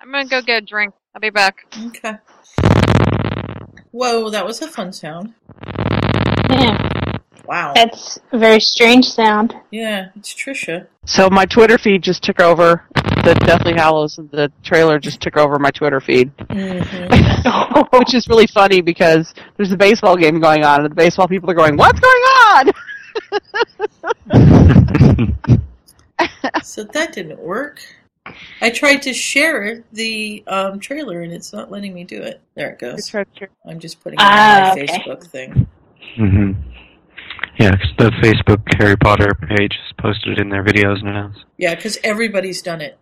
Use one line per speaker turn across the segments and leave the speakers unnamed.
I'm gonna go get a drink. I'll be back.
Okay. Whoa, that was a fun sound.
Yeah,
Wow.
that's a very strange sound.
Yeah, it's Trisha.
So my Twitter feed just took over. The Deathly Hallows, the trailer just took over my Twitter feed, Mm-hmm.
hmm
which is really funny because there's a baseball game going on, and the baseball people are going, "What's going on?"
so that didn't work. I tried to share the um, trailer and it's not letting me do it. There it
It's
goes.
her tur-
I'm just putting it on
Ah,
my
okay.
Facebook thing.
hmm Yeah, 'cause the Facebook Harry Potter page is posted in their videos now.
Yeah, because everybody's done it.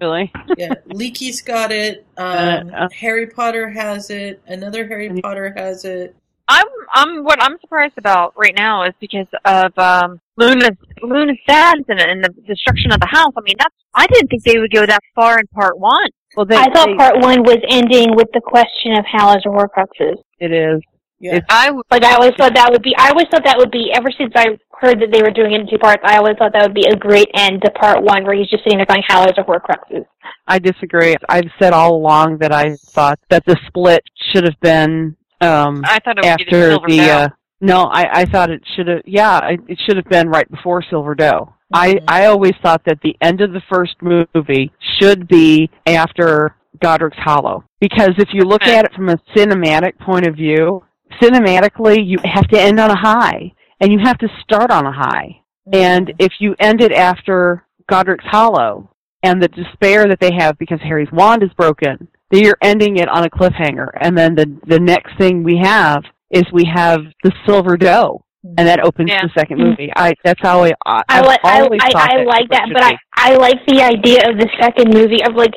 Really?
Yeah, Leaky's got it. Um,
Uh, uh.
Harry Potter has it. Another Harry Potter has it.
I'm I'm what I'm surprised about right now is because of um Luna's Luna's dads and, and the destruction of the house. I mean that's I didn't think they would go that far in part one.
Well, they,
I thought
they-
part one was ending with the question of how is Horcruxes.
it is.
Yeah.
I w-
Like I always thought that would be. I always thought that would be. Ever since I heard that they were doing it in two parts, I always thought that would be a great end to part one, where he's just sitting there going, "How is a Horcruxes?"
I disagree. I've said all along that I thought that the split should have been um,
I thought it would be the
after
silver
the.
bell.
Uh, no, I, I thought it should have. Yeah, I, it should have been right before Silver Doe.
Mm-hmm.
Mhm.
I I always thought that the end of the first movie should be after Godric's Hollow because if you look
Okay.
at it from a cinematic point of view, cinematically you have to end on a high and you have to start on a high. And if you end it after Godric's Hollow and the despair that they have because Harry's wand is broken, then you're ending it on a cliffhanger. And then the, the next thing we have is we have the Silver Doe. And that opens
Yeah.
the second movie. I that's how I I,
Mm-hmm. I
I've
like I,
always
I,
thought
I
that's
like
what it
that,
should
but I
be.
I like the idea of the second movie of like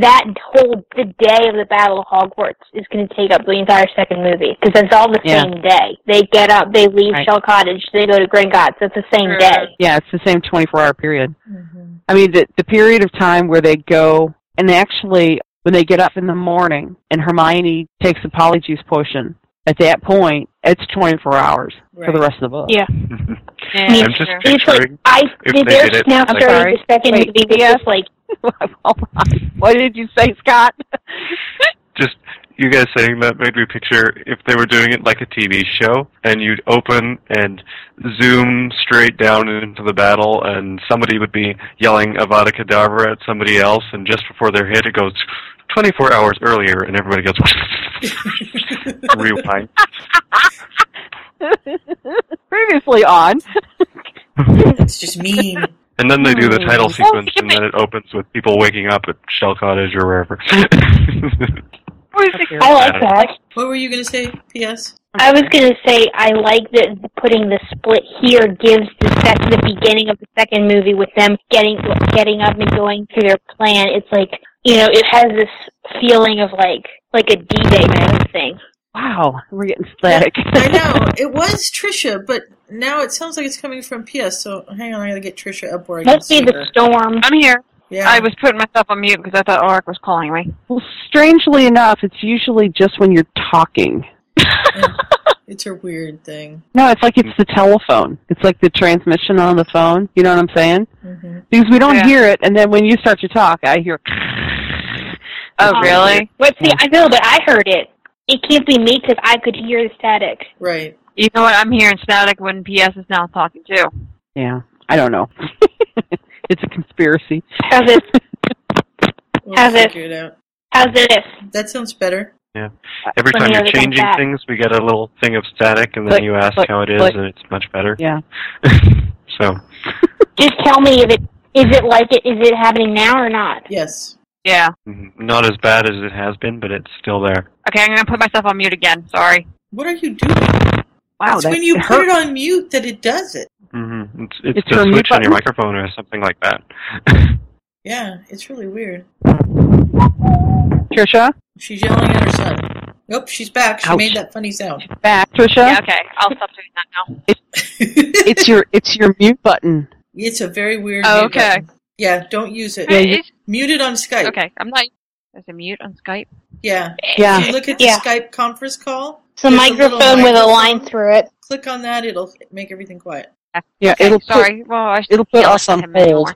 that whole the day of the Battle of Hogwarts is going to take up the entire second movie because it's all the
Yeah.
same day. They get up, they leave
Right.
Shell Cottage, they go to Gringotts. It's the same
Sure.
day.
yeah, it's the same 24 hour period.
Mhm.
I mean, the, the period of time where they go, and actually, when they get up in the morning and Hermione takes the polyjuice potion, at that point, it's 24 hours for the
Right.
rest of the book.
Yeah.
Yeah,
mean,
I'm just
sure.
It's like
picturing.
I
If
did
they
their
did it,
now
like-
started the second
Wait,
movie was
yeah.
just like
oh what did you say, Scott?
Just you guys saying that made me picture if they were doing it like a TV show, and you'd open and zoom straight down into the battle, and somebody would be yelling Avada Kedavra at somebody else, and just before they're hit, it goes 24 hours earlier, and everybody goes rewind.
Previously on.
it's just mean.
And then they do the title
Oh,
sequence, and then it opens with people waking up at Shell Cottage or wherever.
I like that.
What were you going to say, P.S.?
I was gonna say I like that putting the split here gives the sec- the beginning of the second movie with them getting getting up and going through their plan. It's like you know it has this feeling of like like a D Day kind of thing.
wow, we're getting static.
I know it was Trisha, but now it sounds like it's coming from P.S. So hang on, I got to get Trisha up where I can
Must be
see
the
her.
storm.
I'm here.
Yeah,
I was putting myself on mute because I thought Oric was calling me.
well, strangely enough, it's usually just when you're talking.
it's a weird thing.
No, it's like it's the telephone. It's like the transmission on the phone. You know what I'm saying?
hmm
Because we don't
Yeah.
hear it, and then when you start to talk, I hear.
Oh,
Um,
really?
But see, I know, but I heard it. It can't be me because I could hear the static.
Right.
You know what? I'm here in static when PS is now talking too.
Yeah, I don't know. it's a conspiracy.
How's this?
We'll
How's it?
figure it? out.
How's this?
That sounds better.
Every
Let me
time
know
you're
that comes
changing
back.
things, we get a little thing of static, and then
Click,
you ask
click,
how it is,
click.
and it's much better.
Yeah.
so,
Just tell me if it is it like it is it happening now or not.
Yes.
Yeah.
mhm, not as bad as it has been, but it's still there.
Okay, I'm gonna put myself on mute again. Sorry.
What are you doing?
Wow,
it's
that
when you
hurt.
put it on mute that it does it.
hmm It's, it's,
It's
the
your mute
switch on
button?
your microphone or something like that.
Yeah, it's really weird.
Trisha,
She's yelling at her son. Nope, she's back. She
Ouch.
made that funny sound.
back. Trisha,
Yeah. Okay. I'll stop doing that now.
it's your it's your mute button.
it's a very weird.
Oh,
mute
okay.
button. Yeah, don't use it.
Yeah, you-
It's-
Mute it on Skype.
okay. I'm not. There's a mute on Skype.
Yeah.
Yeah.
If you look at the
Yeah.
Skype conference call,
It's a
There's a little
microphone with a
microphone.
line through it.
click on that. It'll make everything quiet.
Yeah,
Okay,
it'll put-
sorry. well, I should
it'll put
yell
us
at
on
him anymore.
hold.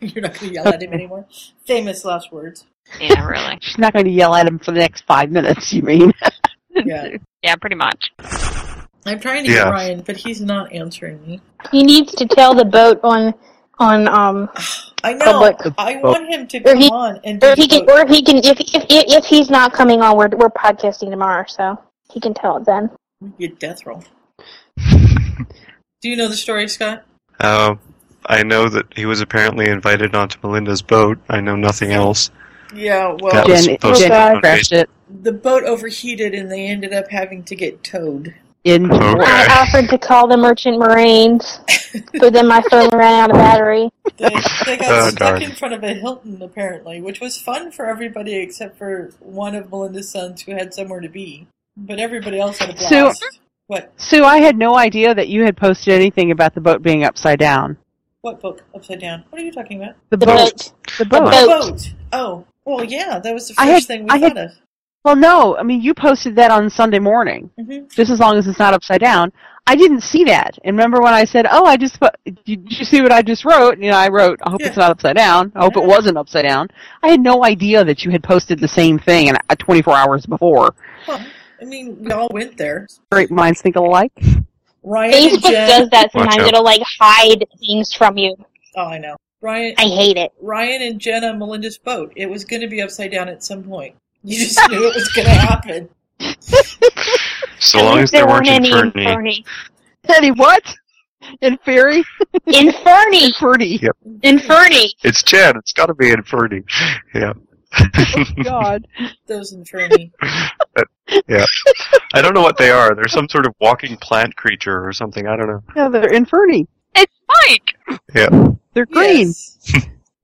You're not going to yell at him anymore. Famous last words.
Yeah, really.
She's not going to yell at him for the next five minutes, you mean?
Yeah.
yeah, pretty much.
I'm trying to
Yeah.
get Ryan, but he's not answering me.
He needs to tell the boat on on um
I know.
Public.
I want him to
Or
come
he-
on and do
or he can
both.
or he can if if if, if he's not coming on we're we're podcasting tomorrow so he can tell it then.
You death roll. Do you know the story, Scott?
Uh, I know that he was apparently invited onto Melinda's boat. I know nothing else.
Yeah, well,
That was
Jen,
supposed
Jen
to be on
crashed it
the boat overheated and they ended up having to get towed.
in.
Okay.
I offered to call the merchant marines, but then my phone ran out of battery.
They, they got
Oh,
stuck
darn.
in front of a Hilton, apparently, which was fun for everybody except for one of Melinda's sons who had somewhere to be. But everybody else had a
So-
blast. what?
Sue, I had no idea that you had posted anything about the boat being upside down.
What book? Upside down. What are you talking about?
The,
The
boat.
boat.
The boat.
boat.
Boat. Oh, well, yeah, that was the
I
first
had-
thing we
I had-
thought of.
Well, no, I mean, you posted that on Sunday morning,
hmm
just as long as it's not upside down. I didn't see that. And remember when I said, oh, I just, po- did you see what I just wrote? And, You know, I wrote, I hope it's not upside down. I hope it
Yeah.
wasn't upside down. I had no idea that you had posted the same thing in, uh, 24 hours before.
Well, I mean, we all went there.
Great minds think alike.
Ryan and
Facebook
Jen.
does that
Watch
sometimes.
out.
It'll like hide things from you.
Oh, I know. Ryan.
I hate it.
Ryan and Jen on Melinda's boat. It was going to be upside down at some point. You just knew it was going to happen.
So
At
long
least
as there weren't
any
Inferni.
Inferni.
Eddie, what? In Fury?
Inferni.
Ferdy.
Yep.
Inferni.
It's Chad. It's got to be Inferni. Yeah.
Oh, God.
Those Inferni.
I don't know what they are. They're some sort of walking plant creature or something. I don't know.
Yeah, they're Inferni.
It's Mike.
They're green.
Yes.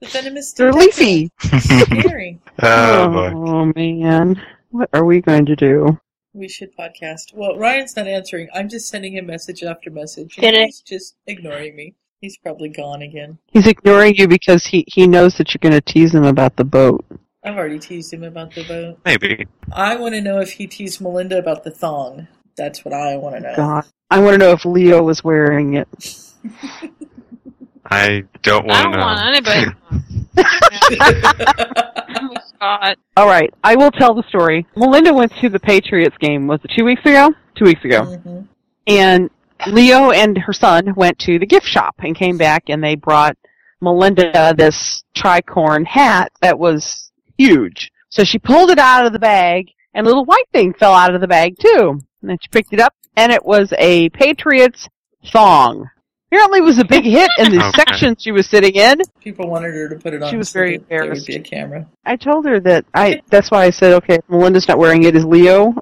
The venomous.
They're
tentacles.
leafy.
Scary.
oh boy.
oh man. What are we going to do?
We should podcast. Well, Ryan's not answering. I'm just sending him message after message.
Did it-
He's just ignoring me. He's probably gone again.
He's ignoring you because he, he knows that you're going to tease him about the boat.
I've already teased him about the boat.
Maybe.
I want to know if he teased Melinda about the thong. That's what I want to know.
God. I want to know if Leo was wearing it.
I don't
I
want to
don't
know.
want anybody. oh my god.
All right, I will tell the story. Melinda went to the Patriots game. Was it two weeks ago? Two weeks ago.
Mhm.
And Leo and her son went to the gift shop and came back, and they brought Melinda this tricorn hat that was huge. So she pulled it out of the bag, and a little white thing fell out of the bag too. And then she picked it up, and it was a Patriots thong. Apparently, it was a big hit in the
Okay.
section she was sitting in.
People wanted her to put it on.
She was
so
very
that there would
embarrassed.
be a camera.
I told her that I. That's why I said, okay, if Melinda's not wearing it. Is Leo?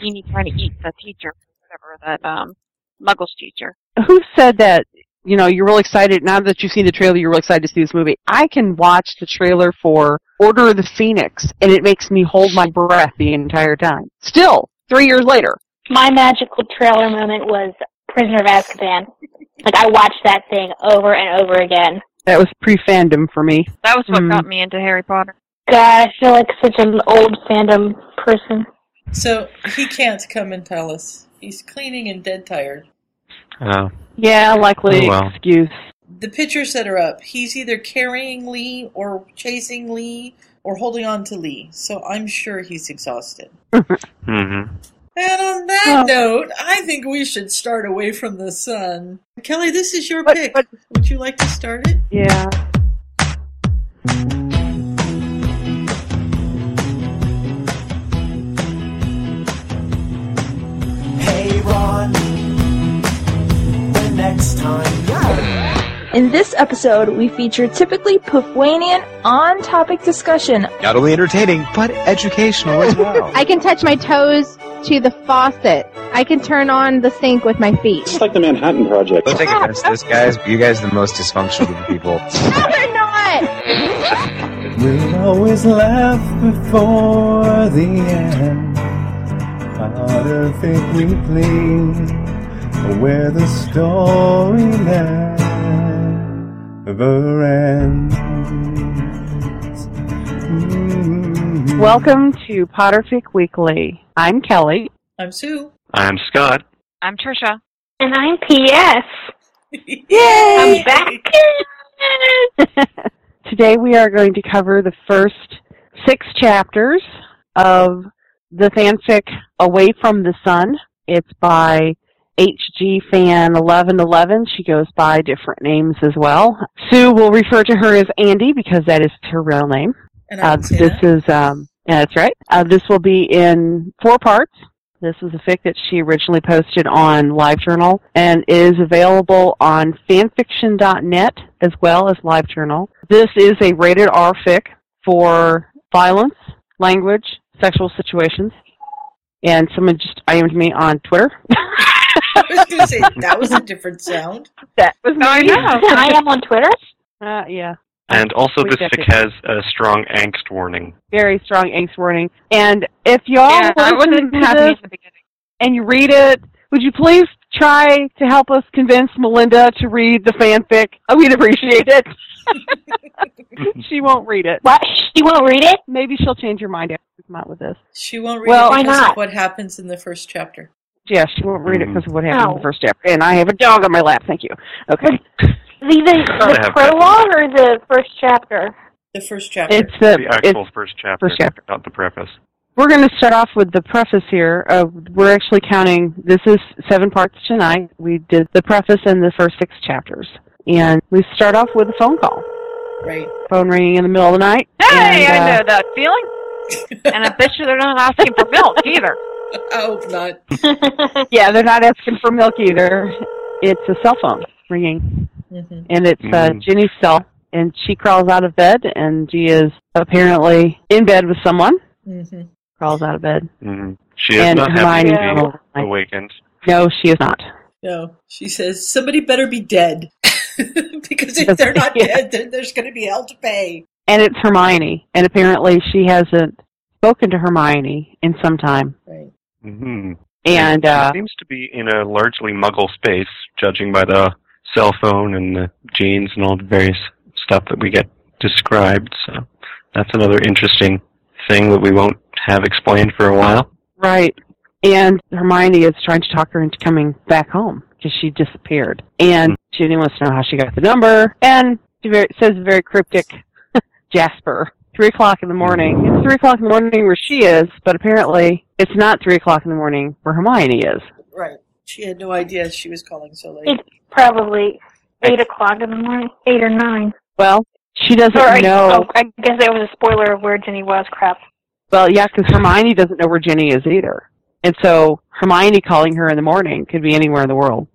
Jeannie trying to eat the teacher, whatever that um, Muggles teacher.
Who said that? You know, you're real excited now that you've seen the trailer. You're real excited to see this movie. I can watch the trailer for Order of the Phoenix, and it makes me hold my breath the entire time. Still, three years later,
My magical trailer moment was Prisoner of Azkaban. Like I watched that thing over and over again.
that was pre-fandom for me.
That was what
Hmm.
got me into Harry Potter.
God, I feel like such an old fandom person.
So he can't come and tell us. He's cleaning and dead tired.
Oh.
Yeah, likely
Oh, well.
excuse.
The pictures that are up, he's either carrying Lee or chasing Lee or holding on to Lee. So I'm sure he's exhausted.
Mm-hmm.
And on that
Oh.
note, I think we should start away from the sun. Kelly, this is your
But-
pick.
but-
Would you like to start it?
Yeah.
Hey Ron, the next time.
In this episode, we feature typically Pufwanian on topic discussion.
Not only entertaining, but educational as well.
I can touch my toes to the faucet. I can turn on the sink with my feet.
It's like the Manhattan Project.
Don't take offense to this, guys. but You guys are the most dysfunctional of the people.
No, they're not!
We'll always laugh before the end. Out of it we play, where the story never ends. Mm.
Welcome to Potterfic Weekly. I'm Kelly.
I'm Sue.
I'm Scott.
I'm Trisha.
And I'm PS.
Yay!
I'm back.
Today we are going to cover the first six chapters of the fanfic Away from the Sun. It's by HG Fan 1111. She goes by different names as well. Sue will refer to her as Andy because that is her real name.
And
Uh,
I would say
this
that.
is um, yeah, that's right. Uh, this will be in four parts. This is a fic that she originally posted on LiveJournal and is available on fanfiction.net as well as LiveJournal. This is a rated R fic for violence, language, sexual situations. And someone just IM'd me on Twitter.
I was going to say that was a different sound.
that was
I
me.
know.
I am on Twitter.
Uh, yeah.
And also,
We
this
get
fic
it.
has a strong angst warning.
Very strong angst warning. And if y'all
Yeah, I
listen
wasn't
to
happy
this,
at the beginning.
and you read it, would you please try to help us convince Melinda to read the fanfic? Uh, We'd appreciate it. she won't read it.
What? She won't read it?
Maybe she'll change her mind after we come out with this.
She won't read
Well,
it
why
because
not?
of what happens in the first chapter.
Yeah, she won't read it because of what happened in
Oh.
the first chapter. And I have a dog on my lap. Thank you. Okay.
The, the,
Gotta
the
have that.
prologue or the first chapter?
The first chapter.
It's the,
The
it's
actual first chapter,
first chapter.
not the preface.
We're going to start off with the preface here. Uh, we're actually counting, this is seven parts tonight. We did the preface and the first six chapters. And we start off with a phone call.
right.
Phone ringing in the middle of the night.
Hey,
and,
I
uh,
know that feeling. And I bet you they're not asking for milk either.
I hope Oh, not.
Yeah, they're not asking for milk either. It's a cell phone ringing,
hmm
and it's uh,
Mm.
Ginny's cell. And she crawls out of bed, and she is apparently in bed with someone.
hmm
Crawls out of bed,
Mhm. She is
and
not happy
Hermione.
to
Oh,
be
my-
awakened.
No, she is not.
No, she says somebody better be dead because if
That's-
they're not
yeah.
dead, then there's going to be hell to pay.
And it's Hermione, and apparently she hasn't spoken to Hermione in some time.
Right.
Mhm.
And uh,
she seems to be in a largely muggle space, judging by the cell phone and the jeans and all the various stuff that we get described. So that's another interesting thing that we won't have explained for a while.
Right. And Hermione is trying to talk her into coming back home because she disappeared. And she didn't want to know how she got the number. And she very, says very cryptic, Jasper, 3 o'clock in the morning. It's 3 o'clock in the morning where she is, but apparently it's not 3 o'clock in the morning where Hermione is.
Right. She had no idea she was calling so late.
It's probably 8 o'clock in the morning, 8 or 9.
Well, she doesn't
Or I,
know.
oh, I guess that was a spoiler of where Jenny was. Crap.
Well, yeah, because Hermione doesn't know where Ginny is either. And so Hermione calling her in the morning could be anywhere in the world.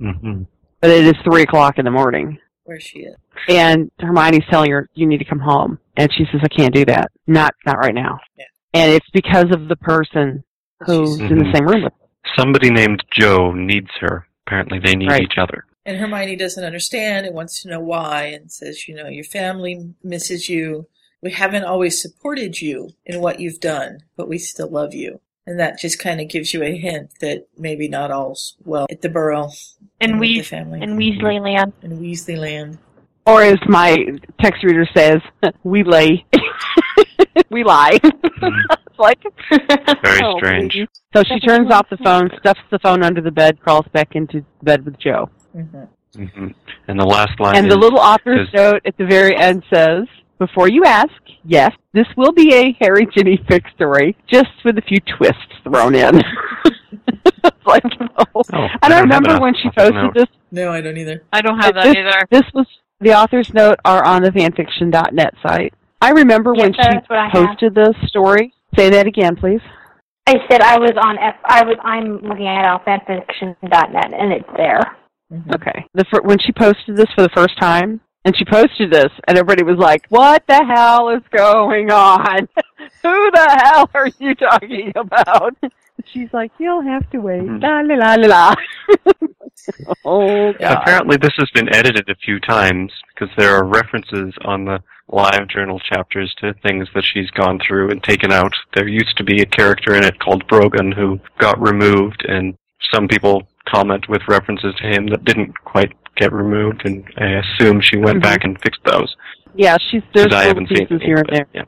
Mm-hmm.
hmm
But it is 3 o'clock in the morning.
Where she is.
And Hermione's telling her, "You need to come home," and she says, "I can't do that. Not, not right now."
Yeah.
And it's because of the person who's in the
Mhm.
same room with. her.
Somebody named Joe needs her. Apparently, they need
Right.
each other.
And Hermione doesn't understand and wants to know why and says, you know, your family misses you. We haven't always supported you in what you've done, but we still love you. And that just kind of gives you a hint that maybe not all's well at the borough
And
with the
we
family
In Weasley Land.
in Weasley Land.
Or as my text reader says, "We lay, we lie."
Mhm.
It's like
Very
oh,
strange.
baby. So she turns off the phone, stuffs the phone under the bed, crawls back into bed with Joe.
hmm
hmm And the last line
And the
is,
little author's
Does-
note at the very end says, "Before you ask, yes, this will be a Harry Ginny fix story, just with a few twists thrown in." It's like, oh.
Oh,
I don't
have
remember
an
when she
author's
posted
note.
this.
No, I don't either.
I don't have
But
that either.
This was the author's note are on the fanfiction.net site. I remember when
Yes,
she
that's what I have.
posted this story. Say that again, please.
I said I was on F. I was. I'm looking at alphafiction.net, and it's there.
Mhm.
Okay. The fir- when she posted this for the first time, and she posted this, and everybody was like, "What the hell is going on? Who the hell are you talking about?" She's like, "You'll have to wait."
Hmm.
La la la la la. oh god.
Apparently, this has been edited a few times because there are references on the live journal chapters to things that she's gone through and taken out. There used to be a character in it called Brogan who got removed, and some people comment with references to him that didn't quite get removed, and I assume she went
Mhm.
back and fixed those.
Yeah, she's there's
'cause I
little
haven't seen
pieces
any,
here and
but,
there,
Yeah.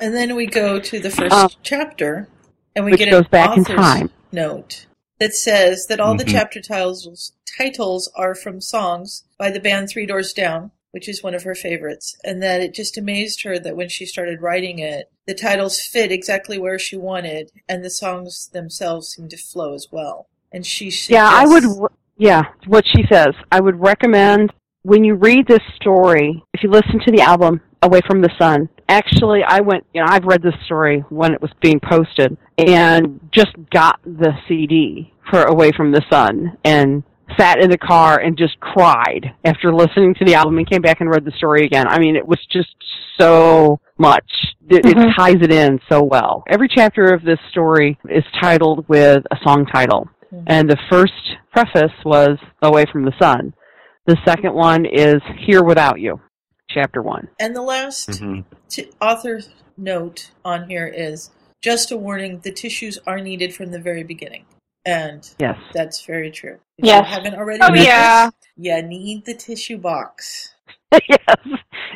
And then we go to the first
Um,
chapter, and we
which
get an
goes back in
author's
time. Mm-hmm.
note that says that all the
Mhm.
chapter titles titles are from songs by the band Three Doors Down, which is one of her favorites, and that it just amazed her that when she started writing it, the titles fit exactly where she wanted, and the songs themselves seemed to flow as well. And she
Yeah, I would.
suggests-
re- Yeah, what she says. I would recommend when you read this story, if you listen to the album Away from the Sun. Actually, I went. You know, I've read this story when it was being posted, and just got the CD for Away from the Sun, and sat in the car and just cried after listening to the album and came back and read the story again. I mean, it was just so much. It,
Mhm.
it ties it in so well. Every chapter of this story is titled with a song title. And the first preface was Away from the Sun. The second one is Here Without You, chapter one.
And the last
Mm-hmm.
hmm
t- author note on here is just a warning: the tissues are needed from the very beginning, and
Yes.
that's very true. If
Yes.
you haven't already,
Oh,
noticed,
yeah.
you need the tissue box.
yes.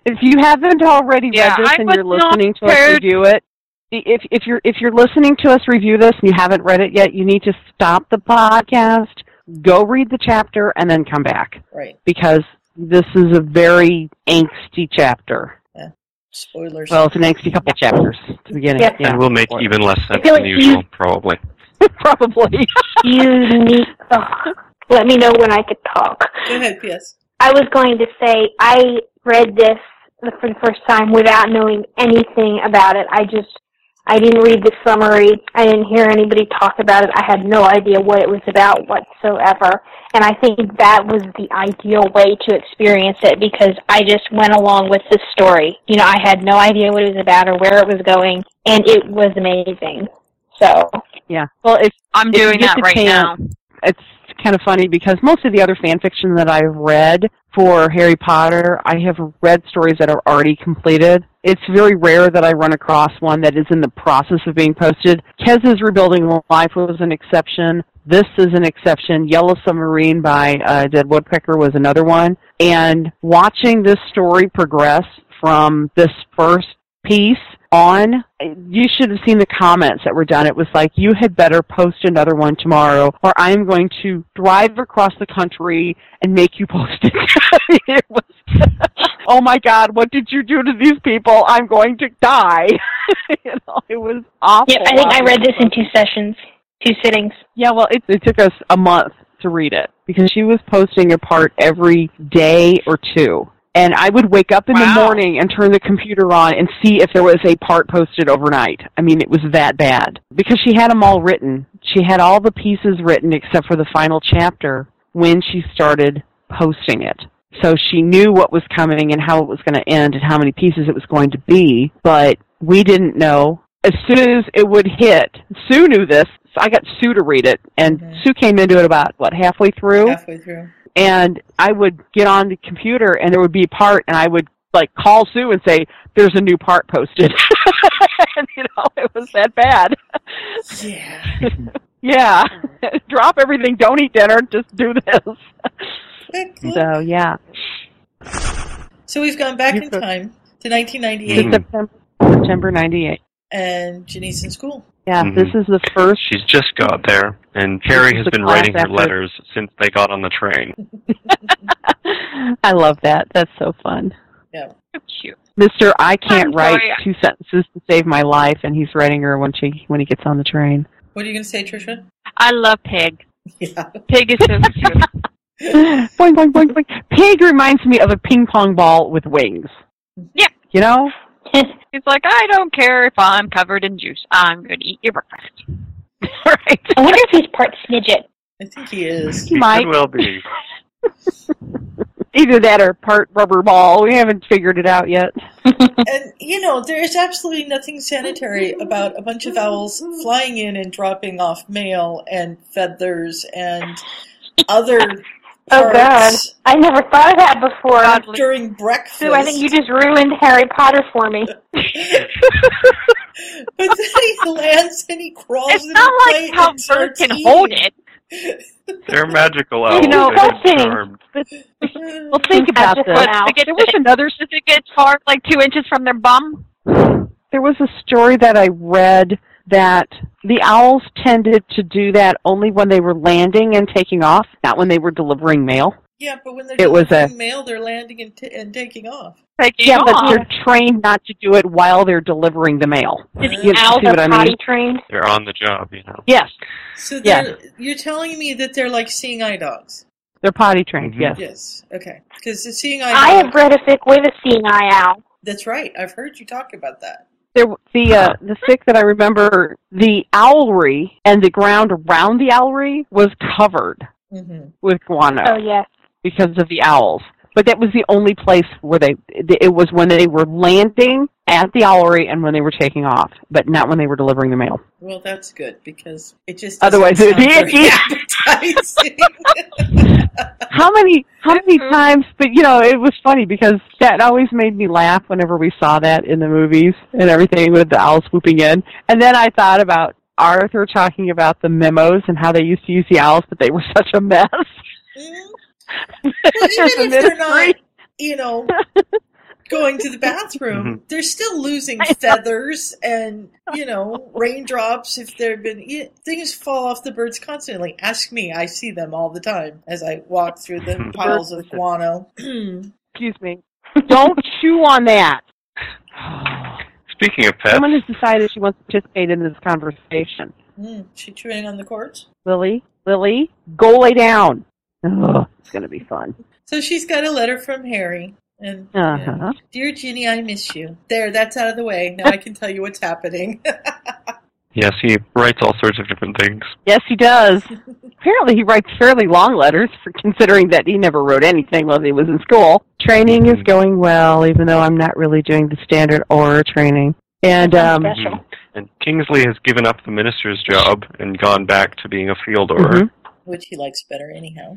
If you haven't already
Yeah,
read this
I
and
was
you're
not
listening to us
prepared.
review it, if if you're if you're listening to us review this and you haven't read it yet, you need to stop the podcast, go read the chapter, and then come back
Right.
because this is a very angsty chapter.
Spoilers.
Well, it's an angsty couple of chapters at the beginning.
Yes.
Yeah,
And we'll make even less
I
sense
feel
than
like
usual, probably.
probably.
You need. Ugh. Let me know when I could talk.
Go ahead, P.S.
I was going to say I read this for the first time without knowing anything about it. I just I didn't read the summary. I didn't hear anybody talk about it. I had no idea what it was about whatsoever. And I think that was the ideal way to experience it because I just went along with the story. You know, I had no idea what it was about or where it was going, and it was amazing. So
Yeah. Well, it's
I'm
If you
doing
get
that
the
right now.
chance- it's kind of funny because most of the other fan fiction that I've read for Harry Potter, I have read stories that are already completed. It's very rare that I run across one that is in the process of being posted. Kez's Rebuilding Life was an exception. This is an exception. Yellow Submarine by uh, Dead Woodpecker was another one. And watching this story progress from this first piece on, you should have seen the comments that were done. It was like, you had better post another one tomorrow, or I'm going to drive across the country and make you post it. it was, oh my God, what did you do to these people? I'm going to die. you know, it was awful.
Yep, I think I read this in two sessions, two sittings.
Yeah, well, it, it took us a month to read it because she was posting a part every day or two. And I would wake up in the
Wow.
morning and turn the computer on and see if there was a part posted overnight. I mean, it was that bad. Because she had them all written. She had all the pieces written except for the final chapter when she started posting it. So she knew what was coming and how it was going to end and how many pieces it was going to be, but we didn't know. As soon as it would hit, Sue knew this. So I got Sue to read it, and
Mhm.
Sue came into it about, what, halfway through?
Halfway through.
And I would get on the computer, and there would be a part, and I would, like, call Sue and say, there's a new part posted. and, you know, it was that bad.
Yeah.
yeah. Drop everything. Don't eat dinner. Just do this.
Quick look.
so, yeah.
So we've gone back
You
in
could-
time to
To
1998
Mhm.
September, September 98.
and Janice in school.
Yeah,
Mhm.
this is the first.
She's just got there, and Carrie
is
has
the
been
class
writing her
effort.
letters since they got on the train.
I love that. That's so fun.
So cute.
Mister, I can't
I'm
write
sorry.
two sentences to save my life, and he's writing her when she when he gets on the train.
What are you going to say, Trisha?
I love Pig.
Yeah.
Pig is so cute.
boing boing boing boing. Pig reminds me of a ping pong ball with wings.
Yeah.
You know,
He's like, I don't care if I'm covered in juice. I'm going to eat your breakfast.
right?
I wonder if he's part Snidget.
I think he is.
He
He
might
could well be.
either that or part rubber ball. We haven't figured it out yet.
And, you know, there is absolutely nothing sanitary about a bunch of owls flying in and dropping off mail and feathers and other
Oh, God.
parts uh,
I never thought of that before.
during breakfast.
Sue, I think you just ruined Harry Potter for me.
but then he lands and he crawls
It's
in
not
the plate
like how
and
birds
starts
can
eating.
hold it.
They're magical owls.
You know,
They've been
posting.
charmed.
Well, think about
just
this.
went out.
They get-
There was another
Does it get far like two inches from their bum?
there was a story that I read that the owls tended to do that only when they were landing and taking off, not when they were delivering mail.
Yeah, but when they're
It was
delivering mail, they're landing and, t- and taking off.
Taking
Yeah, but
off.
they're trained not to do it while they're delivering the mail.
Right?
You
Owls
see
are
what I
potty
mean?
trained.
They're on the job, you know.
Yes,
So
Yeah.
they're, you're telling me that they're like seeing eye dogs.
they're potty trained.
Mhm.
Yes.
Yes. Okay. Because seeing eye
I
dog.
have bred a fic with a seeing eye owl.
That's right. I've heard you talk about that.
There, the uh, the fic that I remember, the owlry and the ground around the owlry was covered
hmm
with guano
Oh yes.
because of the owls. But that was the only place where they. It was when they were landing at the owlry and when they were taking off, but not when they were delivering the mail.
Well, that's good because it just doesn't
Otherwise, it'd be
sound very
icky.
appetizing.
How many how many
Mm-hmm.
times but you know, it was funny because that always made me laugh whenever we saw that in the movies and everything with the owl swooping in. And then I thought about Arthur talking about the memos and how they used to use the owls but they were such a mess.
Mhm. Well,
It's a
even if they're not,
mystery.
you know, going to the bathroom, they're still losing
I know. Oh.
feathers and you know raindrops. If there've been you, things fall off the birds constantly. Ask me; I see them all the time as I walk through the piles of guano. Mm,
Excuse me. Don't chew on that.
Speaking of pets,
Someone has decided she wants to participate in this conversation.
Mm, she chewing on the cords.
Lily, Lily, go lay down. Ugh, it's gonna be fun.
So she's got a letter from Harry. And
Uh-huh.
dear Ginny, I miss you. There, that's out of the way. Now I can tell you what's happening.
yes, he writes all sorts of different things.
Yes, he does. Apparently, he writes fairly long letters, for considering that he never wrote anything while he was in school. Training is going well, even though I'm not really doing the standard aura training. And um,
Special.
Mhm. And Kingsley has given up the minister's job and gone back to being a field order.
mhm,
Which he likes better anyhow.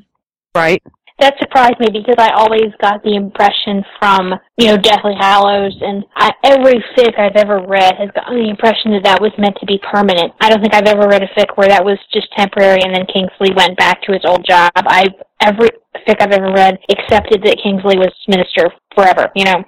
right,
That surprised me because I always got the impression from, you know, Deathly Hallows and I, every fic I've ever read has gotten the impression that that was meant to be permanent. I don't think I've ever read a fic where that was just temporary and then Kingsley went back to his old job. I've, every fic I've ever read accepted that Kingsley was minister forever, you know.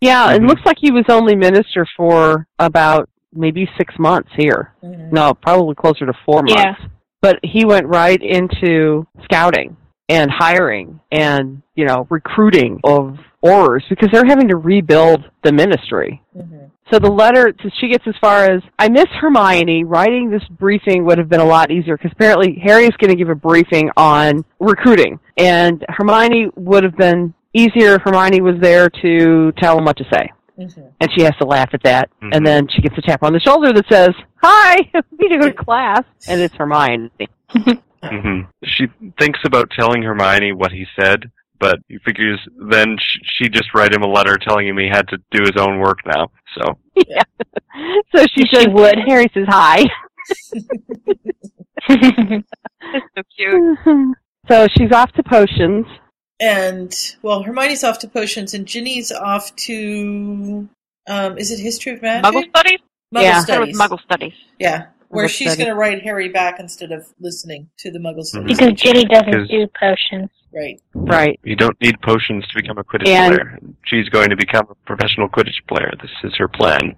yeah. It
Mhm.
looks like he was only minister for about maybe six months here.
Mhm.
No, probably closer to four months.
Yeah.
But he went right into scouting and hiring and you know recruiting of orers because they're having to rebuild the ministry.
Mhm.
So the letter, so she gets as far as, I miss Hermione. Writing this briefing would have been a lot easier because apparently Harry is going to give a briefing on recruiting. And Hermione would have been easier if Hermione was there to tell him what to say.
Mhm.
And she has to laugh at that.
Mhm.
And then she gets a tap on the shoulder that says, Hi, we need to go to class. And it's Hermione.
hmm She thinks about telling Hermione what he said, but he figures then sh- she just write him a letter telling him he had to do his own work now. So
So she
She
says,
would.
Harry says, Hi.
It's so cute.
so she's off to potions.
And, well, Hermione's off to potions and Ginny's off to, um, is it History of Magic?
Muggle studies?
Muggle
That
Yeah.
was
Studies.
Muggle studies.
Yeah. Where
Muggle
she's
studies.
going to write Harry back instead of listening to the Muggle
Mm-hmm.
Studies.
because Ginny doesn't
Because-
do potions.
Right.
Right.
you don't need potions to become a Quidditch
And-
player. She's going to become a professional Quidditch player. This is her plan.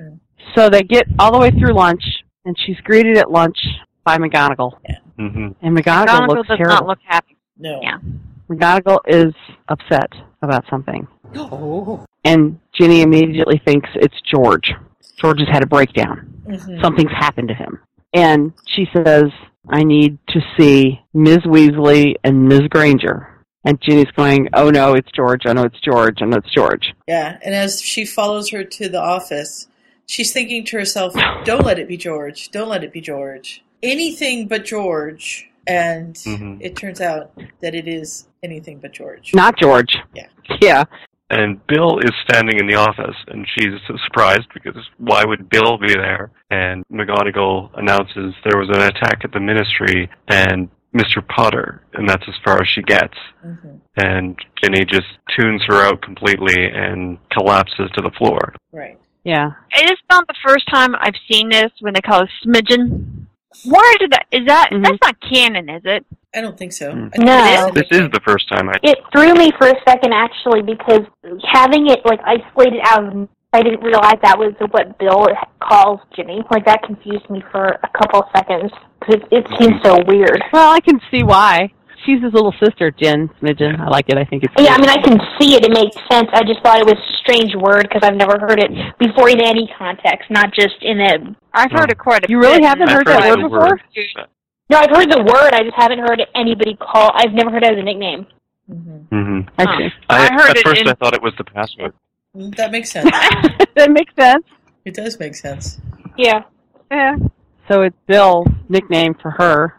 hmm
So they get all the way through lunch, and she's greeted at lunch by McGonagall.
hmm
And McGonagall,
Donegal
looks
does
terrible.
not look happy.
No.
Yeah.
McGonagall is upset about something. And Ginny immediately thinks it's George. George has had a breakdown.
hmm
Something's happened to him. And she says, I need to see Ms. Weasley and Ms. Granger. And Ginny's going, Oh no, it's George. Oh no, it's George. Oh no, it's George.
Yeah. And as she follows her to the office, she's thinking to herself, don't let it be George. Don't let it be George. Anything but George. And
Mhm.
it turns out that it is anything but George.
Not George.
Yeah.
Yeah.
And Bill is standing in the office, and she's surprised because why would Bill be there? And McGonagall announces there was an attack at the ministry and Mr. Potter, and that's as far as she gets.
hmm
And Ginny just tunes her out completely and collapses to the floor.
Right.
Yeah.
It is not the first time I've seen this when they call it smidgen. Why did that? Is that
Mhm.
that's not canon, is it?
I don't think so.
Mm.
I think
No.
it's-
This is the first time I.
It threw me for a second actually because having it like isolated out of I didn't realize that was what Bill calls Jimmy. Like that confused me for a couple of seconds because it seemed so weird.
Well, I can see why. She's his little sister, Jen Smidgen. I like it. I think it's.
Yeah, I
cute.
mean, I can see it. It makes sense. I just thought it was a strange word because I've never heard it before in any context, not just in a.
I've heard it quite a
you really
bit.
haven't
I've
heard that
heard
word
the
before.
word.
No, I've heard the word. I just haven't heard anybody call. I've never heard it as a nickname.
hmm
hmm
Okay.
I,
I heard
at
it
first
in-
I thought it was the password.
That makes sense.
that makes sense.
it does make sense.
Yeah.
Yeah.
So it's Bill's nickname for her.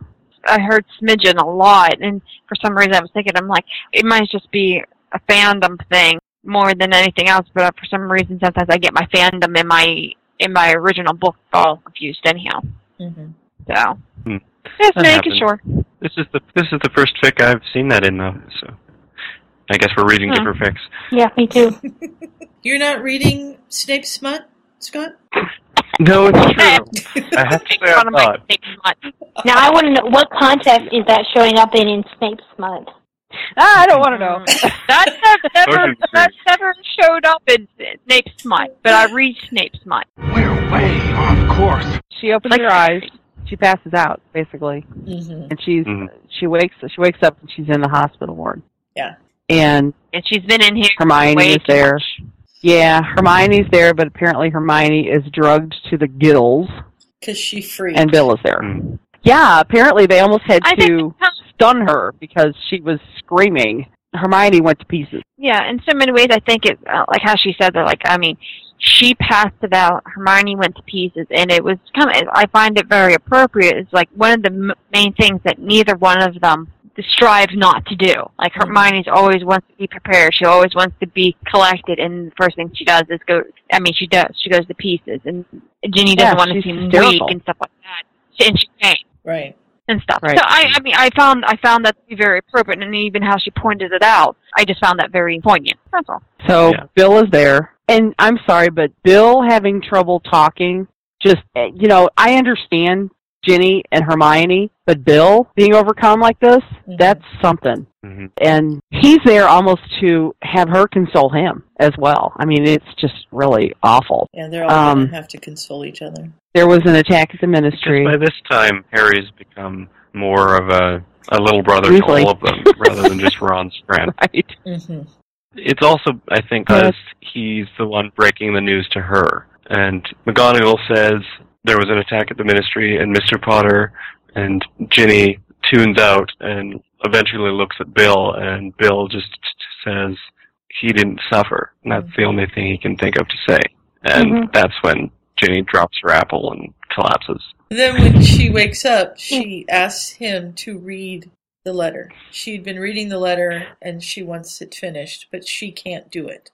I heard smidgen a lot, and for some reason I was thinking, I'm like, it might just be a fandom thing more than anything else. But for some reason, sometimes I get my fandom and my in my original book all confused anyhow.
hmm
So
Hmm.
just
That
making
happens.
sure.
This is the this is the first fic I've seen that in though. So I guess we're reading
Hmm.
Huh.
different fics.
Yeah, me too.
You're not reading Snape Smut, Scott?
No, it's true. I have to
Make
say I
fun of my
thought.
big smut.
Now, I want to know what context is that showing up in in Snape's mud?
Ah, I don't want to know.
That's never
Sorry,
that's never showed up in Snape Smut, but I read Snape Smut.
We're way off course.
She opens
Like-
her eyes. She passes out basically,
hmm
and she's
Mhm.
she wakes she wakes up and she's in the hospital ward.
Yeah.
And
And she's been in here.
Hermione
way
is
too
there.
much.
Yeah, Hermione's there, but apparently Hermione is drugged to the gills,
Because she freaked.
and uh, Bill is there.
Mm.
Yeah, apparently they almost had
I think
to
it comes-
stun her because she was screaming. Hermione went to pieces.
Yeah, in so many ways, I think it uh, like how she said that. Like, I mean, she passed it out. Hermione went to pieces, and it was kind of. I find it very appropriate. It's like one of the m- main things that neither one of them strive not to do. Like
Mm-hmm.
Hermione's always wants to be prepared. She always wants to be collected, and the first thing she does is go. I mean, she does. She goes to pieces, and Ginny
Yeah,
doesn't want to
she's
seem
hysterical.
weak and stuff like that. And she can't
right.
and stuff.
Right.
So I, I mean, I found I found that to be very appropriate, and even how she pointed it out, I just found that very poignant. That's all.
So
Yeah.
Bill is there, and I'm sorry, but Bill having trouble talking. Just eh, you know, I understand Ginny and Hermione, but Bill being overcome like this,
Mhm.
that's something.
Mhm.
And he's there almost to have her console him as well. I mean, it's just really awful.
Yeah, they're all
Um,
gonna have to console each other.
There was an attack at the ministry.
By this time, Harry's become more of a, a little brother
Really?
to all of them, rather than just Ron Strand.
Right. mm-hmm.
hmm
It's also, I think, because he's the one breaking the news to her. And McGonagall says there was an attack at the Ministry, and Mr. Potter and Ginny tunes out and eventually looks at Bill, and Bill just says he didn't suffer. And that's the only thing he can think of to say. And that's when Ginny drops her apple and collapses.
Then when she wakes up, she asks him to read the letter. She'd been reading the letter and she wants it finished, but she can't do it.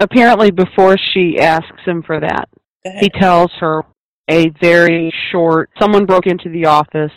Apparently, before she asks him for that,
Go ahead.
He tells her a very short someone broke into the office.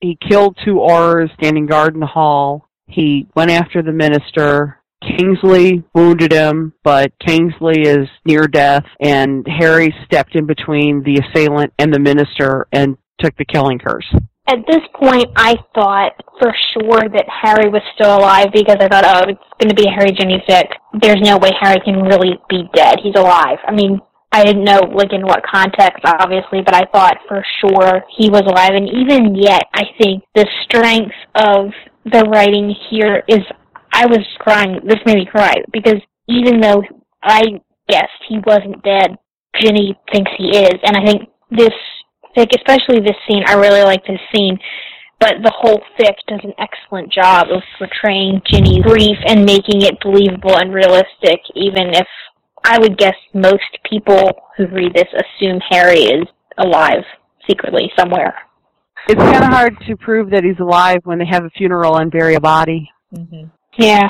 He killed two Aurors standing guard in the hall. He went after the minister. Kingsley wounded him, but Kingsley is near death, and Harry stepped in between the assailant and the minister and took the killing curse.
At this point, I thought for sure that Harry was still alive because I thought, oh, it's going to be a Harry Ginny fic. There's no way Harry can really be dead. He's alive. I mean, I didn't know like in what context, obviously, but I thought for sure he was alive. And even yet, I think the strength of the writing here is I was crying. This made me cry because even though I guessed he wasn't dead, Ginny thinks he is, and I think this fic, especially this scene, I really like this scene. But the whole fic does an excellent job of portraying Ginny's grief and making it believable and realistic, even if I would guess most people who read this assume Harry is alive secretly somewhere.
It's kind of hard to prove that he's alive when they have a funeral and bury a body.
hmm
Yeah.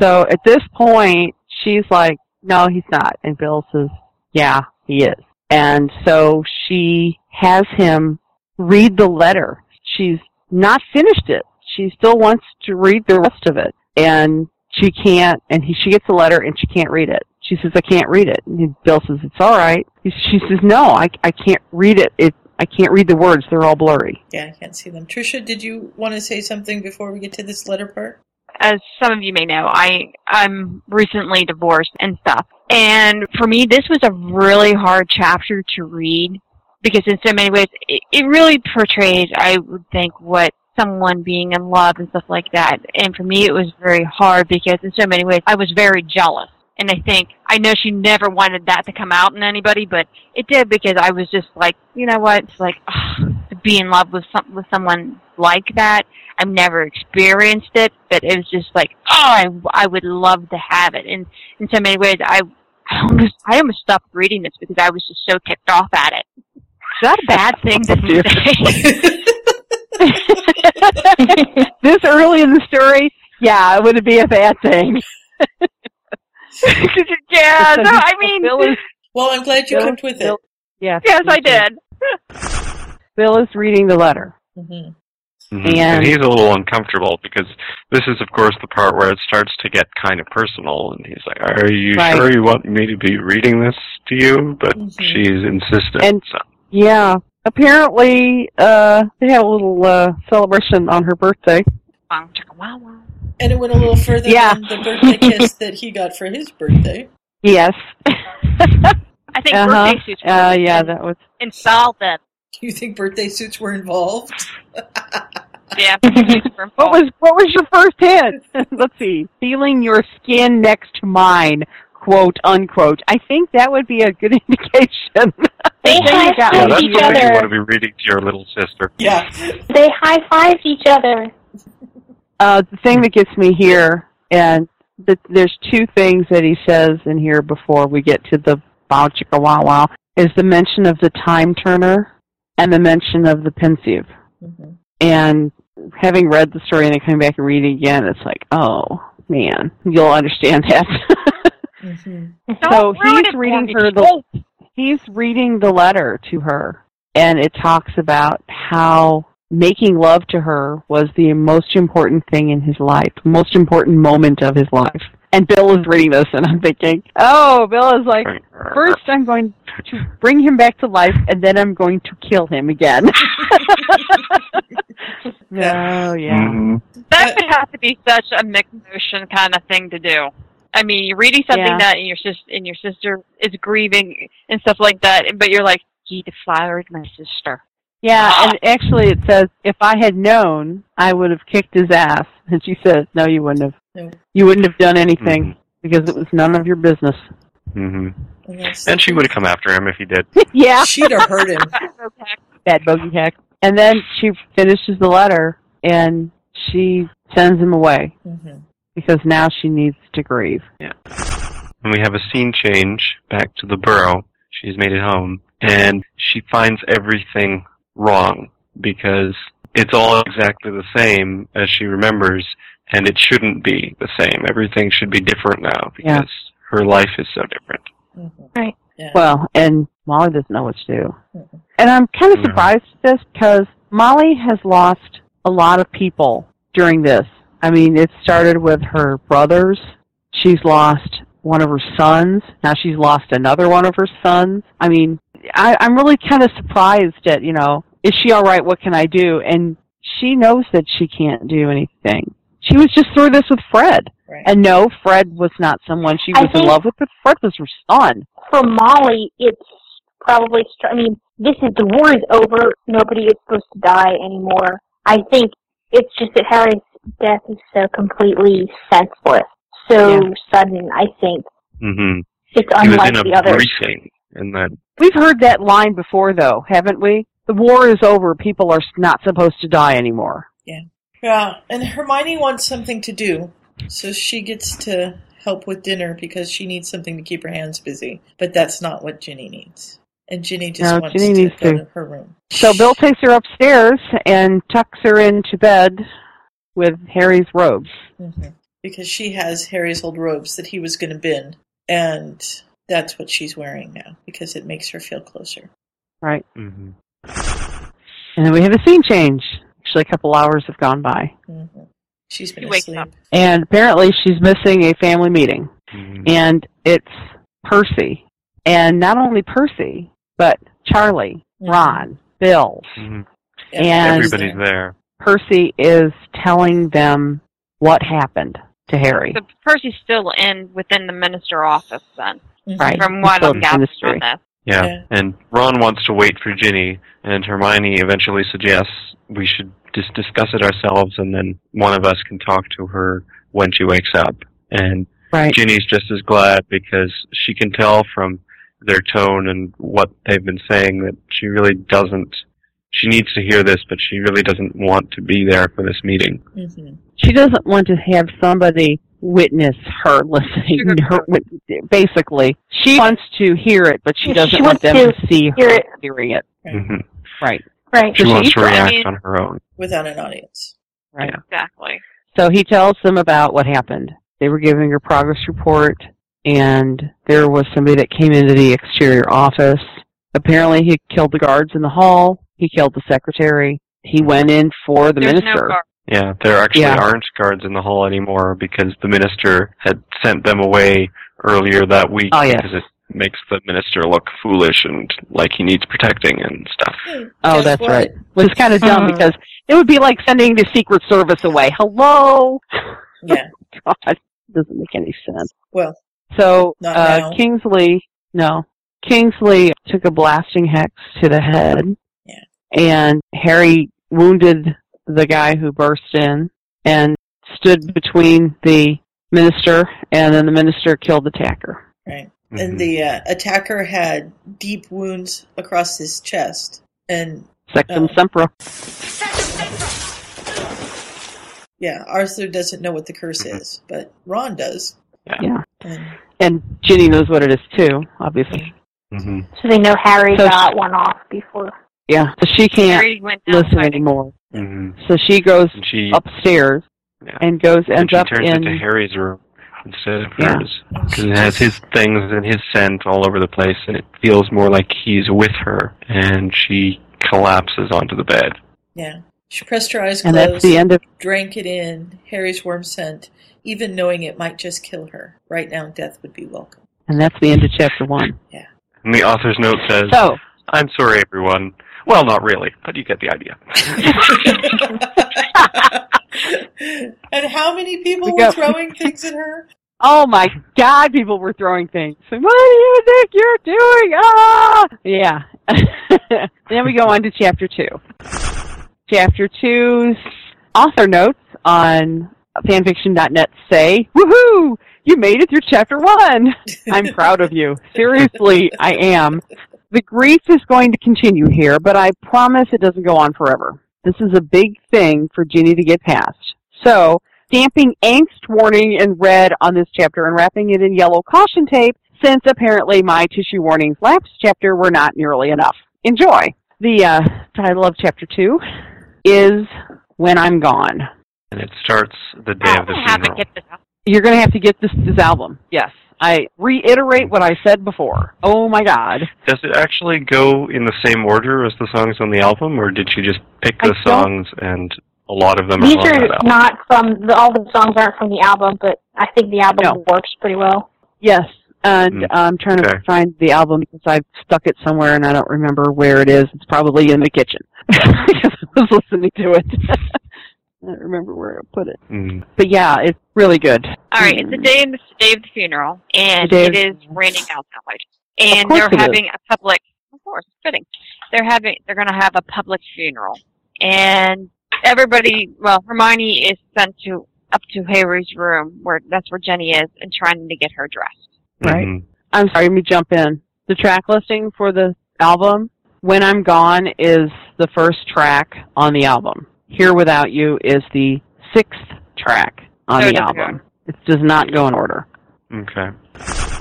So at this point, she's like, no, he's not. And Bill says, yeah, he is. And so she has him read the letter. She's not finished it. She still wants to read the rest of it. And she can't, and he, she gets the letter and she can't read it. She says, I can't read it. And he- Bill says, it's all right. He- She says, no, I, I can't read it. it. I can't read the words. They're all blurry.
Yeah, I can't see them. Trisha, did you want to say something before we get to this letter part?
as some of you may know, I I'm recently divorced and stuff. And for me, this was a really hard chapter to read because in so many ways, it, it really portrayed, I would think, what someone being in love and stuff like that. And for me, it was very hard because in so many ways, I was very jealous. And I think, I know she never wanted that to come out in anybody, but it did because I was just like, you know what? It's like, ugh, to be in love with, some, with someone like that. I've never experienced it, but it was just like, oh, I, I would love to have it. And in so many ways, I, I almost, I almost stopped reading this because I was just so ticked off at it. Is that a bad thing to say?
this early in the story, yeah, it would be a bad thing.
yeah, no, I mean,
Bill is,
Well, I'm glad you
Bill-
kept with it.
Bill- yes,
yes, I did.
Bill is reading the letter.
hmm
Mhm.
And-
and he's a little uncomfortable because this is, of course, the part where it starts to get kind of personal. And he's like, "Are you
Right. Mm-hmm.
sure you want me to be reading this to you?" But
Mhm.
she's insistent.
And- uh,
so.
Yeah, apparently uh, they had a little uh, celebration on her birthday.
Wow, chicka, wow, wow.
And it went a little further
Yeah.
than the birthday kiss that he got for his birthday.
Yes.
I think
Uh-huh.
birthday suits were
Uh, yeah, that was
insulted.
Do you think birthday suits were involved?
Yeah, birthday suits were
What
involved.
was what was your first hit? Let's see. Feeling your skin next to mine, quote unquote. I think that would be a good indication.
They
Then you
high
got
yeah,
me.
fived
that's something
each
you want
other.
to be reading to your little sister.
Yeah.
They high fived each other.
Uh, the thing that gets me here, and th- there's two things that he says in here before we get to the wow chicka wow wow, is the mention of the time turner and the mention of the pensive.
Mhm.
And having read the story and then coming back and reading again, it's like, oh man, you'll understand that.
Mhm.
so
Don't ruin it
he's
for
reading
me.
her the he's reading the letter to her and it talks about how making love to her was the most important thing in his life most important moment of his life and bill is reading this and i'm thinking oh bill is like first i'm going to bring him back to life and then i'm going to kill him again oh yeah
Mhm.
That would have to be such a McMotion kind of thing to do. I mean, you're reading something
Yeah.
that and your sister and your sister is grieving and stuff like that, but you're like, he deflowered my sister.
yeah and actually it says if i had known i would have kicked his ass and she says no you wouldn't have
No.
you wouldn't have done anything because it was none of your business.
hmm
And that's-
And she would have come after him if he did.
yeah,
She'd have hurt him.
Okay.
bad bogey hack. And then she finishes the letter and she sends him away
hmm
because now she needs to grieve.
And we have a scene change back to the burrow. She's made it home. And she finds everything wrong because it's all exactly the same as she remembers, and it shouldn't be the same. Everything should be different now because
Yeah.
her life is so different.
hmm
Well, and Molly doesn't know what to do.
Mhm.
And I'm kind of
No.
surprised at this because Molly has lost a lot of people during this. I mean, it started with her brothers. She's lost one of her sons. Now she's lost another one of her sons. I mean, I, I'm really kind of surprised at, you know, is she all right? What can I do? And she knows that she can't do anything. She was just through this with Fred.
Right.
And no, Fred was not someone she
I
was in
think-
love with, but Fred was her son.
For Molly, it's probably. Str- I mean, this is the war is over. Nobody is supposed to die anymore. I think it's just that Harry's death is so completely senseless, so
Yeah.
sudden. I think
Mm-hmm.
it's
He was
unlike
in a
the others.
briefing, and then
We've heard that line before, though, haven't we? The war is over. People are not supposed to die anymore.
Yeah, and Hermione wants something to do, so she gets to help with dinner because she needs something to keep her hands busy. But that's not what Ginny needs, and Ginny just
No,
wants
Ginny
to
needs
go
to.
to her room.
So Bill takes her upstairs and tucks her into bed with Harry's robes.
hmm Because she has Harry's old robes that he was going to bin, and that's what she's wearing now because it makes her feel closer.
Right.
Mm-hmm.
And then we have a scene change. Actually, a couple hours have gone by.
hmm She's been
She wakes
asleep.
up.
And apparently, she's missing a family meeting.
Mhm.
And it's Percy. And not only Percy, but Charlie, Ron, Bill,
Mhm.
And-
everybody's there.
Percy is telling them what happened to Harry.
So Percy's still in within the minister office then,
Mhm.
Right.
from what
Still
I'm
in
gathering
ministry.
on this.
Yeah.
Yeah.
And Ron wants to wait for Ginny, and Hermione eventually suggests we should just discuss it ourselves, and then one of us can talk to her when she wakes up. And
Right.
Ginny's just as glad because she can tell from their tone and what they've been saying that she really doesn't. She needs to hear this, but she really doesn't want to be there for this meeting.
hmm
She doesn't want to have somebody witness her listening. to Her, wit- basically, she wants to hear it, but she
She
doesn't want
wants
them
to
to see
hear
her
it.
hearing it.
hmm
Right.
Right.
She
So
wants
she-
to
I
react
mean-
on her own.
Without an audience.
Exactly.
So he tells them about what happened. They were giving her progress report, and there was somebody that came into the exterior office. Apparently, he killed the guards in the hall. He killed the secretary. He went in for the
There's
minister.
no guard.
Yeah, there actually
Yeah.
aren't guards in the hall anymore because the minister had sent them away earlier that week
Oh, yes.
because it makes the minister look foolish and like he needs protecting and stuff.
Oh,
Guess
that's
what?
right. Which is kind of dumb
Uh-huh.
because it would be like sending the Secret Service away. Hello, Oh
Yeah.
God, doesn't make any sense.
Well,
So
Not
uh,
now.
Kingsley, no, Kingsley took a blasting hex to the head,
Yeah.
and Harry wounded the guy who burst in and stood between the minister, and then the minister killed the attacker.
right.
Mm-hmm.
And the uh, attacker had deep wounds across his chest. And
Sectum
Oh.
sempra.
yeah, Arthur doesn't know what the curse is, but Ron does.
Yeah.
Yeah.
And
And Ginny knows what it is too, obviously.
hmm
So they know Harry
So-
got one off before.
Yeah, so she can't
Harry went down
listen
fighting.
anymore.
hmm
So she goes
And she
upstairs
Yeah.
and goes
and
ends
she
up
turns
in
into Harry's room instead of
Yeah.
hers because it has his things and his scent all over the place and it feels more like he's with her and she collapses onto the bed.
yeah. She pressed her eyes
and
closed.
that's the end of
drank it in, Harry's worm scent, even knowing it might just kill her. Right now, death would be welcome.
and that's the end of chapter one.
And the author's note says,
So
"I'm sorry, everyone. Well, not really, but you get the idea."
and how many people
We
were
got-
throwing things at her?
oh my god, people were throwing things. What do you think you're doing? Ah Yeah. then we go on to chapter two. Chapter two's author notes on fanfiction.net say, Woohoo! You made it through chapter one. I'm proud of you. Seriously, I am. The grief is going to continue here, but I promise it doesn't go on forever. This is a big thing for Ginny to get past. So, stamping angst warning in red on this chapter and wrapping it in yellow caution tape, since apparently my tissue warnings lapse chapter were not nearly enough. Enjoy. The uh, title of chapter two is When I'm Gone.
And it starts the day
Oh,
of the
I haven't
funeral.
get this out.
You're going to have to get this, this album. Yes. I reiterate what I said before. Oh my God.
Does it actually go in the same order as the songs on the album, or did she just pick
I
the
don't-
songs and a lot of them are
These
on
are
that album?
not from the, all the songs aren't from the album, but I think the album
No.
works pretty well.
Yes, and
Hmm.
I'm trying
Okay.
to find the album because I've stuck it somewhere and I don't remember where it is. It's probably in the kitchen because I was listening to it. I don't remember where I put it.
Mm.
But yeah, it's really good.
All right, it's the day, it's the day of the funeral, and
Hmm. The day
it
of-
is raining outside. And
course
they're
it is.
having a public. Of course, it's fitting. They're having. They're going to have a public funeral, and everybody. Well, Hermione is sent to up to Harry's room, where that's where Jenny is, and trying to get her dressed.
Right.
Mhm.
I'm sorry, let me jump in. The track listing for the album, When I'm Gone, is the first track on the album. Here Without You is the sixth track on
So it
the
doesn't go
album. It does not go in order.
Mm-hmm. Okay.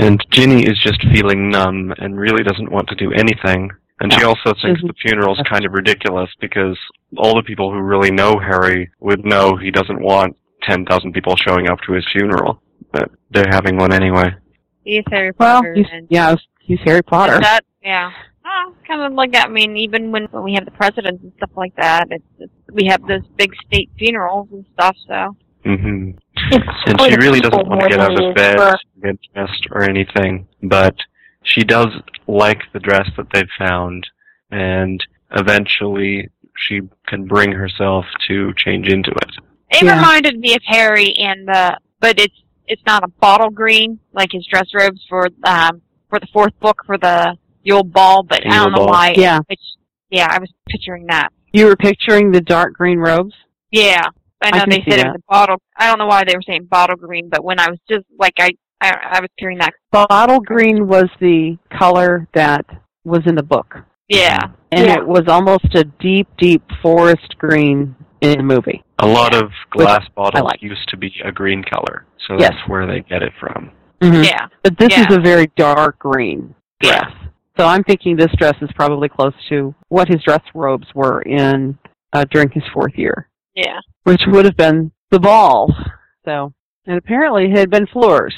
And Ginny is just feeling numb and really doesn't want to do anything. And she also thinks
Mhm.
the funeral's kind of ridiculous because all the people who really know Harry would know he doesn't want 10,000 people showing up to his funeral. But they're having one anyway.
He's Harry
Well,
Potter.
he's,
and
yeah, he's Harry
but
Potter.
That, yeah. Oh, kind of like that. I mean, even when, when we have the presidents and stuff like that, it's, it's, we have those big state funerals and stuff. So
hmm
It's
And
for
she
the
really
people
doesn't want
more
to get
than
out of
it is
bed,
for-
get dressed, or anything. But she does like the dress that they've found, and eventually she can bring herself to change into it.
it
Yeah.
reminded me of Harry and the, but it's it's not a bottle green like his dress robes for um for the fourth book for the the old ball, but I don't
Old
know
ball.
why.
Yeah.
It's, yeah, I was picturing that.
You were picturing the dark green robes?
Yeah, I know
can
they
see
said it
that.
was a bottle. I don't know why they were saying bottle green, but when I was just like I I, I was hearing that.
Bottle green was the color that was in the book.
Yeah,
And
Yeah.
it was almost a deep, deep forest green in the movie.
A lot of
Which
glass bottles
like.
used to be a green color, so
Yes.
that's where they get it from.
Hmm.
yeah,
But this
Mm-hmm. Yeah.
is a very dark green
Yeah.
dress. So I'm thinking this dress is probably close to what his dress robes were in uh, during his fourth year,
yeah.
which would have been the ball. So, and apparently it had been Fleur's.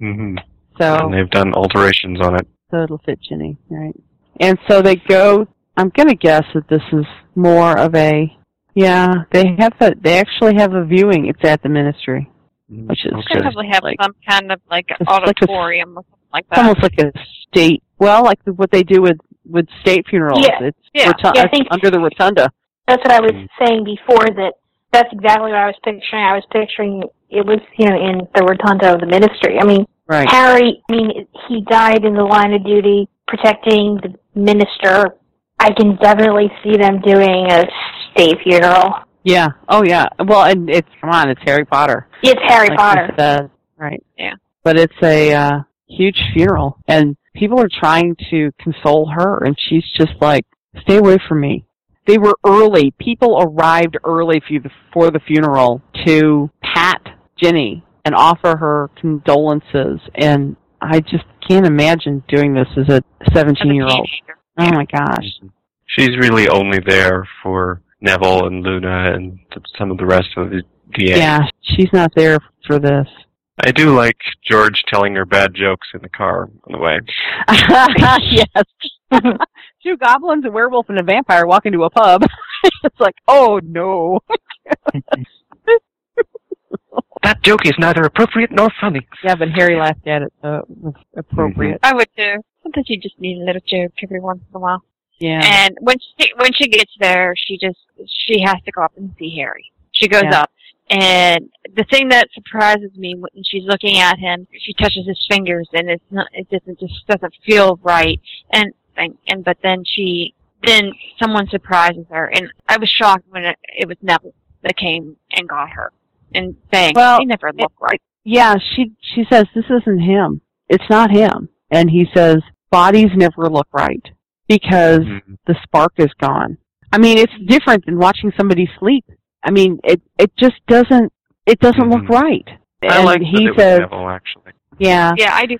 hmm
So,
And they've done alterations on it.
so it'll fit Ginny, right? And so they go. I'm gonna guess that this is more of a, yeah. They have a. They actually have a viewing. It's at the ministry. Which is-
They
okay.
probably have
Like-
some kind of like
It's like a-
auditorium or something like
It's
that.
almost like a state. Well, like the, what they do with with state funerals.
Yeah.
It's
Yeah.
rotu-
Yeah, I
it's
think-
under the rotunda.
That's what I was saying before. That that's exactly what I was picturing. I was picturing it was you know in the rotunda of the ministry. I mean,
Right.
Harry. I mean, he died in the line of duty protecting the minister. I can definitely see them doing a state funeral.
Yeah. Oh, yeah. Well, and it's come on. It's Harry Potter.
It's Harry
like
Potter.
it says, right.
Yeah.
But it's a uh, huge funeral, and people are trying to console her, and she's just like, "Stay away from me." They were early. People arrived early for the, for the funeral to pat Jenny and offer her condolences. And I just can't imagine doing this as a
As a
seventeen-year-old.
teenager.
Oh my gosh.
She's really only there for Neville and Luna and th- some of the rest of the DA.
Yeah, she's not there for this.
I do like George telling her bad jokes in the car on the way.
yes. Two goblins, a werewolf, and a vampire walk into a pub. it's like, oh no.
That joke is neither appropriate nor funny.
Yeah, but Harry laughed at it, so it was appropriate.
I would too. Sometimes you just need a little joke every once in a while.
Yeah.
And when she when she gets there, she just she has to go up and see Harry. She goes
Yeah.
up, and the thing that surprises me when she's looking at him, she touches his fingers, and it's not it doesn't just doesn't feel right. And and, and but then she then someone surprises her, and I was shocked when it, it was Neville that came and got her, and saying,
Well,
"Well, he never looked right."
Yeah, she she says this isn't him. It's not him. And he says bodies never look right because
Mhm.
the spark is gone. I mean, it's different than watching somebody sleep. I mean, it it just doesn't it doesn't
Mhm.
look right.
I
and
like that
he
it was
says,
Neville actually.
yeah,
Yeah, I do.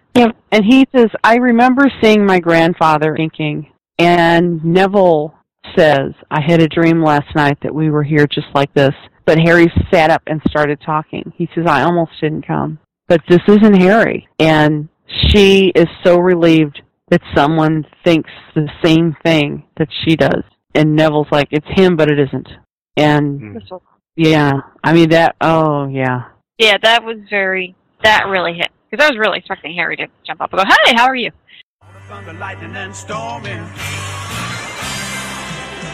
And he says, I remember seeing my grandfather inking. And Neville says, I had a dream last night that we were here just like this. But Harry sat up and started talking. He says, I almost didn't come. But this isn't Harry. And she is so relieved that someone thinks the same thing that she does. And Neville's like, it's him, but it isn't. And
Mm.
This was-
yeah, I mean, that, oh, yeah.
Yeah, that was very that really hit because I was really expecting Harry to jump up and go, "Hey, how are you?"
Thunder, lightning, and storming.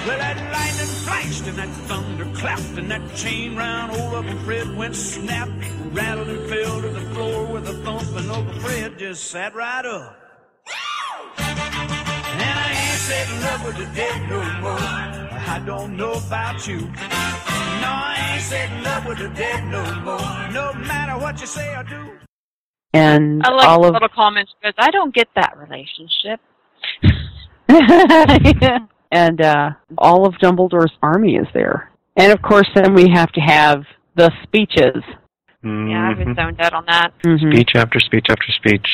Well, that lightning flashed and that thunder clapped and that chain round old Uncle Fred went snap, rattled and fell to the floor with a thump, and Uncle Fred just sat right up. And I ain't said love with the dead no more. I don't know about you. No, I ain't said love with the dead no more. No matter what you say or do.
And
I like
all
the
of
little comments because I don't get that relationship.
and uh, all of Dumbledore's army is there. And of course, then we have to have the speeches.
Yeah, I
Mm-hmm.
Mhm.
was zoned out on that.
Mhm.
Mm-hmm. Speech after speech after speech,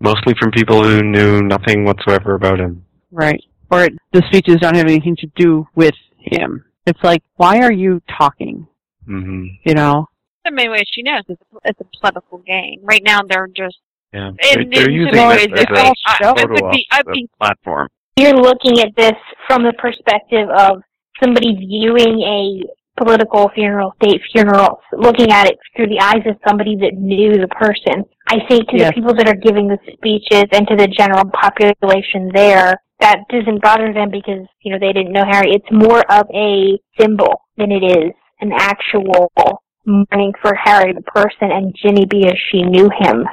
mostly from people who knew nothing whatsoever about him.
Right. Or it, the speeches don't have anything to do with him. It's like, why are you talking?
hmm
You know?
In many ways, she knows it's a, it's a political game. Right now, they're just
Yeah,
and
they're, they're
in
using
some
this
ways,
as
it's
a
all show. It
photo
would be-
op,
I'd
the
be-
platform.
you're looking at this from the perspective of somebody viewing a political funeral, state funeral, looking at it through the eyes of somebody that knew the person. I think to
Yes.
the people that are giving the speeches and to the general population there, that doesn't bother them because, you know, they didn't know Harry. It's more of a symbol than it is an actual mourning for Harry the person and Ginny because she knew him.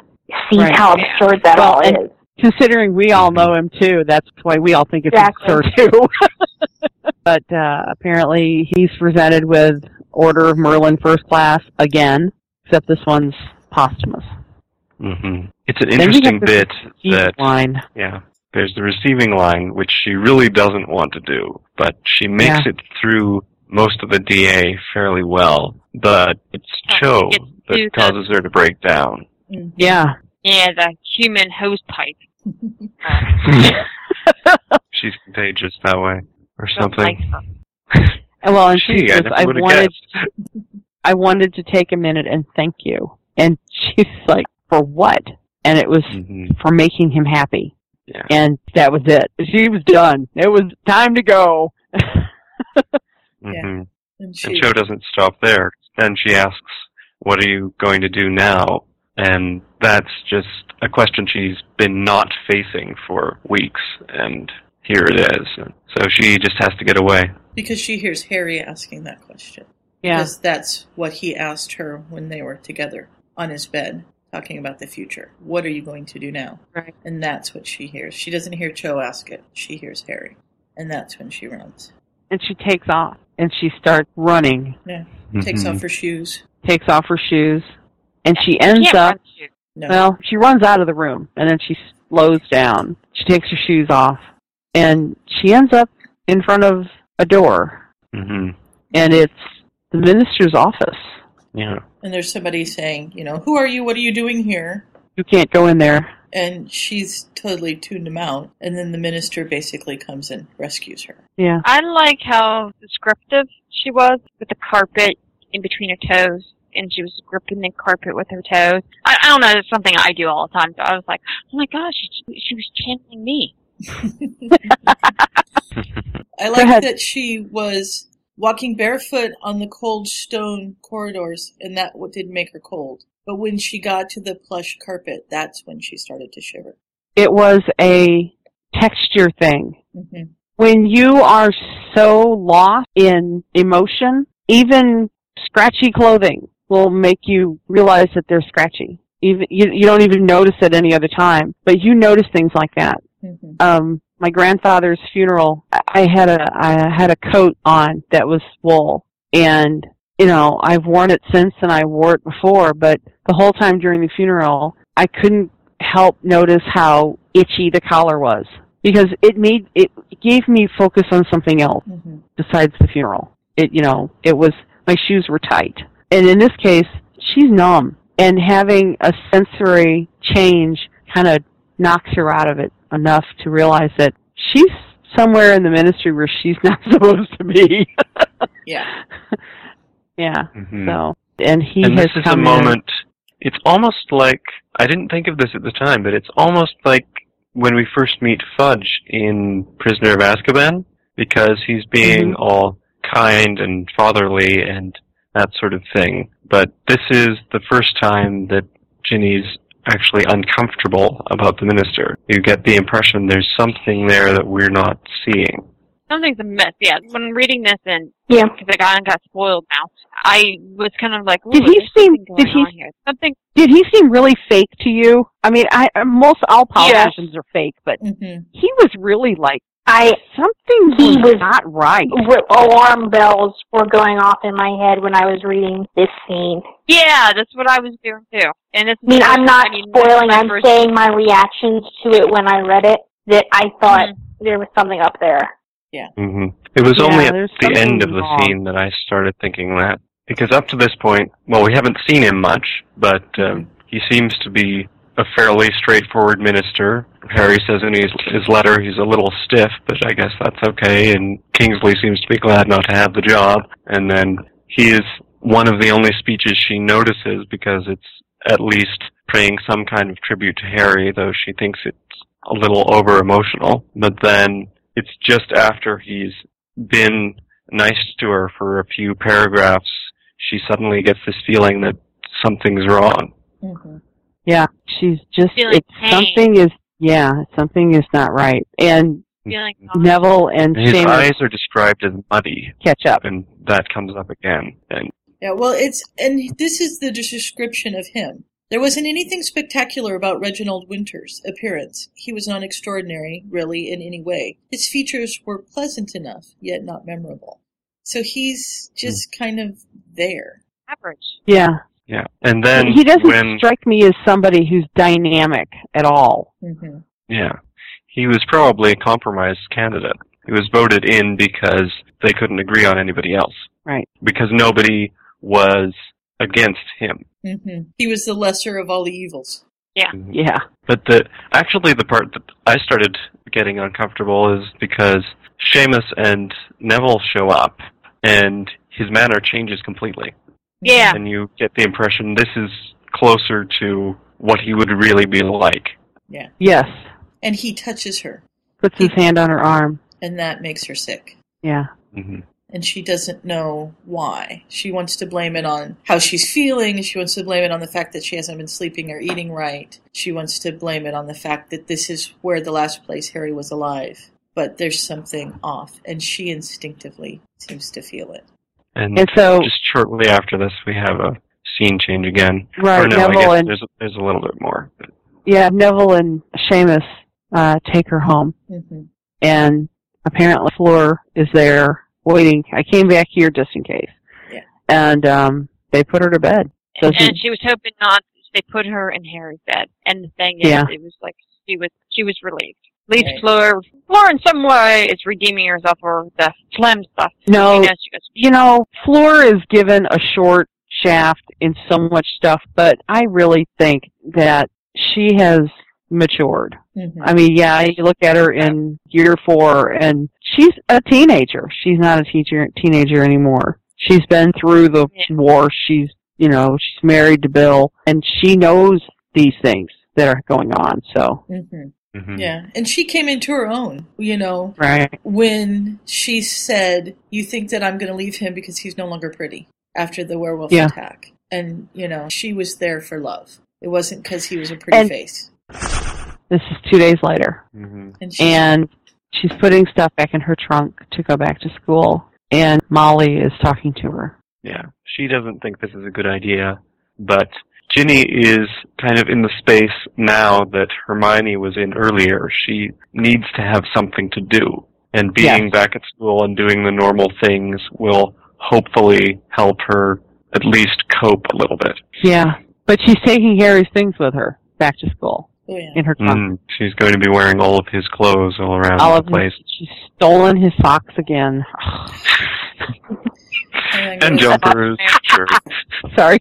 sees
Right.
how absurd that
Well,
all
and-
is.
Considering we all know him too, that's why we all think it's
Exactly.
absurd too. but uh, apparently, he's presented with Order of Merlin First Class again, except this one's posthumous.
hmm It's an
we have
interesting
the
bit that
line.
yeah. There's the receiving line, which she really doesn't want to do, but she makes
Yeah.
it through most of the DA fairly well. But it's
Oh,
Cho
it's
that
you
causes her to break down.
Yeah.
Yeah, the human hose pipe.
She's contagious that way, or
Don't like
something.
her.
Well, and she
Gee, I
says,
never
I
would've
wanted,
guessed.
I wanted to take a minute and thank you. And she's like, for what? And it was
Mhm.
for making him happy.
Yeah.
And that was it. She was done. It was time to go.
Yeah.
Mhm.
And she,
And Cho doesn't stop there. Then she asks, What are you going to do now? And that's just a question she's been not facing for weeks, and here it is. So she just has to get away.
because she hears Harry asking that question.
Yeah.
Because that's what he asked her when they were together on his bed, talking about the future. What are you going to do now?
Right.
And that's what she hears. She doesn't hear Cho ask it, she hears Harry. And that's when she runs.
And she takes off and she starts running,
Mm-hmm.
Takes off her shoes.
takes off her shoes, and she ends
Can't
up,
run you.
No.
well, she runs out of the room and then she slows down. She takes her shoes off and she ends up in front of a door
hmm
and it's the minister's office.
Yeah.
and there's somebody saying, you know, who are you? What are you doing here?
You can't go in there.
And she's totally tuned him out. And then the minister basically comes and rescues her.
Yeah.
I like how descriptive she was with the carpet in between her toes, and she was gripping the carpet with her toes. I, I don't know, it's something I do all the time. So I was like, oh my gosh, she, she was channeling me.
I like
ahead.
that she was walking barefoot on the cold stone corridors, and that w- did make her cold. But when she got to the plush carpet, that's when she started to shiver.
It was a texture thing.
hmm
When you are so lost in emotion, even scratchy clothing will make you realize that they're scratchy. Even you, you don't even notice it any other time, but you notice things like that.
hmm
um my grandfather's funeral I- i had a i had a coat on that was wool and you know i've worn it since and i wore it before but the whole time during the funeral i couldn't help notice how itchy the collar was because it made it gave me focus on something else
hmm
besides the funeral it you know it was my shoes were tight and in this case she's numb and having a sensory change kind of knocks her out of it enough to realize that she's somewhere in the ministry where she's not supposed to be
Yeah.
yeah
hmm
so and he
and
has
this is a
come in-
moment. It's almost like I didn't think of this at the time, but it's almost like when we first meet Fudge in Prisoner of Azkaban, because he's being
Mm-hmm.
all kind and fatherly and that sort of thing. But this is the first time that Ginny's actually uncomfortable about the minister. You get the impression there's something there that we're not seeing.
Something's amiss, yeah. When reading this and
Yeah.
because I got, got spoiled now, I was kind of like,
Did
"Ooh,
he
there's
seem-
something
did
going
he-
on here. Something
did he seem really fake to you i mean i most all
Yes.
politicians are fake but
hmm
he was really like
I
something
He was-
not right
re- alarm bells were going off in my head when I was reading this scene.
Yeah, that's what I was doing too. And it's
I mean, I'm not
I mean, that's
spoiling.
my
I'm
first-
saying my reactions to it when I read it that I thought
Mm-hmm.
there was something up there.
hmm It was
Yeah,
only at
there's
the
something
end of the
wrong.
scene that I started thinking that. Because up to this point, well, we haven't seen him much, but
Mm-hmm.
um, he seems to be a fairly straightforward minister. Harry says in his, his letter he's a little stiff, but I guess that's okay. And Kingsley seems to be glad not to have the job. And then he is one of the only speeches she notices because it's at least paying some kind of tribute to Harry, though she thinks it's a little over emotional. But then it's just after he's been nice to her for a few paragraphs, she suddenly gets this feeling that something's wrong.
hmm
Yeah, she's just
Feeling
it's
pain.
something is yeah, something is not right. And
feeling off.
Neville and
His
Seamus
eyes are described as muddy,
catch up.
and that comes up again. And
Yeah. Well, it's, and this is the description of him. There wasn't anything spectacular about Reginald Winter's appearance. He was not extraordinary, really, in any way. His features were pleasant enough, yet not memorable. So he's just kind of there.
Average.
Yeah.
Yeah. And then
he doesn't
when
strike me as somebody who's dynamic at all.
Mm-hmm.
yeah, he was probably a compromised candidate. He was voted in because they couldn't agree on anybody else.
Right.
Because nobody was against him.
Mm-hmm. He was the lesser of all the evils.
Yeah.
But the actually the part that I started getting uncomfortable is because Seamus and Neville show up and his manner changes completely.
Yeah.
And you get the impression this is closer to what he would really be like.
Yes.
And he touches her,
Puts his hand on her arm.
and that makes her sick.
Yeah.
Mm-hmm.
And she doesn't know why. She wants to blame it on how she's feeling. She wants to blame it on the fact that she hasn't been sleeping or eating right. She wants to blame it on the fact that this is where the last place Harry was alive. But there's something off, and she instinctively seems to feel it.
And
And so
just shortly after this, we have a scene change again. or
right,
no, I
Neville
guess
and
there's, there's a little bit more.
yeah, Neville and Seamus uh take her home
Mm-hmm.
and apparently Fleur is there waiting. I came back here just in case.
Yeah.
And um they put her to bed.
And,
Doesn't-
and she was hoping not. They put her in Harry's bed, and the thing is,
Yeah.
it was like she was she was relieved. At least
Right.
Fleur, Fleur in some way is redeeming herself for the phlegm stuff.
No,
You know, she goes,
you know, Floor is given a short shaft in so much stuff, but I really think that she has matured.
Mm-hmm.
I mean, yeah, you look at her in year four, and she's a teenager. She's not a teacher teenager anymore. She's been through the
Yeah.
war. She's, you know, she's married to Bill, and she knows these things that are going on. So,
Mm-hmm.
Mm-hmm.
Yeah, and she came into her own. You know,
right,
when she said, "You think that I'm going to leave him because he's no longer pretty?" After the werewolf
Yeah.
attack, and you know, she was there for love. It wasn't because he was a pretty
And-
face.
this is two days later.
Mm-hmm.
And she,
and she's putting stuff back in her trunk to go back to school. And Molly is talking to her.
Yeah. She doesn't think this is a good idea, but Ginny is kind of in the space now that Hermione was in earlier. She needs to have something to do. And being
Yes.
back at school and doing the normal things will hopefully help her at least cope a little bit.
Yeah, but she's taking Harry's things with her back to school
oh, yeah.
in her trunk.
Mm, she's going to be wearing all of his clothes all around
All
the
of his-
place.
she's stolen his socks again.
And
And
goes,
jumpers. sure.
Sorry,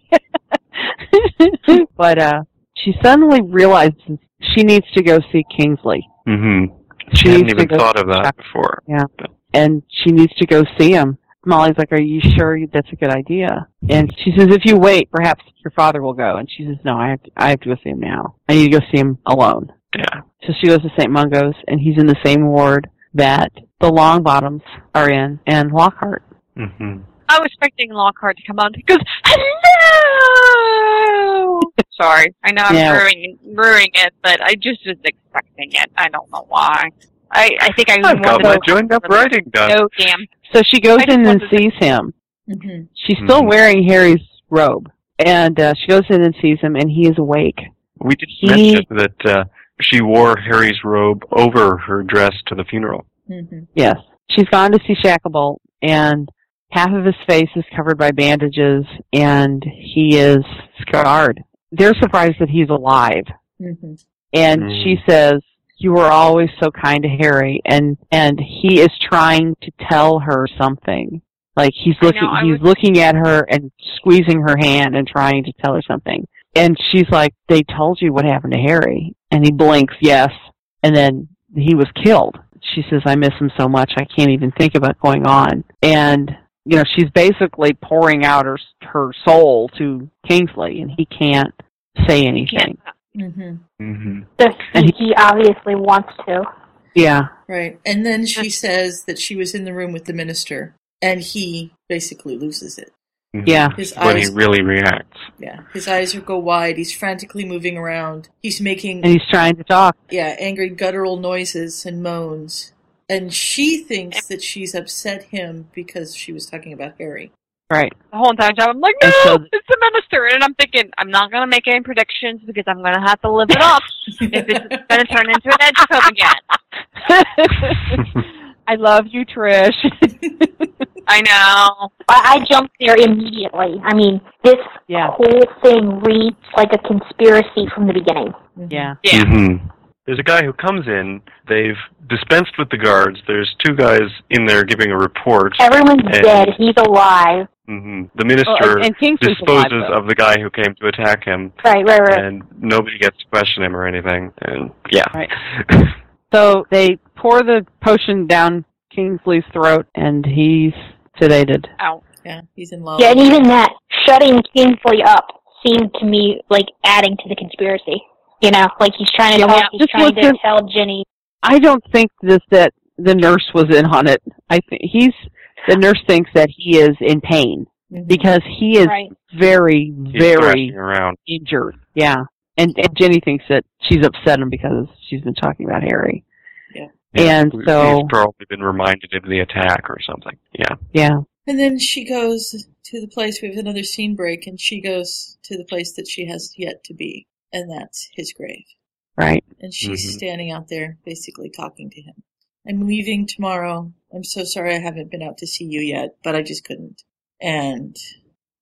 but uh, she suddenly realizes she needs to go see Kingsley,
hmm She
She
hadn't
needs to
even
go
thought of that
check.
before.
and she needs to go see him. Molly's like, "Are you sure that's a good idea?" And she says, "If you wait, perhaps your father will go." And she says, "No, I have to, I have to go see him now. I need to go see him alone."
Yeah.
So she goes to St. Mungo's, and he's in the same ward that the Longbottoms are in and Lockhart.
hmm
I was expecting Lockhart to come on. He goes, hello. Sorry, I know I'm
Yeah.
ruining ruining it, but I just was expecting it. I don't know why. I I think I
I've got my
wanted
joined up writing done.
no damn.
So she goes
I just
in
wanted
and
to- Mm-hmm.
sees him.
Mhm.
She's still
Mhm.
wearing Harry's robe, and uh, she goes in and sees him, and he is awake.
We did
He-
mention that uh, she wore Harry's robe over her dress to the funeral.
Mhm.
Yes. She's gone to see Shacklebolt, and half of his face is covered by bandages, and he is scarred. They're surprised that he's alive.
Mm-hmm.
Mhm.
And
Mm.
she says, You were always so kind to Harry. And, and he is trying to tell her something. Like he's
I know,
looking,
I
he's
was-
looking at her and squeezing her hand and trying to tell her something. And she's like, "They told you what happened to Harry." And he blinks, "Yes." And then he was killed. She says, "I miss him so much. I can't even think about going on." And you know, she's basically pouring out her her soul to Kingsley, and he can't say anything.
Mhm.
Mm-hmm.
So
And
he, he obviously wants to.
Yeah.
Right. And then she says that she was in the room with the minister, and he basically loses it.
Yeah.
His
When he
eyes,
really reacts.
yeah, his eyes are go wide. He's frantically moving around. He's making
and he's trying to talk.
yeah, angry guttural noises and moans. And she thinks that she's upset him because she was talking about Harry.
Right.
the whole entire job. I'm like, no,
And so-
it's the minister, and I'm thinking I'm not gonna make any predictions because I'm gonna have to live it up if it's gonna turn into an edge club again.
I love you, Trish.
I know.
I, I jumped there immediately. I mean, this
yeah,
whole thing reads like a conspiracy from the beginning.
yeah.
Yeah.
Mm-hmm. There's a guy who comes in. They've dispensed with the guards. There's two guys in there giving a report.
Oh.
Everyone's
And-
dead. He's alive.
hmm The
Well,
minister
Oh, and, and Kingsley's alive,
disposes
though.
of the guy who came to attack him,
Right, right, right.
and nobody gets to question him or anything. And yeah,
Right. So they pour the potion down Kingsley's throat, and he's sedated.
Ow.
Yeah, he's in love.
Yeah, and even that shutting Kingsley up seemed to me like adding to the conspiracy. You know, like he's trying to
Yeah,
talk,
yeah,
he's
just
trying to
listen-
tell Jenny.
I don't think this that the nurse was in on it. I think he's the nurse thinks that he is in pain
Mhm.
because he is
Right.
very,
he's
very
thrashing around.
injured. Yeah. And, and Jenny thinks that she's upset him because she's been talking about Harry. And
he's
so-
probably been reminded of the attack or something. Yeah,
Yeah.
And then she goes to the place. We have another scene break, and she goes to the place that she has yet to be, and that's his grave.
Right.
And she's
Mhm.
standing out there, basically talking to him. I'm leaving tomorrow. I'm so sorry I haven't been out to see you yet, but I just couldn't. And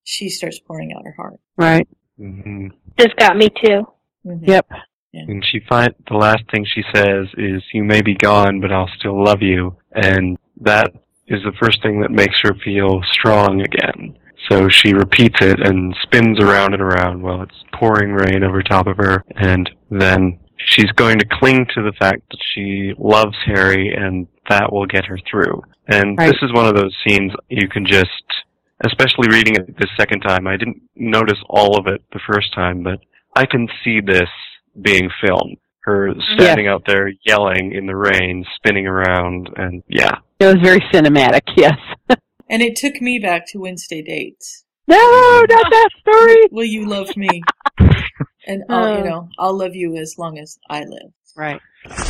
she starts pouring out her heart.
Right.
hmm
This got me too.
Mhm.
Yep.
and she find the last thing she says is, "You may be gone, but I'll still love you," and that is the first thing that makes her feel strong again. So she repeats it and spins around and around while it's pouring rain over top of her, and then she's going to cling to the fact that she loves Harry, and that will get her through. And
Right.
this is one of those scenes you can just, especially reading it the second time. I didn't notice all of it the first time, but I can see this being filmed. Her standing out there yelling in the rain, spinning around, and yeah.
It was very cinematic. Yes.
And it took me back to Wednesday dates.
No, not that story.
Will you love me? and I'll, you
Oh.
know, I'll love you as long as I live.
Right.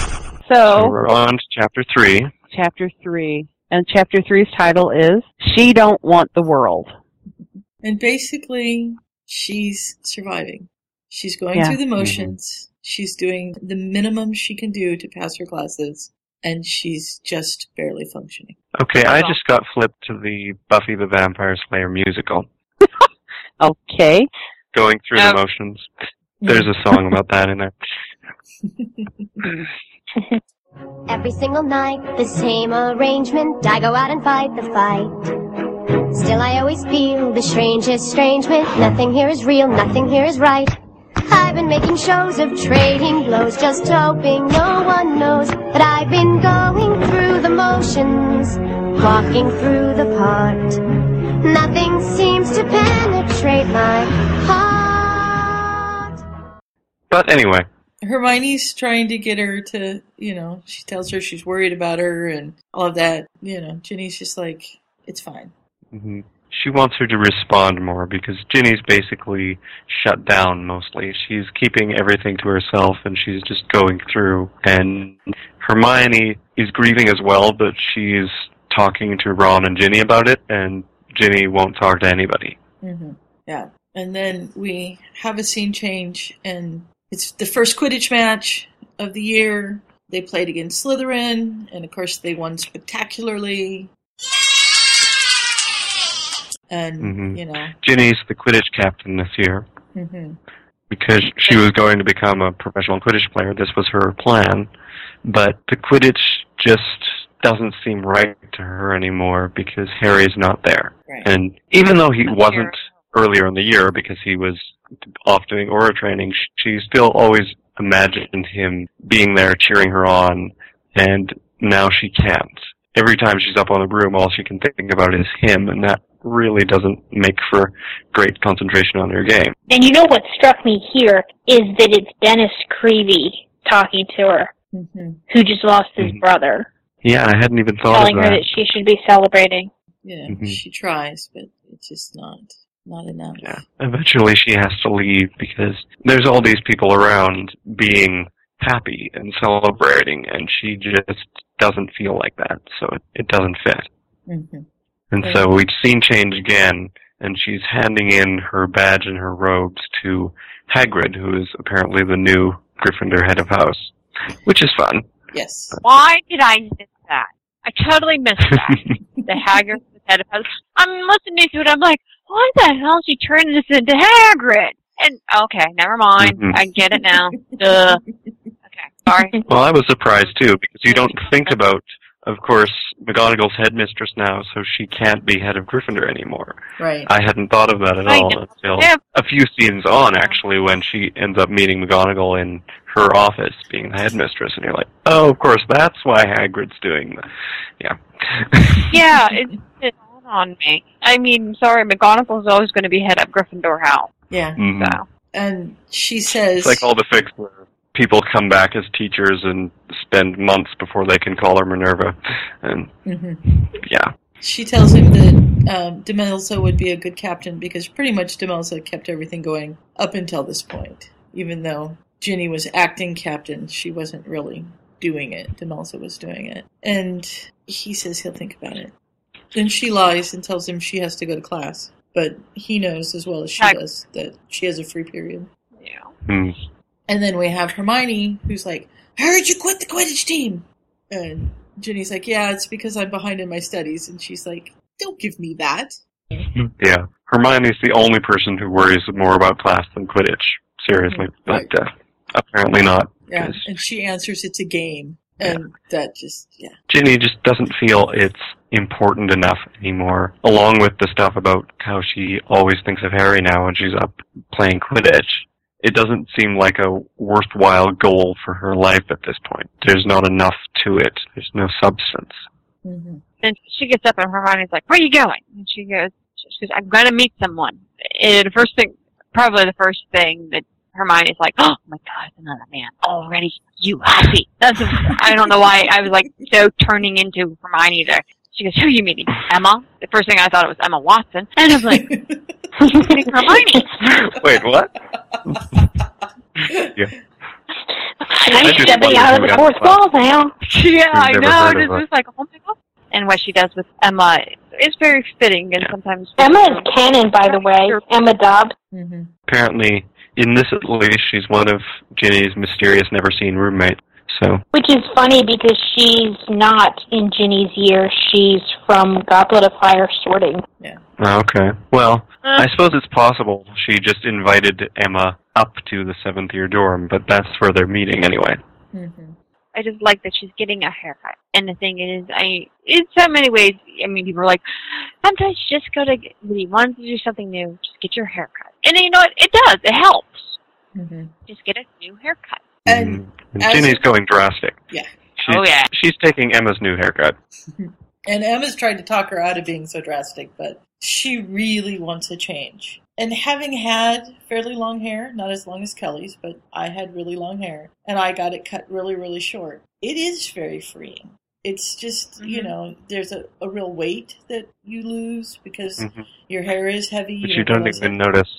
So
So,
we're on to chapter three.
chapter three. And chapter three's title is She Don't Want the World.
And basically, she's surviving. She's going
Yeah.
through the motions. She's doing the minimum she can do to pass her classes, and she's just barely functioning.
Okay, I just got flipped to the Buffy the Vampire Slayer musical.
Okay.
Going through
Oh.
the motions. There's a song about that in there.
Every single night, the same arrangement. I go out and fight the fight. Still, I always feel the strangest estrangement. Nothing here is real, nothing here is right. I've been making shows of trading blows, just hoping no one knows. But I've been going through the motions, walking through the part. Nothing seems to penetrate my heart.
But anyway,
Hermione's trying to get her to, you know, she tells her she's worried about her and all of that. You know, Ginny's just like, it's fine.
hmm she wants her to respond more because Ginny's basically shut down mostly. She's keeping everything to herself and she's just going through. And Hermione is grieving as well, but she's talking to Ron and Ginny about it, and Ginny won't talk to anybody.
hmm Yeah. And then we have a scene change, and it's the first Quidditch match of the year. They played against Slytherin, and of course, they won spectacularly. And,
Mhm.
you know,
Ginny's the Quidditch captain this year.
hmm
because she was going to become a professional Quidditch player. This was her plan. But the Quidditch just doesn't seem right to her anymore because Harry's not there.
right.
And even though he
Not
wasn't earlier in the year because he was off doing aura training, sh- she still always imagined him being there cheering her on, and now she can't. Every time she's up on the broom, all she can think about is him, and that really doesn't make for great concentration on her game.
And you know what struck me here is that it's Dennis Creevy talking to her,
hmm
who just lost his
Mhm.
brother,
Yeah, I hadn't even thought
telling
of
her
that.
that she should be celebrating.
Yeah,
Mhm.
she tries, but it's just not not enough.
Yeah. Eventually she has to leave because there's all these people around being happy and celebrating and she just doesn't feel like that, so it, it doesn't fit.
hmm
And so we scene change again, and she's handing in her badge and her robes to Hagrid, who is apparently the new Gryffindor head of house, which is fun.
Yes.
Why did I miss that? I totally missed that. the Hagrid was head of house. I'm listening to it. I'm like, why the hell she turned this into Hagrid? And okay, never mind.
Mhm.
I get it now. Duh. Okay, sorry.
Well, I was surprised too because you don't think about, of course, McGonagall's headmistress now, so she can't be head of Gryffindor anymore.
Right.
I hadn't thought of that at
I
all
know.
until
Yeah.
a few scenes on, actually, when she ends up meeting McGonagall in her office, being the headmistress, and you're like, oh, of course, that's why Hagrid's doing that. Yeah.
Yeah, it it dawned on me. I mean, sorry, McGonagall's always going to be head of Gryffindor House.
Yeah.
Mhm.
Mm.
So.
And she says,
It's like all the fix where people come back as teachers and spend months before they can call her Minerva. And
Mhm.
yeah.
She tells him that um, Demelza would be a good captain because pretty much Demelza kept everything going up until this point. Even though Ginny was acting captain, she wasn't really doing it. Demelza was doing it. And he says he'll think about it. Then she lies and tells him she has to go to class. But he knows as well as she
Hi.
does that she has a free period.
Yeah.
Hmm.
And then we have Hermione, who's like, I heard you quit the Quidditch team. And Ginny's like, Yeah, it's because I'm behind in my studies. And she's like, Don't give me that.
Yeah. Hermione's the only person who worries more about class than Quidditch. Seriously.
Right.
But uh, apparently not.
Yeah.
Yes.
And she answers it's a game. And that just, yeah.
Ginny just doesn't feel it's important enough anymore, along with the stuff about how she always thinks of Harry now when she's up playing Quidditch. It doesn't seem like a worthwhile goal for her life at this point. There's not enough to it. There's no substance.
Mm-hmm.
And she gets up and Hermione's like, "Where are you going?" And she goes, "She goes, I'm going to meet someone." And the first thing, probably the first thing that Hermione's like, "Oh my God, it's another man already! You hussy!" That's I don't know why I was like so turning into Hermione there. She goes, "Who are you meeting? Emma?" The first thing I thought it was Emma Watson, and I was like, "Meeting Hermione."
Wait, what?
I'm
just
stepping
wondered
out
who
of the
got
fourth
the
wall now.
yeah, I
never
know.
heard of
This
her.
is like, oh my God. And what she does with Emma is very fitting, and
Yeah.
sometimes
Emma is canon, by the way. Emma Dobbs.
Mm-hmm.
Apparently, in this at least, she's one of Ginny's mysterious, never seen roommates. So,
Which is funny because she's not in Ginny's year. She's from Goblet of Fire sorting.
Oh, okay. Well,
Uh,
I suppose it's possible she just invited Emma up to the seventh year dorm, but that's where they're meeting anyway.
Mm-hmm.
I just like that she's getting a haircut. And the thing is, I in so many ways, I mean, people are like, sometimes you just go to when you want to do something new, just get your haircut. And you know what? It does. It helps.
Mm-hmm.
Just get a new haircut.
And-
Mm-hmm. And
as-
Ginny's going drastic.
Yeah.
She's,
oh yeah.
she's taking Emma's new haircut.
And Emma's tried to talk her out of being so drastic, but she really wants a change. And having had fairly long hair, not as long as Kelly's, but I had really long hair, and I got it cut really, really short, it is very freeing. It's just, you
Mm-hmm.
Mhm.
know, there's a, a real weight that you lose because
Mhm.
your hair is heavy.
But you don't
realize
even
it.
notice.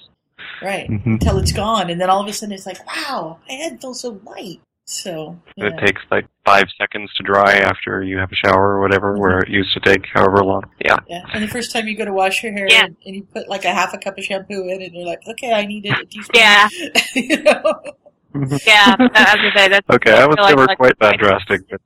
Right.
Mhm.
Until it's gone. And then all of a sudden it's like, wow, my head feels so light. So, you
It
know.
takes like five seconds to dry after you have a shower or whatever,
Mm-hmm.
Mhm.
where it used to take however long. Yeah.
Yeah, and the first time you go to wash your hair
Yeah.
and, and you put like a half a cup of shampoo in it, and you're like, okay, I need it. teaspoon.
Yeah.
you know?
Yeah. As I say, that's
Okay, I was
feel like-
never
like-
quite that
I-
drastic, but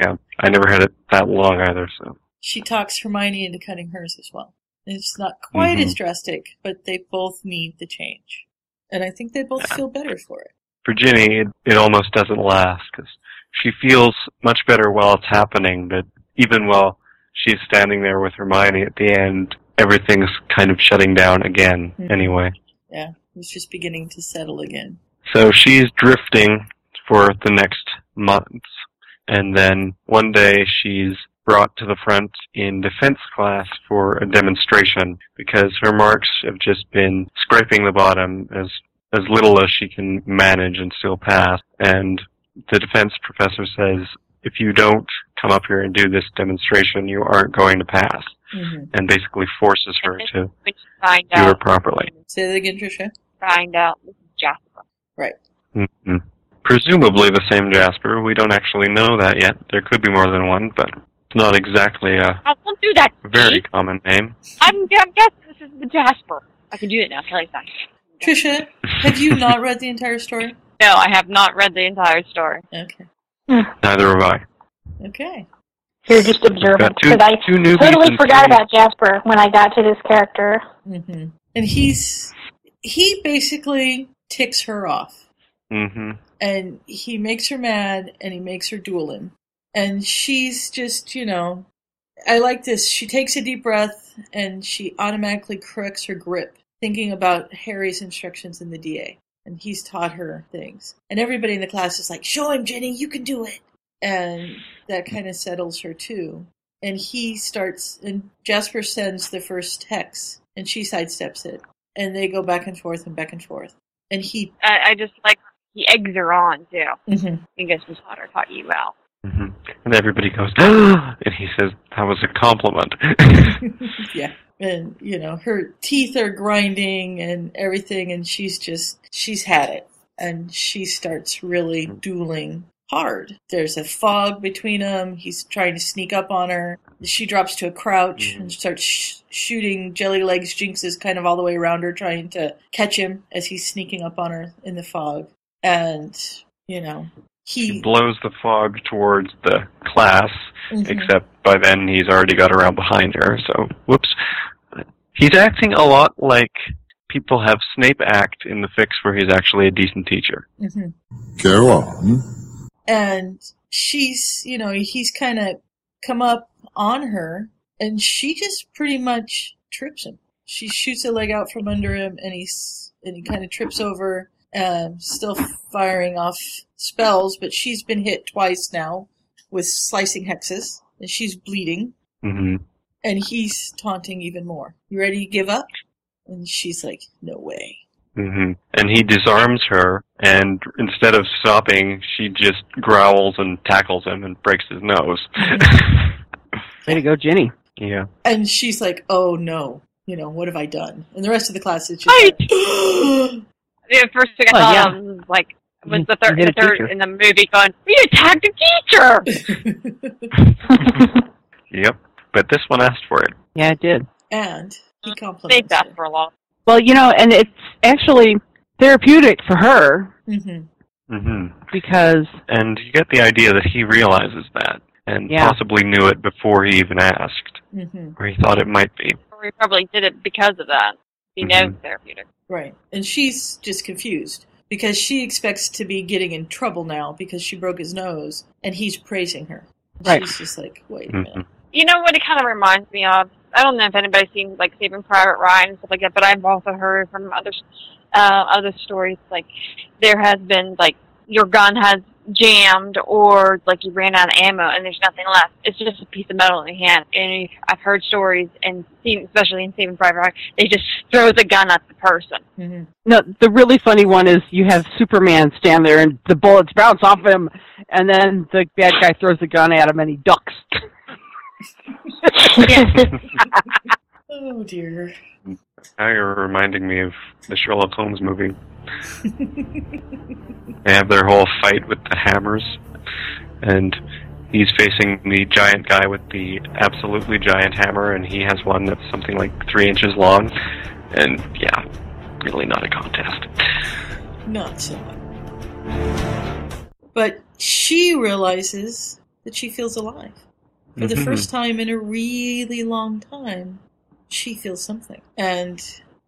yeah, I never had it that long either. So
She talks Hermione into cutting hers as well. And it's not quite
Mhm.
as drastic, but they both need the change, and I think they both feel better for it.
for Ginny, it, it almost doesn't last because she feels much better while it's happening, but even while she's standing there with Hermione at the end, everything's kind of shutting down again
Mhm.
anyway.
It's just beginning to settle again.
So she's drifting for the next month, and then one day she's brought to the front in defense class for a demonstration because her marks have just been scraping the bottom as as little as she can manage and still pass. And the defense professor says, if you don't come up here and do this demonstration, you aren't going to pass,
Mm-hmm.
and basically forces her to do
When you find
it
out,
properly.
Say that again, Trisha.
find out this is Jasper.
hmm Presumably the same Jasper. We don't actually know that yet. There could be more than one, but It's not exactly a
I won't do that.
very common name.
I'm, I'm guessing this is the Jasper. I can do it now. Kelly's not.
Trisha, have you not read the entire story?
No, I have not read the entire story.
Okay.
Neither have I.
Okay.
You're just observant.
Got two-
Because I
two newbies
totally
and
forgot
three-
about Jasper when I got to this character.
hmm And he's he basically ticks her off,
Mm-hmm.
and he makes her mad, and he makes her duel him, and she's just you know, I like this. She takes a deep breath, and she automatically corrects her grip, thinking about Harry's instructions in the DA, and he's taught her things, and everybody in the class is like, "Show him, Jenny, you can do it," and that kind of settles her too. and he starts and Jasper sends the first text and she sidesteps it and they go back and forth and back and forth and he
I, I just like he eggs her on too.
Mhm.
I think that's Miss Potter taught you well.
hmm And everybody goes, "Ah!" and he says, that was a compliment.
yeah and you know her teeth are grinding and everything and she's just she's had it and she starts really dueling hard there's a fog between them he's trying to sneak up on her she drops to a crouch and starts sh- shooting jelly legs jinxes kind of all the way around her trying to catch him as he's sneaking up on her in the fog and you know
he
he
blows the fog towards the class,
Mm-hmm.
Mhm.
except by then he's already got around behind her, so whoops. He's acting a lot like people have Snape act in the fix where he's actually a decent teacher.
Mhm.
Go on.
and she's you know he's kind of come up on her and she just pretty much trips him she shoots a leg out from under him and he's and he kind of trips over um, still firing off spells but she's been hit twice now with slicing hexes and she's bleeding
hmm
and he's taunting even more you ready to give up and she's like no way
hmm And he disarms her, and instead of stopping, she just growls and tackles him and breaks his nose.
Way to go, Jenny.
yeah.
and she's like oh no you know what have i done and the rest of the class is just
Right.
like,
The first thing I thought
Well, yeah.
of was like was the
You
third,
did
the
a teacher.
third in the movie going, We attacked a teacher
Yep. But this one asked for it.
Yeah, it did.
and he
They
compliments
that for a long
Well, you know, and it's actually therapeutic for her
Mm-hmm.
hmm
because
And you get the idea that he realizes that, and
Yeah.
possibly knew it before he even asked,
Mm-hmm.
or he thought it might be.
we probably did it because of that. He knows therapeutic.
Right. And she's just confused because she expects to be getting in trouble now because she broke his nose and he's praising her.
Right.
She's just like, wait a minute.
hmm
You know what it kind of reminds me of? I don't know if anybody's seen like Saving Private Ryan and stuff like that, but I've also heard from other uh, other stories like there has been like your gun has jammed or like you ran out of ammo and there's nothing left. It's just a piece of metal in your hand. And I've heard stories and seen, especially in Saving Private Ryan, they just throw the gun at the person.
hmm
no, the really funny one is you have Superman stand there and the bullets bounce off him, and then the bad guy throws the gun at him and he ducks.
Oh, dear.
Now you're reminding me of the Sherlock Holmes movie. They have their whole fight with the hammers, and he's facing the giant guy with the absolutely giant hammer, and he has one that's something like three inches long. And yeah, really not a contest.
Not so much. But she realizes that she feels alive. For the
Mhm.
first
Mm-hmm.
time in a really long time, she feels something. And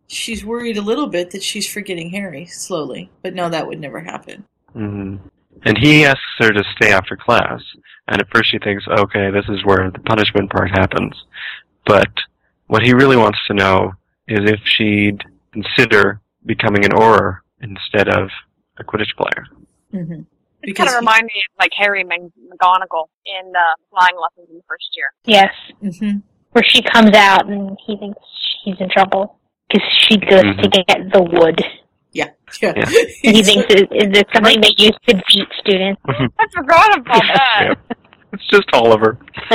she's worried a little bit that she's forgetting Harry slowly. But no, that would never happen.
hmm And he asks her to stay after class, and at first she thinks, okay, this is where the punishment part happens. But what he really wants to know is if she'd consider becoming an Auror instead of a Quidditch player.
Mm-hmm.
It kind of reminds me of like Harry Mag- McGonagall in uh, flying lessons in the first year.
Yes,
hmm
where she comes out and he thinks he's in trouble because she goes to
Mhm.
get the wood.
Yeah.
Yeah.
And he thinks it, it's something they use to beat students.
I forgot about that.
Yeah. It's just Oliver.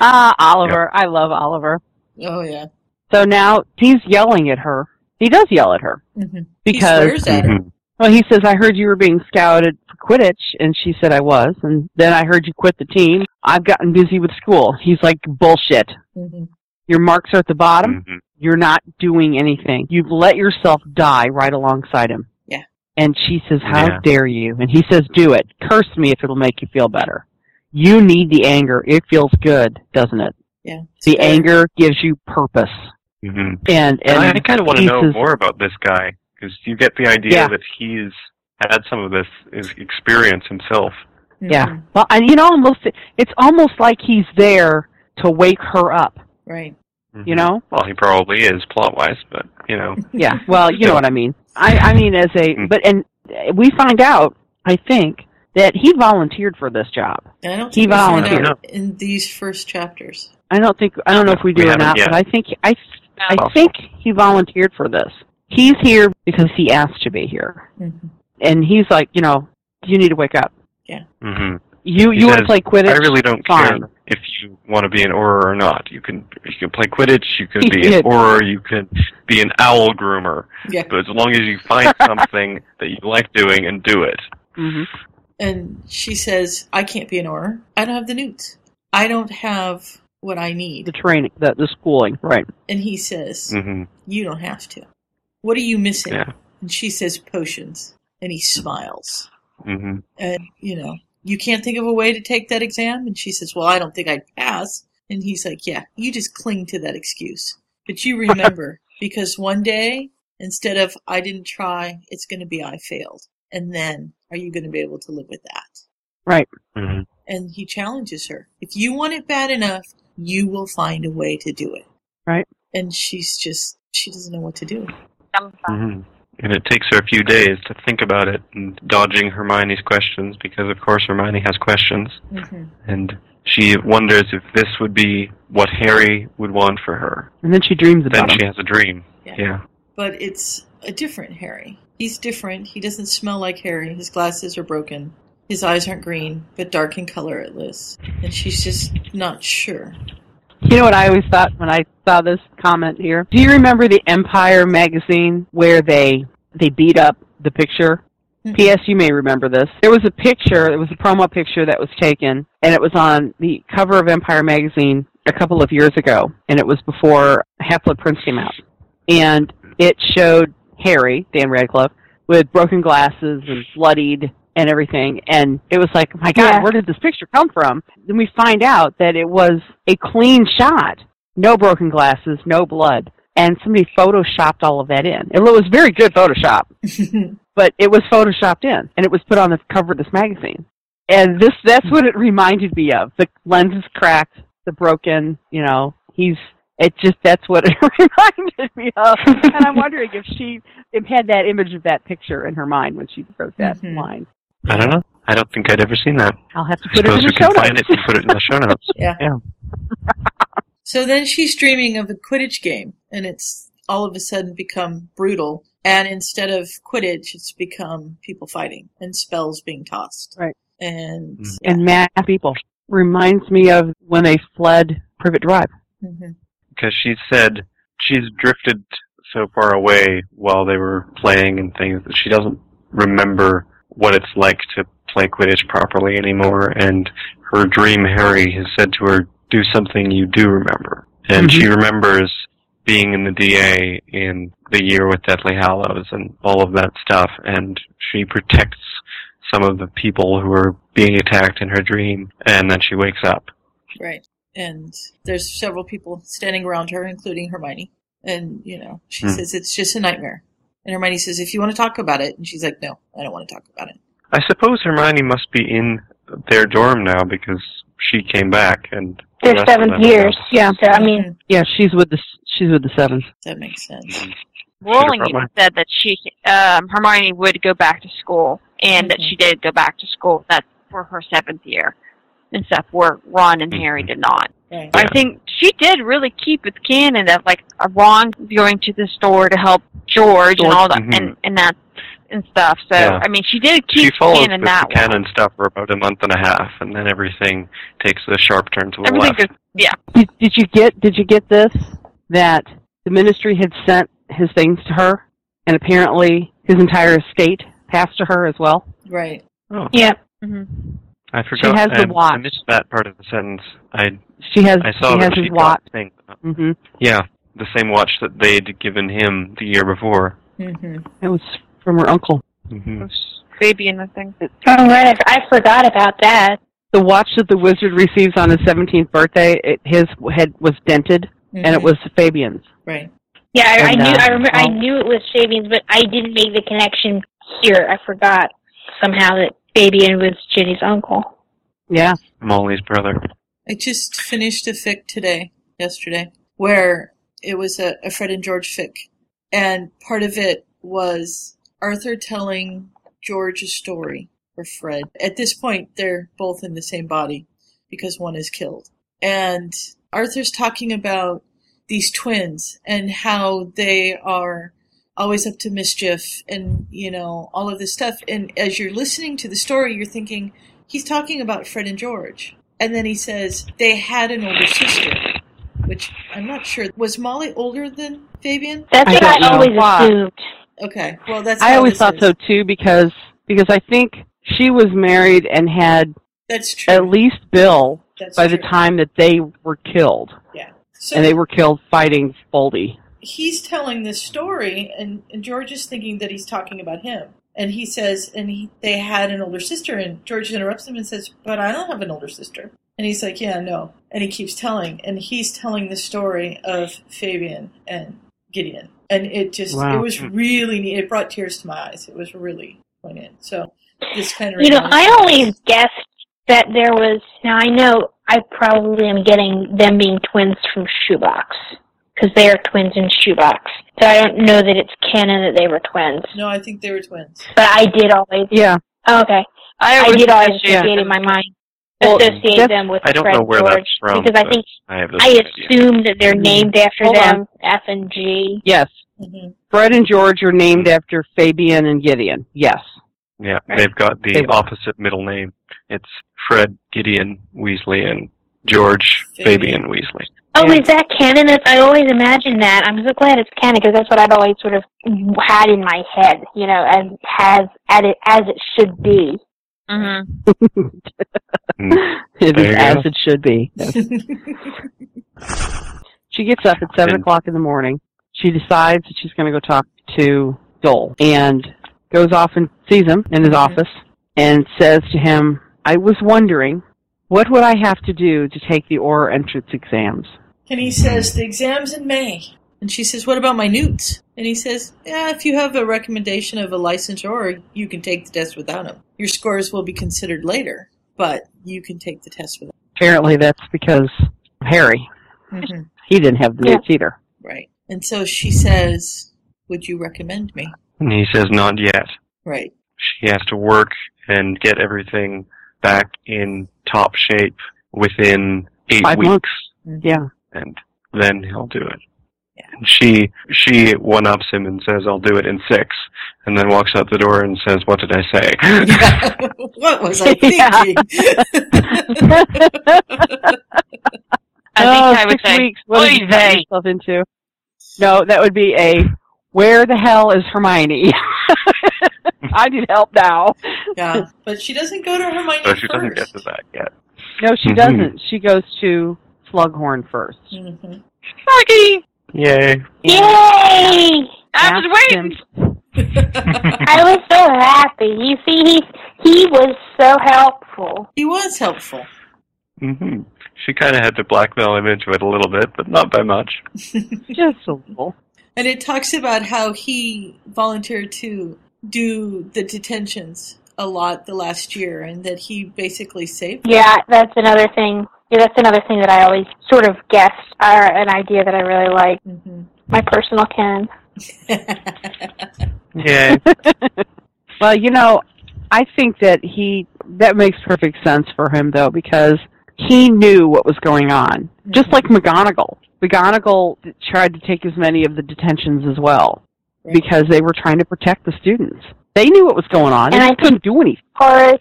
ah, Oliver. I love Oliver.
oh yeah.
So now he's yelling at her. He does yell at her
Mm-hmm.
because
he swears at her.
Mhm.
Well, he says, I heard you were being scouted for Quidditch, and she said I was, and then I heard you quit the team. I've gotten busy with school. He's like, bullshit.
Mhm.
Your marks are at the bottom.
Mm-hmm.
You're not doing anything. You've let yourself die right alongside him.
Yeah.
And she says, how
Yeah.
dare you? And he says, do it. Curse me if it'll make you feel better. You need the anger. It feels good, doesn't it?
Yeah.
The anger gives you purpose.
Mm-hmm.
And, and
I, kind of want to
he
know
says-
more about this guy because you get the idea
Yeah.
that he's had some of this is experience himself.
mm-hmm.
Yeah. Well, and you know, almost it's almost like he's there to wake her up.
Right.
You know.
Well, he probably is plot wise, but you know.
Yeah. Well, you know what I mean. I I mean as
Mm.
a but and we find out I think that he volunteered for this job.
And I don't
He
think we find
volunteered.
out in these first chapters.
I don't think I don't know if we do
We
or
haven't
not,
yet.
but I think I I think he volunteered for this. He's here because he asked to be here,
Mhm.
and he's like, you know, you need to wake up.
Yeah.
hmm
You
He
you want
says,
to play Quidditch?
I really don't
Fine.
care if you want to be an auror or not. You can you can play Quidditch. You can be
Yeah.
an auror. You can be an owl groomer.
Yeah.
But as long as you find something that you like doing and do it.
Mm-hmm.
And she says, I can't be an aura. I don't have the newts. I don't have what I need.
The training, the the schooling, right?
And he says,
Mhm.
Mm-hmm.
You don't have to. What are you missing?
Yeah.
And she says, Potions. And he smiles.
hmm
And, you know, you can't think of a way to take that exam? And she says, Well, I don't think I'd pass. And he's like, Yeah, you just cling to that excuse. But you remember, because one day, instead of I didn't try, it's going to be I failed. And then are you going to be able to live with that?
Right.
Mm-hmm.
And he challenges her. If you want it bad enough, you will find a way to do it.
Right.
And she's just, she doesn't know what to do.
hmm And it takes her a few days to think about it and dodging Hermione's questions because, of course, Hermione has questions.
Mhm.
And she wonders if this would be what Harry would want for her.
And then she dreams
Then
about
she
him.
has a dream.
Yeah.
Yeah.
But it's a different Harry. He's different. He doesn't smell like Harry. His glasses are broken. His eyes aren't green, but dark in color at least. And she's just not sure.
You know what I always thought when I saw this comment here? Do you remember the Empire magazine where they they beat up the picture?
Mm-hmm.
P.S. You may remember this. There was a picture. It was a promo picture that was taken, and it was on the cover of Empire magazine a couple of years ago, and it was before Half Blood Prince came out, and it showed Harry Dan Radcliffe with broken glasses and bloodied and everything, and it was like, my God,
Yeah.
where did this picture come from? Then we find out that it was a clean shot, no broken glasses, no blood, and somebody photoshopped all of that in. It was very good Photoshop but it was photoshopped in and it was put on the cover of this magazine and this that's what it reminded me of the lens is cracked the broken you know he's it just that's what it reminded me of and i'm wondering if she had that image of that picture in her mind when she wrote that line
I don't know. I don't think I'd ever seen that.
I'll have to
I
put it in
suppose
the
we
show
can find
notes.
it and put it in the show notes.
Yeah.
Yeah.
So then she's dreaming of a Quidditch game, and it's all of a sudden become brutal. And instead of Quidditch, it's become people fighting and spells being tossed.
Right. Mm.
And
and mad people reminds me of when they fled privet drive
mhm.
because she said she's drifted so far away while they were playing and things that she doesn't remember what it's like to play Quidditch properly anymore. And her dream, Harry, has said to her, "Do something you do remember." And she
Mm-hmm.
remembers being in the DA in the year with Deathly Hallows and all of that stuff. And she protects some of the people who are being attacked in her dream. And then she wakes up.
Right. And there's several people standing around her, including Hermione. And, you know, she
Hmm.
says, it's just a nightmare. And Hermione says, if you want to talk about it. And she's like, no, I don't want to talk about it.
I suppose Hermione must be in their dorm now because she came back and the rest of them are gone.
yeah
So I mean,
yeah she's with the she's with the sevens
That makes sense.
Mm-hmm.
Rowling
brought
even
mine.
said that she, um, Hermione would go back to school, and that she did go back to school. That's for her seventh year and stuff, where Ron and Harry
Mm-hmm.
did not.
Right.
I think she did really keep it canon of like uh, Ron going to the store to help George and
George,
all that,
mhm.
and and that and stuff. So
Yeah.
I mean, she did
She
keep
follows
canon
the
that one.
canon stuff for about a month and a half, and then everything takes a sharp turn to the
Everything
left.
yeah.
Did, did you get did you get this that the ministry had sent his things to her and apparently his entire estate passed to her as well.
Right.
Oh.
Yeah.
Mm-hmm.
I
She
forgot.
has the
I- I
watch.
missed that part of the sentence. I
She has.
I saw
she
that
has
she
his
got
watch.
the thing.
hmm
Yeah, the same watch that they'd given him the year before.
Mm-hmm.
It was from her uncle.
hmm
Baby and the thing.
Oh, right. I, I forgot about that.
The watch that the wizard receives on his 17th birthday, it, his head was dented, and it was Fabian's.
Mm-hmm. Right.
Yeah, I, I
And,
knew.
uh,
I remember. I
well-
knew it was Fabian's, but I didn't make the connection here. I forgot somehow that Fabian was Ginny's uncle.
Yeah.
Molly's brother.
I just finished a fic today, yesterday, where it was a, a Fred and George fic. And part of it was Arthur telling George a story, or Fred. At this point, they're both in the same body because one is killed. And Arthur's talking about these twins and how they are always up to mischief and, you know, all of this stuff. And as you're listening to the story, you're thinking, he's talking about Fred and George. And then he says they had an older sister, which I'm not sure. Was Molly older than Fabian?
That's
I
what
don't
I
know
always
why.
assumed.
Okay. Well, that's.
I
how
always
this
thought
is.
so too because because I think she was married and had
That's true.
at least Bill
that's
by
true.
the time that they were killed,
Yeah. So
and they were killed fighting Boldy.
he's telling this story, and, and George is thinking that he's talking about him. And he says, and he, they had an older sister, and George interrupts him and says, But I don't have an older sister. And he's like, Yeah, no. And he keeps telling, and he's telling the story of Fabian and Gideon. And it just,
Wow.
it was really neat. It brought tears to my eyes. It was really poignant. So this kind of
You know,
reminds
I
me-
always guessed that there was. Now I know I probably am getting them being twins from Shoebox because they are twins in Shoebox. So I don't know that it's canon that they were twins,
No, I think they were twins.
but I did always.
Yeah.
Oh, okay,
I,
I
always
did always
associate
associate
them.
in my mind
Well,
associate
that's-
them with
I don't
Fred
know where
George
that's from,
because I
but-
think
I have this
I
idea.
assume that they're named after
Hold
them F and G.
Yes,
hmm
Fred and George are named after Fabian and Gideon. Yes.
Yeah,
Right.
they've got the
They were.
opposite middle name. It's Fred Gideon Weasley and George
Fabian.
Fabian Weasley.
Oh,
Yeah.
is that canon? That's, I always imagined that. I'm so glad it's canon because that's what I'd always sort of had in my head, you know, as has as it as it should be.
Mm-hmm.
It is
There you
as
go.
it should be. She gets up at seven
And-
o'clock in the morning. She decides that she's going to go talk to Dole and goes off and sees him in his
Mhm.
office and says to him, "I was wondering what would I have to do to take the Aura entrance exams."
And he says, The exam's in May. And she says, What about my newts? And he says, Yeah, if you have a recommendation of a licensure, you can take the test without them. Your scores will be considered later, but you can take the test without
Apparently, that's because Harry
them.
he didn't have the
Yeah.
notes either.
Right. And so she says, Would you recommend me?
And he says, not yet.
Right.
She has to work and get everything back in top shape within eight
Five
weeks.
months. Yeah,
and then he'll do it. And she she one ups him and says, "I'll do it in six, and then walks out the door and says, "What did I say?"
what was I
Yeah.
thinking?
I
oh,
think I would
six
say,
weeks. What did
"Oy
you get
vey."
yourself into? No, that would be a where the hell is Hermione? I need help now.
yeah. But she doesn't go to Hermione
so she doesn't get
first.
to that yet.
No, she
Mhm.
doesn't. She goes to Slughorn first.
Mhm.
Snuggy!
Yay!
Yay!
I was
Ask
waiting.
him-
I was so happy. You see, he he was so helpful.
He was helpful.
hmm She kind of had to blackmail him into it a little bit, but not by much.
Just a little.
And it talks about how he volunteered to do the detentions a lot the last year and that he basically saved.
Yeah, that's another thing. Yeah, that's another thing that I always sort of guessed or an idea that I really like.
Mm-hmm.
My personal canon.
Mm-hmm.
Yay!
well, you know, I think that he that makes perfect sense for him though because he knew what was going on. Just like McGonagall. McGonagall tried to take as many of the detentions as well because they were trying to protect the students. They knew what was going on. They
And I
just couldn't do anything.
Horace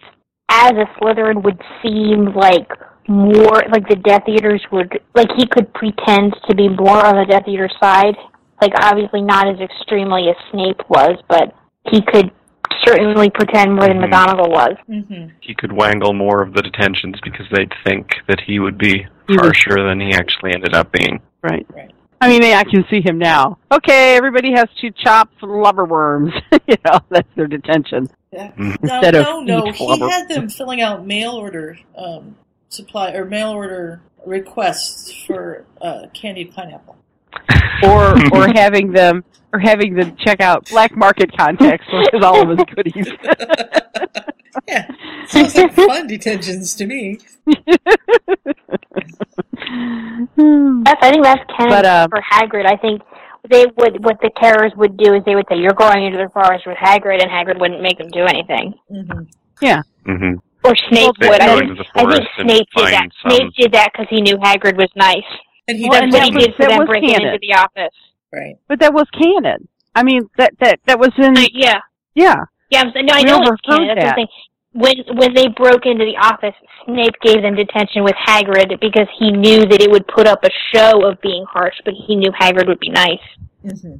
as a Slytherin would seem like more like the Death Eaters would like he could pretend to be more on the Death Eater side. Like obviously not as extremely as Snape was, but he could certainly pretend more than
Mhm.
McGonagall was.
Mm-hmm.
He could wangle more of the detentions because they'd think that he would be
He was-
harsher than he actually ended up being.
Right. I mean, I can see him now. Okay, everybody has to chop lubber worms. you know, that's their detention.
Yeah.
Mhm.
No,
Instead of
no, no.
eat
He
flubber.
had them filling out mail order um, supply or mail order requests for uh, candied pineapple.
Or or having them or having them check out black market contacts which is all of his goodies.
Yeah, sounds like fun detentions to me.
That's, I think that's canon
But, uh,
for Hagrid. I think they would what the terrors would do is they would say you're going into the forest with Hagrid, and Hagrid wouldn't make them do anything.
Yeah.
Mm-hmm.
Or Snape
They'd
would.
go
I,
into
think,
the
I think
forest and
Snape did that.
find some-
Snape did that because he knew Hagrid was nice.
And
he
that's
did-
what he
That was-
did for
that
them
was
breaking
canon.
into the office.
Right.
But that was canon. I mean that that that was in
yeah.
Yeah.
Yeah, I'm, s- no, I
Mm. We
know
overheard
it's canon. That's
that.
the thing. When when they broke into the office, Snape gave them detention with Hagrid because he knew that it would put up a show of being harsh, but he knew Hagrid would be nice.
hmm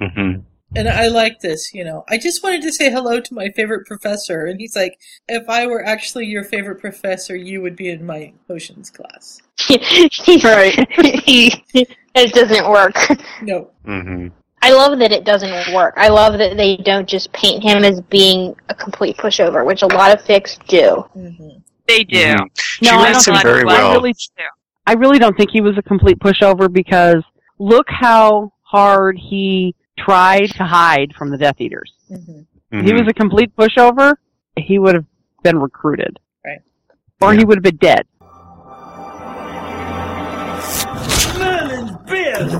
Mm-hmm.
And I like this, you know. I just wanted to say hello to my favorite professor, and he's like, "If I were actually your favorite professor, you would be in my potions class."
right. it doesn't work.
No.
Mm-hmm.
I love that it doesn't work. I love that they don't just paint him as being a complete pushover, which a lot of fics do.
Mm-hmm.
They do.
Mm-hmm. She
No, I
writes
don't
him
think-
very
I
well.
really- I really don't think he was a complete pushover because look how hard he tried to hide from the Death Eaters. If he
Mhm.
was a complete pushover, he would have been recruited.
Right.
Or he would have been dead.
Merlin's beard!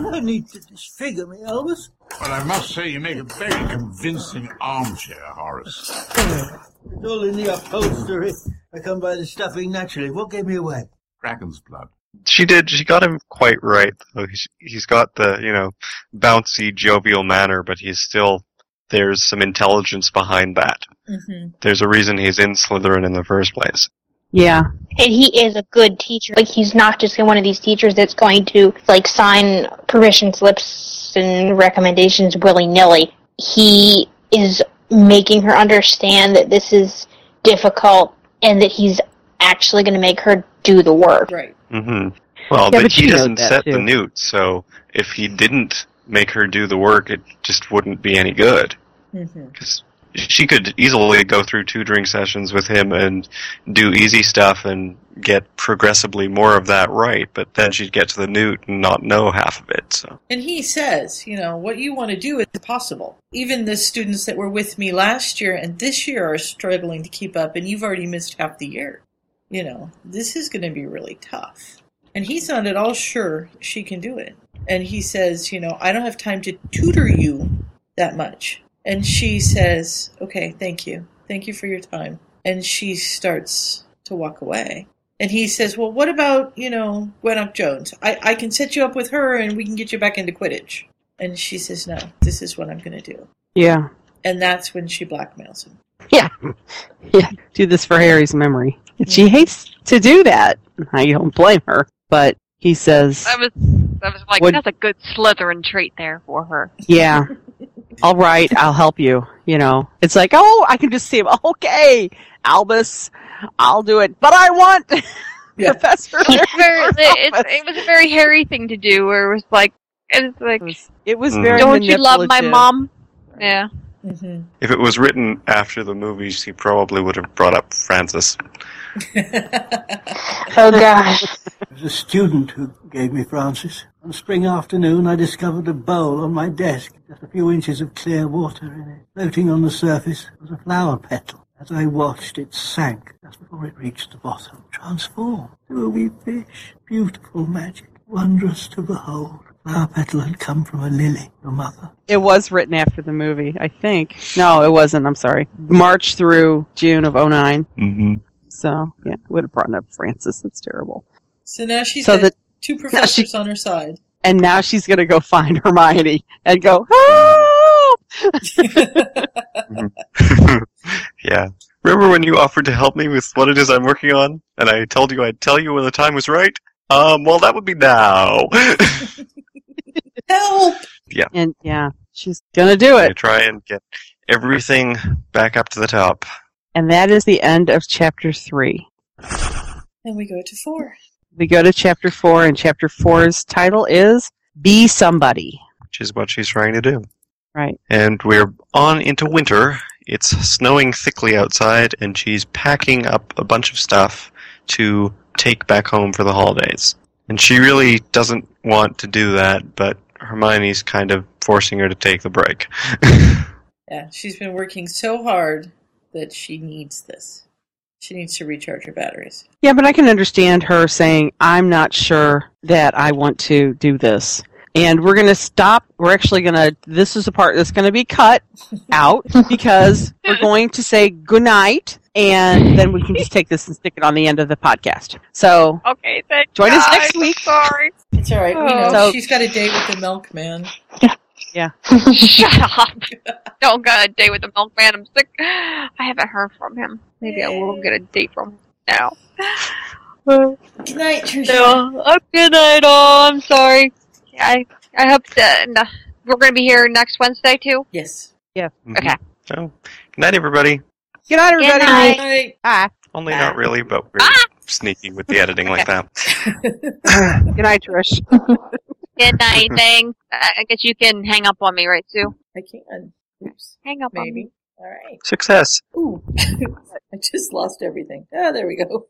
No need to disfigure me, Albus.
Well, I must say you make a very convincing armchair, Horace.
It's all in the upholstery. I come by the stuffing naturally. What gave me away?
Dragon's blood.
She did. She got him quite right. Though he's he's got the you know bouncy, jovial manner, but he's still there's some intelligence behind that.
Mm-hmm.
There's a reason he's in Slytherin in the first place.
Yeah.
And he is a good teacher. Like he's not just one of these teachers that's going to like sign permission slips and recommendations willy nilly. He is making her understand that this is difficult and that he's actually going to make her do the work.
Right.
hmm Well,
Yeah,
but,
but she
he
knows
doesn't
that,
set the
too.
newt, so if he didn't make her do the work, it just wouldn't be any good.
Mm-hmm.
Because she could easily go through tutoring sessions with him and do easy stuff and get progressively more of that right, but then she'd get to the newt and not know half of it. So
And he says, you know, what you want to do is possible. Even the students that were with me last year and this year are struggling to keep up, and you've already missed half the year. You know, this is going to be really tough. And he's not at all sure she can do it. And he says, you know, I don't have time to tutor you that much. And she says, okay, thank you. Thank you for your time. And she starts to walk away. And he says, Well, what about, you know, Gwen Up Jones? I, I can set you up with her and we can get you back into Quidditch. And she says, No, this is what I'm going to do.
Yeah.
And that's when she blackmails him.
Yeah. Yeah. Do this for Harry's memory. And She hates to do that. I don't blame her. But he says,
I was, I was like,
What-
that's a good Slytherin trait there for her.
Yeah. All right, I'll help you. You know, it's like, oh, I can just see him. Okay, Albus, I'll do it. But I want
Yeah.
Professor.
It's very,
Lindor's
it,
office.
it, it was a very hairy thing to do, where it was like, it was like,
It was
Mhm.
very.
don't you love my
manipulative.
mom? Yeah.
Mm-hmm.
if it was written after the movie, she probably would have brought up Francis.
Oh gosh.
It was a student who gave me Francis. On spring afternoon, I discovered a bowl on my desk, just a few inches of clear water in it. Floating on the surface was a flower petal. As I watched, it sank just before it reached the bottom, transformed to a wee fish. Beautiful magic, wondrous to behold. The flower petal had come from a lily, your mother.
It was written after the movie, I think. No, it wasn't. I'm sorry. March through June of '09.
Mm-hmm.
So yeah, would have brought up Francis. That's terrible.
so now she's
So
got
that-
two professors on her side.
And now she's gonna go find Hermione and go. Help!
Yeah. Remember when you offered to help me with what it is I'm working on, and I told you I'd tell you when the time was right? Um, well, that would be now.
Help!
And yeah,
She's
gonna do
it.
You try and get everything back up to the top.
And that is the end of chapter three.
Then we go to four.
We go to chapter four, and chapter four's title is Be Somebody.
which is what she's trying to do.
Right.
And we're on into winter. It's snowing thickly outside, and she's packing up a bunch of stuff to take back home for the holidays. And she really doesn't want to do that, but Hermione's kind of forcing her to take the break.
Yeah, she's been working so hard that she needs this. She needs to recharge her batteries.
Yeah, but I can understand her saying, I'm not sure that I want to do this. And we're going to stop. We're actually going to, this is the part that's going to be cut out because we're going to say goodnight and then we can just take this and stick it on the end of the podcast. So
Okay, thank
Join us
God.
next
week. Sorry.
It's all
Oh.
right. You know,
So-
she's got a date with the milkman.
Yeah.
Shut up. Don't got a date with the milkman. I'm sick. I haven't heard from him. Maybe I will get a date from him now.
Good night, Trisha.
No, oh, good night all. I'm sorry. I I hope that and, uh, we're going to be here next Wednesday too.
Yes.
Yeah.
Okay.
So, Mm-hmm. good night, everybody.
Good night,
Good
everybody.
night.
Bye.
Only not really, but we're sneaky with the editing like that.
Good night, Trish.
Good night. Thanks. I I guess you can hang up on me, right, Sue?
I can. Oops.
Hang up on me.
All right.
Success.
Ooh, I just lost everything. Ah, there we go.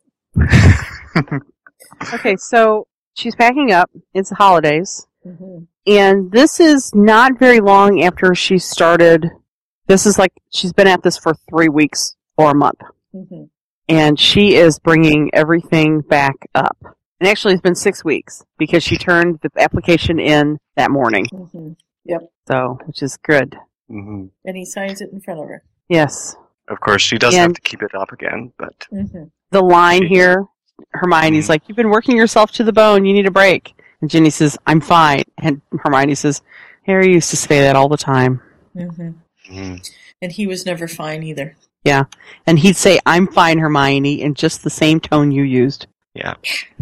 Okay, so she's packing up. It's the holidays.
Mhm.
Mm-hmm, And this is not very long after she started. This is like she's been at this for three weeks or a month. mm-hmm,
Mhm.
And she is bringing everything back up. And actually, it's been six weeks because she turned the application in that morning.
Mhm. Yep.
So, which is good.
hmm
And he signs it in front of her.
Yes.
Of course, she does have
And-
to keep it up again, but
Mhm.
The line here, Hermione's like, You've been working yourself to the bone. You need a break. And Ginny says, I'm fine. And Hermione says, Harry used to say that all the time. mm-hmm.
Mhm.
mm-hmm.
And he was never fine either.
Yeah. And he'd say, I'm fine, Hermione, in just the same tone you used.
Yeah.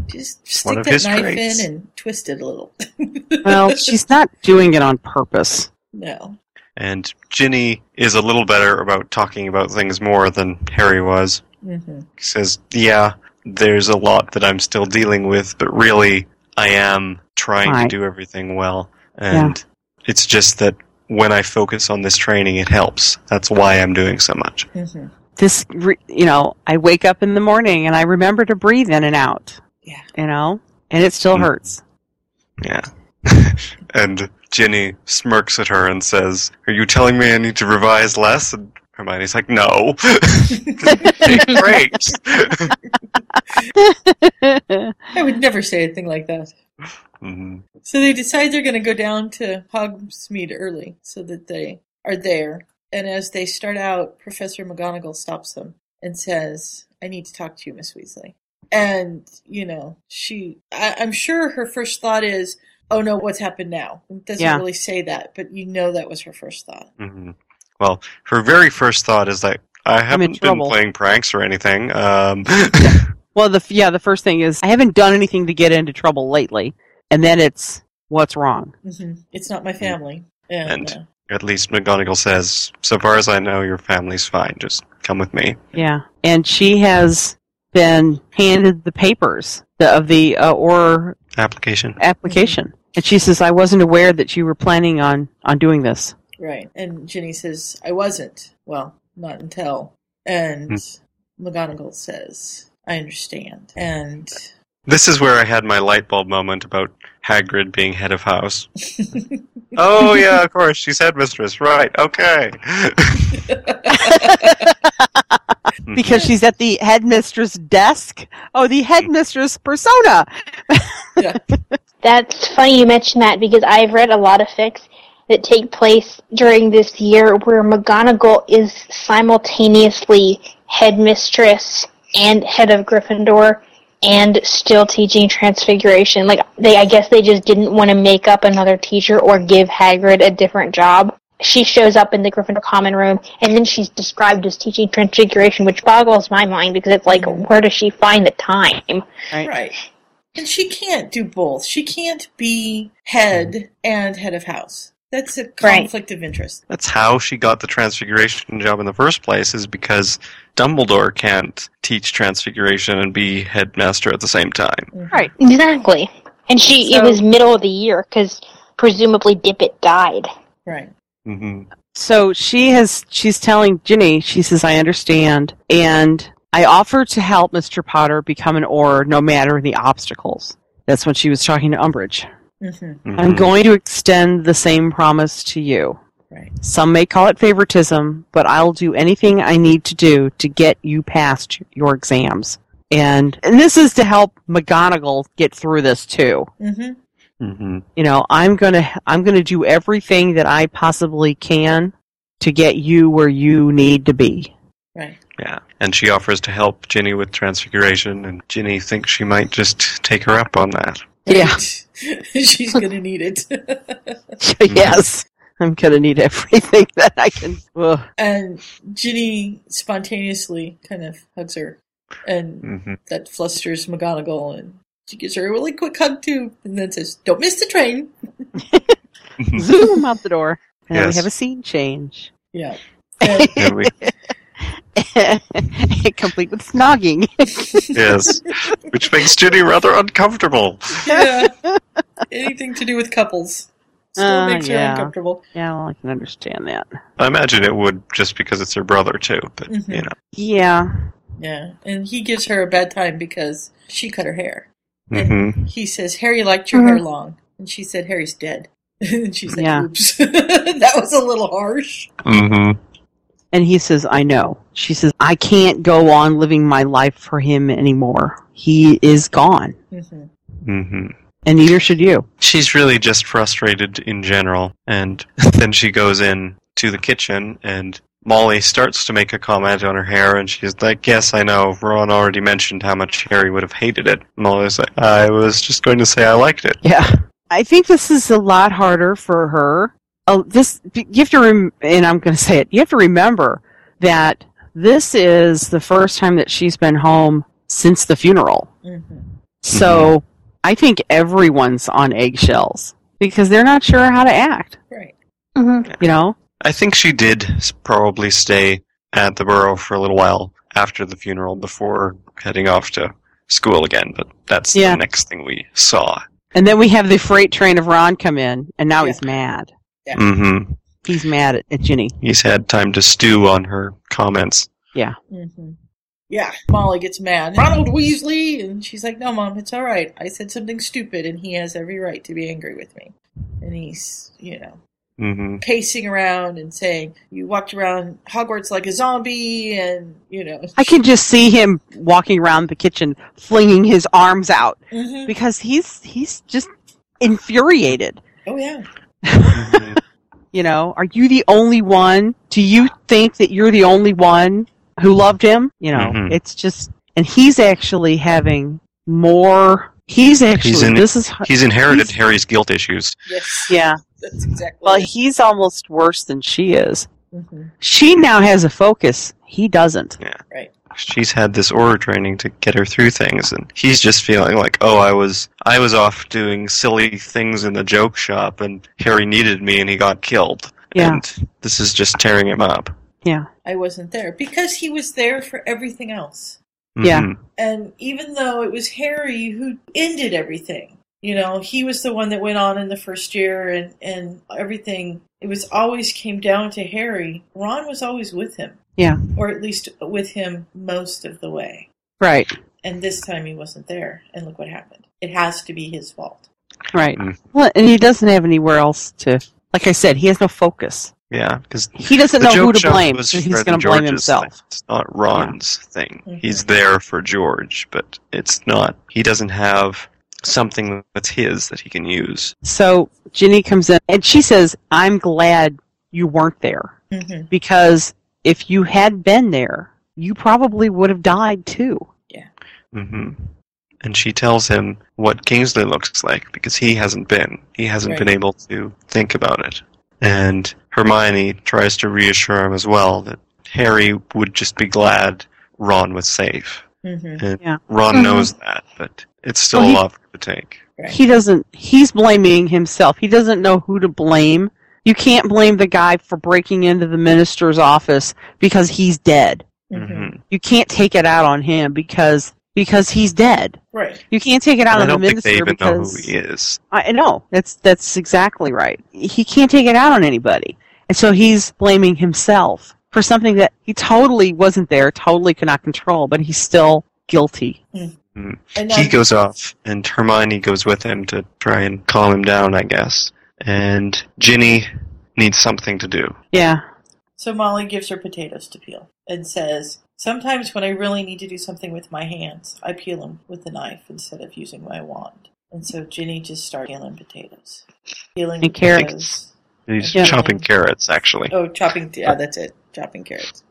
Just
One
stick
of
that
his
knife
traits.
in and twist it a little.
Well, she's not doing it on purpose.
no.
and Ginny is a little better about talking about things more than Harry was.
Mm-hmm,
Mhm.
He says, "Yeah, there's a lot that I'm still dealing with, but really, I am trying
Right.
to do everything well, and it's just that when I focus on this training, it helps. That's why I'm doing so much."
mm-hmm.
Mhm.
This, re- you know, I wake up in the morning and I remember to breathe in and out.
Yeah.
You know, and it still
Mm.
hurts.
Yeah. and Ginny smirks at her and says, "Are you telling me I need to revise less?" And Hermione's like, "No, take breaks."
I would never say a thing like that.
Mhm.
So they decide they're going to go down to Hogsmeade early so that they are there. And as they start out, Professor McGonagall stops them and says, I need to talk to you, Miss Weasley. And, you know, she, I, I'm sure her first thought is, oh no, what's happened now? It doesn't
Yeah.
really say that, but you know that was her first thought.
Mhm. Well, her very first thought is like, "I haven't been
trouble."
playing pranks or anything." Um,
Well, the f- yeah, the first thing is I haven't done anything to get into trouble lately, and then it's what's wrong.
hmm It's not my family. And,
And-
uh,
At least McGonagall says, "So far as I know, your family's fine. Just come with me."
Yeah, and she has been handed the papers the, of the uh, or
Application.
application, and she says, "I wasn't aware that you were planning on on doing this."
Mm-hmm. right. And Ginny says, I wasn't. Well, not until. And McGonagall says, I understand. And
This is where I had my light bulb moment about Hagrid being head of house. oh yeah, of course, she's headmistress, right? Okay. Mm-hmm.
because she's at the headmistress desk. Oh, the headmistress persona.
That's funny you mentioned that because I've read a lot of fics that take place during this year where McGonagall is simultaneously headmistress and head of Gryffindor and still teaching Transfiguration. Like they, I guess they just didn't want to make up another teacher or give Hagrid a different job. She shows up in the Gryffindor common room, and then she's described as teaching Transfiguration, which boggles my mind because it's like, where does she find the time?
Right. Mm-hmm.
And she can't do both. She can't be head and head of house. That's a conflict of interest.
That's how she got the transfiguration job in the first place, is because Dumbledore can't teach transfiguration and be headmaster at the same time.
Right. Exactly. And she, it was middle of the year because presumably Dippet died.
Right.
Mm-hmm.
So she has. She's telling Ginny. She says, "I understand, and I offer to help Mister Potter become an Auror, no matter the obstacles." That's when she was talking to Umbridge.
Mm-hmm.
Mm-hmm.
I'm going to extend the same promise to you.
Right.
Some may call it favoritism, but I'll do anything I need to do to get you past your exams. And, and this is to help McGonagall get through this too.
Mm-hmm.
Mm-hmm.
You know, I'm going to I'm going to do everything that I possibly can to get you where you need to be.
Right.
Yeah. And she offers to help Ginny with transfiguration, and Ginny thinks she might just take her up on that.
Yeah.
She's going to need it.
Mm-hmm.
yes. I'm going to need everything that I can. Ugh.
and Ginny spontaneously kind of hugs her. And
Hmm.
Mm-hmm.
that flusters McGonagall, and she gives her a really quick hug, too, and then says, Don't miss the train.
Zoom out the door. And we
Yes.
have a scene change.
Yeah.
And we-
Complete with snogging.
yes. Which makes Ginny rather uncomfortable.
yeah. uh, Anything to do with couples. Still
Uh,
makes her
yeah.
uncomfortable.
Yeah, well, I can understand that.
I imagine it would just because it's her brother, too, but,
Mhm.
you know.
Yeah.
Yeah. And he gives her a bad time because she cut her hair.
Mm-hmm.
He says, Harry liked your hair long. And she said, Harry's dead. and she's like,
Mm-hmm. Yeah.
oops. that was a little harsh.
Mm-hmm.
And he says, I know. She says, I can't go on living my life for him anymore. He is gone.
Mm-hmm.
Mm-hmm.
And neither should you.
She's really just frustrated in general. And then she goes in to the kitchen and Molly starts to make a comment on her hair and she's like, Yes, I know. Ron already mentioned how much Harry would have hated it. Molly's like, I was just going to say I liked it.
Yeah. I think this is a lot harder for her. Oh, this you have to, rem- and I'm going to say it. You have to remember that this is the first time that she's been home since the funeral.
mm-hmm,
So I think everyone's on eggshells because they're not sure how to act.
Right.
You know,
I think she did s- probably stay at the borough for a little while after the funeral before heading off to school again, but that's
Yeah.
the next thing we saw.
and then we have the freight train of Ron come in, and now he's mad.
Mm-hmm.
He's mad at, at Ginny.
He's had time to stew on her comments.
Yeah.
Mm-hmm. Yeah, Molly gets mad. Ronald Weasley, and she's like, "No, mom, it's all right. I said something stupid, and he has every right to be angry with me." And he's, you know,
Mm-hmm.
pacing around and saying, "You walked around Hogwarts like a zombie," and you know,
I can just see him walking around the kitchen, flinging his arms out
Mhm.
because he's he's just infuriated.
oh yeah,
Mm-hmm.
You know, are you the only one? Do you think that you're the only one who loved him? You know,
Mhm.
it's just, and he's actually having more. He's actually
He's in,
this is
he's inherited Harry's guilt issues.
yes,
yeah.
that's exactly.
Well, he's almost worse than she is.
hmm
She now has a focus. He doesn't.
Right.
She's had this aura training to get her through things, and he's just feeling like, oh, I was I was off doing silly things in the joke shop, and Harry needed me, and he got killed.
Yeah.
And this is just tearing him up.
Yeah.
I wasn't there because he was there for everything else.
Yeah.
Mhm.
And even though it was Harry who ended everything, you know, he was the one that went on in the first year and, and everything, it was always came down to Harry. Ron was always with him,
Yeah.
or at least with him most of the way.
Right.
And this time he wasn't there. And look what happened. It has to be his fault.
Right.
Mhm.
Well, and he doesn't have anywhere else to. Like I said, he has no focus.
Yeah, because
He doesn't
the
know who
joke
to
shop
blame,
was
so he's
Fred
going
and
to blame
George's
himself. Mm-hmm.
thing. It's not Ron's thing.
Mhm.
He's there for George, but it's not. He doesn't have something that's his that he can use.
So Ginny comes in and she says, I'm glad you weren't there
Mm-hmm.
because if you had been there, you probably would have died too.
hmm And she tells him what Kingsley looks like because he hasn't been. He hasn't
Right.
been able to think about it. And Hermione tries to reassure him as well that Harry would just be glad Ron was safe.
Mm-hmm.
And
Yeah.
Ron
Mhm.
knows that, but it's still
Well, he-
a lot for him to take.
Right.
He doesn't, he's blaming himself. He doesn't know who to blame You can't blame the guy for breaking into the minister's office because he's dead.
Mm-hmm.
Mm-hmm.
You can't take it out on him because because he's dead.
Right.
You can't take it out
I
on the
don't think
minister
they even know
because
who he is.
I know that's that's exactly right. He can't take it out on anybody, and so he's blaming himself for something that he totally wasn't there, totally could not control, but he's still guilty.
Mm.
And
He
that-
goes off, and Hermione goes with him to try and calm him down, I guess. And Ginny needs something to do.
Yeah.
So Molly gives her potatoes to peel and says, Sometimes when I really need to do something with my hands, I peel them with a knife instead of using my wand. And so Ginny just starts peeling potatoes. Peeling
And carrots.
He's
Yeah.
chopping carrots, actually.
Oh, chopping. Yeah, that's it. Chopping carrots.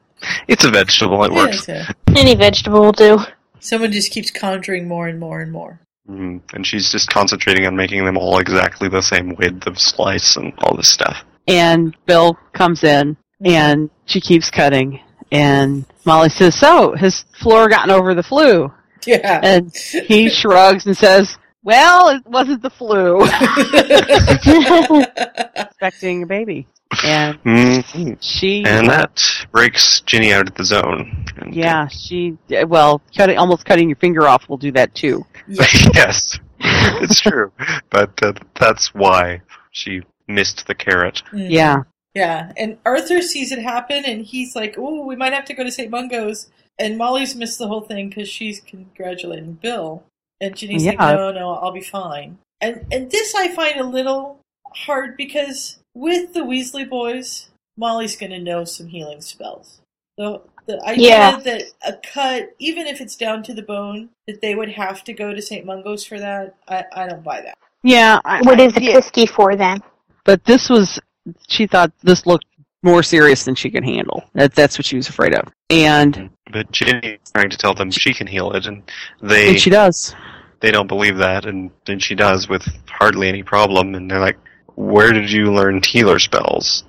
It's a vegetable, it
Yeah,
works.
so
Any vegetable will do.
someone just keeps conjuring more and more and more.
Mm. And she's just concentrating on making them all exactly the same width of slice and all this stuff.
And Bill comes in, and she keeps cutting, and Molly says, "So has Flora gotten over the flu?"
Yeah.
And he shrugs and says, "Well, it wasn't the flu." Expecting a baby, and
hmm
she
And that breaks Ginny out of the zone. And,
Yeah, she. Well, cutting almost cutting your finger off will do that too.
yes, it's true. But uh, that's why she missed the carrot.
Mm.
Yeah,
Yeah, and Arthur sees it happen, and he's like, "Oh, we might have to go to St. Mungo's." And Molly's missed the whole thing because she's congratulating Bill, and Ginny's like,
Yeah.
"No, no, I'll be fine." And and this I find a little hard because with the Weasley boys, Molly's going to know some healing spells. So the idea
Yeah.
that a cut, even if it's down to the bone, that they would have to go to St. Mungo's for that, I, I don't buy that.
yeah. I,
What is the
yeah,
pisky for then?
But this was. She thought this looked more serious than she could handle. That that's what she was afraid of, and
But Ginny is trying to tell them she can heal it, and they
and she does.
they don't believe that, and then she does with hardly any problem. And they're like, "Where did you learn healer spells?"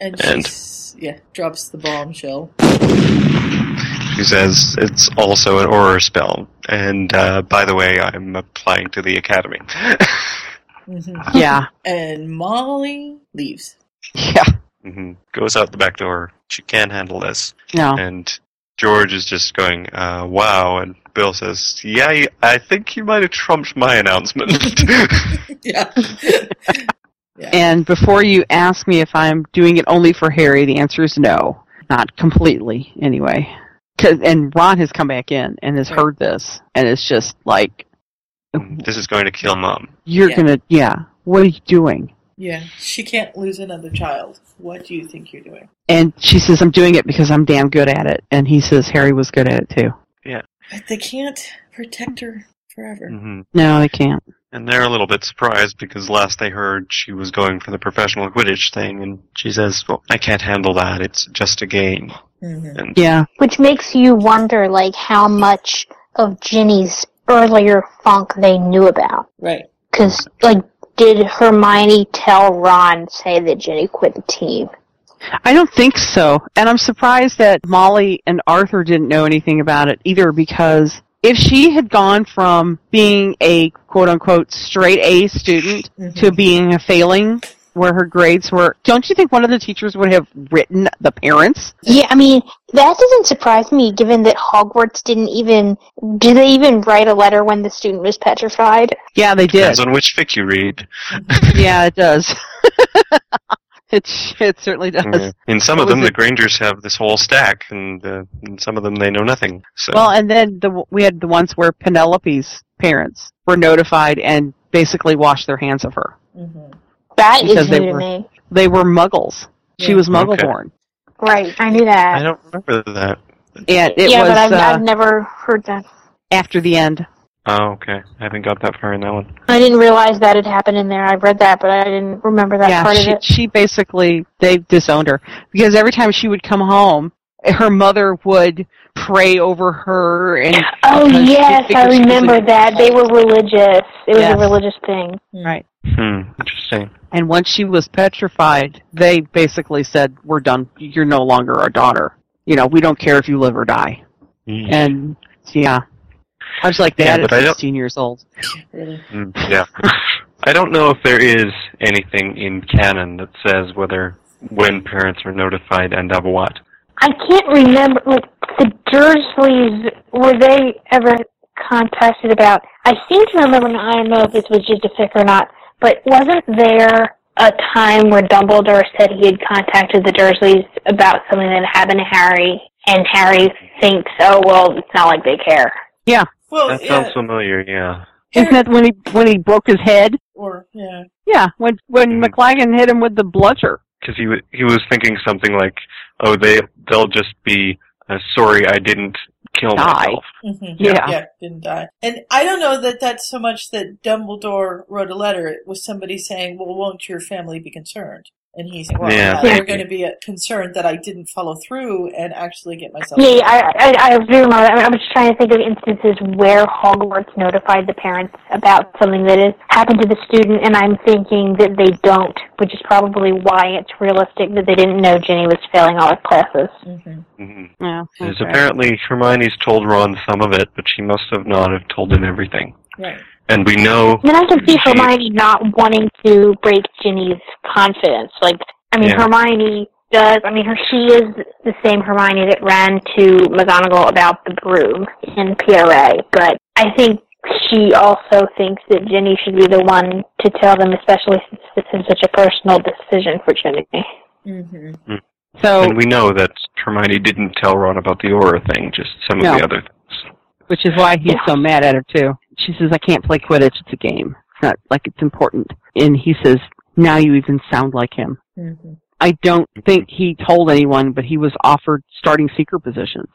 And
And-
she's yeah drops the bombshell.
She says, "It's also an aura spell." And uh, by the way, I'm applying to the academy.
hmm
Yeah,
And Molly leaves.
yeah.
hmm Goes out the back door. She can't handle this.
No,
And George is just going, uh, wow. And Bill says, yeah, you- I think you might have trumped my announcement.
Yeah.
and before you ask me if I'm doing it only for Harry, the answer is no, not completely anyway. 'Cause- and Ron has come back in and has heard this, and it's just like
this is going to kill mom.
you're
Yeah.
gonna, yeah. What are you doing?
yeah. She can't lose another child. What do you think you're doing?
And she says, I'm doing it because I'm damn good at it. And he says, Harry was good at it too.
But they can't protect her forever.
hmm
No, they can't.
And they're a little bit surprised because last they heard she was going for the professional Quidditch thing. And she says, well, I can't handle that. It's just a game.
Mhm.
And
Yeah,
Which makes you wonder, like, how much of Ginny's earlier funk they knew about.
Right.
Because, like, did Hermione tell Ron, say, that Ginny quit the team?
I don't think so. And I'm surprised that Molly and Arthur didn't know anything about it either because if she had gone from being a quote unquote straight A student
Mhm.
to being a failing where her grades were, don't you think one of the teachers would have written the parents?
Yeah, I mean, that doesn't surprise me, given that Hogwarts didn't even. Do they even write a letter when the student was petrified?
Yeah, they did.
depends on which fic you read.
yeah, it does. it, it certainly does.
Yeah. In some
Mm. What
of
was
them, the
it?
Grangers have this whole stack, and uh, in some of them, they know nothing. So
Well, and then the we had the ones where Penelope's parents were notified and basically washed their hands of her.
hmm
That is
Because they
new to
were-
me.
They were Muggles. She
Yeah.
was Muggle born,
Right, I knew
I
that.
don't remember that.
and it
yeah,
was
but I've,
uh,
I've never heard that.
after the end.
Oh, okay. I haven't got that far in that one.
I didn't realize that had happened in there. I read that, but I didn't remember that
yeah,
part
she
of it.
she basically they disowned her because every time she would come home, her mother would pray over her and
Oh
because she
yes,
figured
I
she was a-
remember that. They were religious. It was
Yes.
a religious thing.
right.
Hmm. Interesting.
And once she was petrified, they basically said, "We're done. You're no longer our daughter. You know, we don't care if you live or die."
Mm.
And yeah, I was like
Yeah,
that
but I
at
don't-
16 years old.
Really.
Mm, Hmm, yeah. I don't know if there is anything in canon that says whether when parents are notified and of what.
I can't remember. Like the Dursleys, were they ever contested about? I seem to remember. and I don't know if this was just a fic or not, but wasn't there a time where Dumbledore said he had contacted the Dursleys about something that happened to Harry, and Harry thinks, "Oh well, it's not like they care."
Oh, Yeah.
Well,
that sounds familiar. Yeah.
Isn't that when he when he broke his head?
Or yeah.
Yeah, when
Mm.
when McLagan hit him with the bludger.
because he wa- he was thinking something like, "Oh, they they'll just be uh, sorry I didn't kill
Die.
myself."
Mhm.
Yeah.
yeah, didn't die. And I don't know that that's so much that Dumbledore wrote a letter. It was somebody saying, "Well, won't your family be concerned?" And he's "Well,
Yeah,
yeah, they're
maybe.
going to be uh, concerned that I didn't follow through and actually get myself."
Yeah, yeah I, I, I do remember. that. I, mean, I was just trying to think of instances where Hogwarts notified the parents about something that has happened to the student, and I'm thinking that they don't, which is probably why it's realistic that they didn't know Ginny was failing all her classes.
Mhm.
hmm
Yeah.
Because apparently Hermione's told Ron some of it, but she must have not have told him everything.
Right.
And we know,
I mean, I can see
She-
Hermione not wanting to break Ginny's confidence. Like, I mean,
Yeah.
Hermione does. I mean, her she is the same Hermione that ran to McGonagall about the broom in PRA. But I think she also thinks that Ginny should be the one to tell them, especially since this is such a personal decision for Ginny.
hmm
So
and we know that Hermione didn't tell Ron about the aura thing, just some
No.
of the other things.
which is why he's so mad at her too. She says, "I can't play Quidditch. It's a game. It's not like it's important." And he says, "Now you even sound like him."
hmm
I don't
Mm-hmm.
think he told anyone, but he was offered starting seeker positions,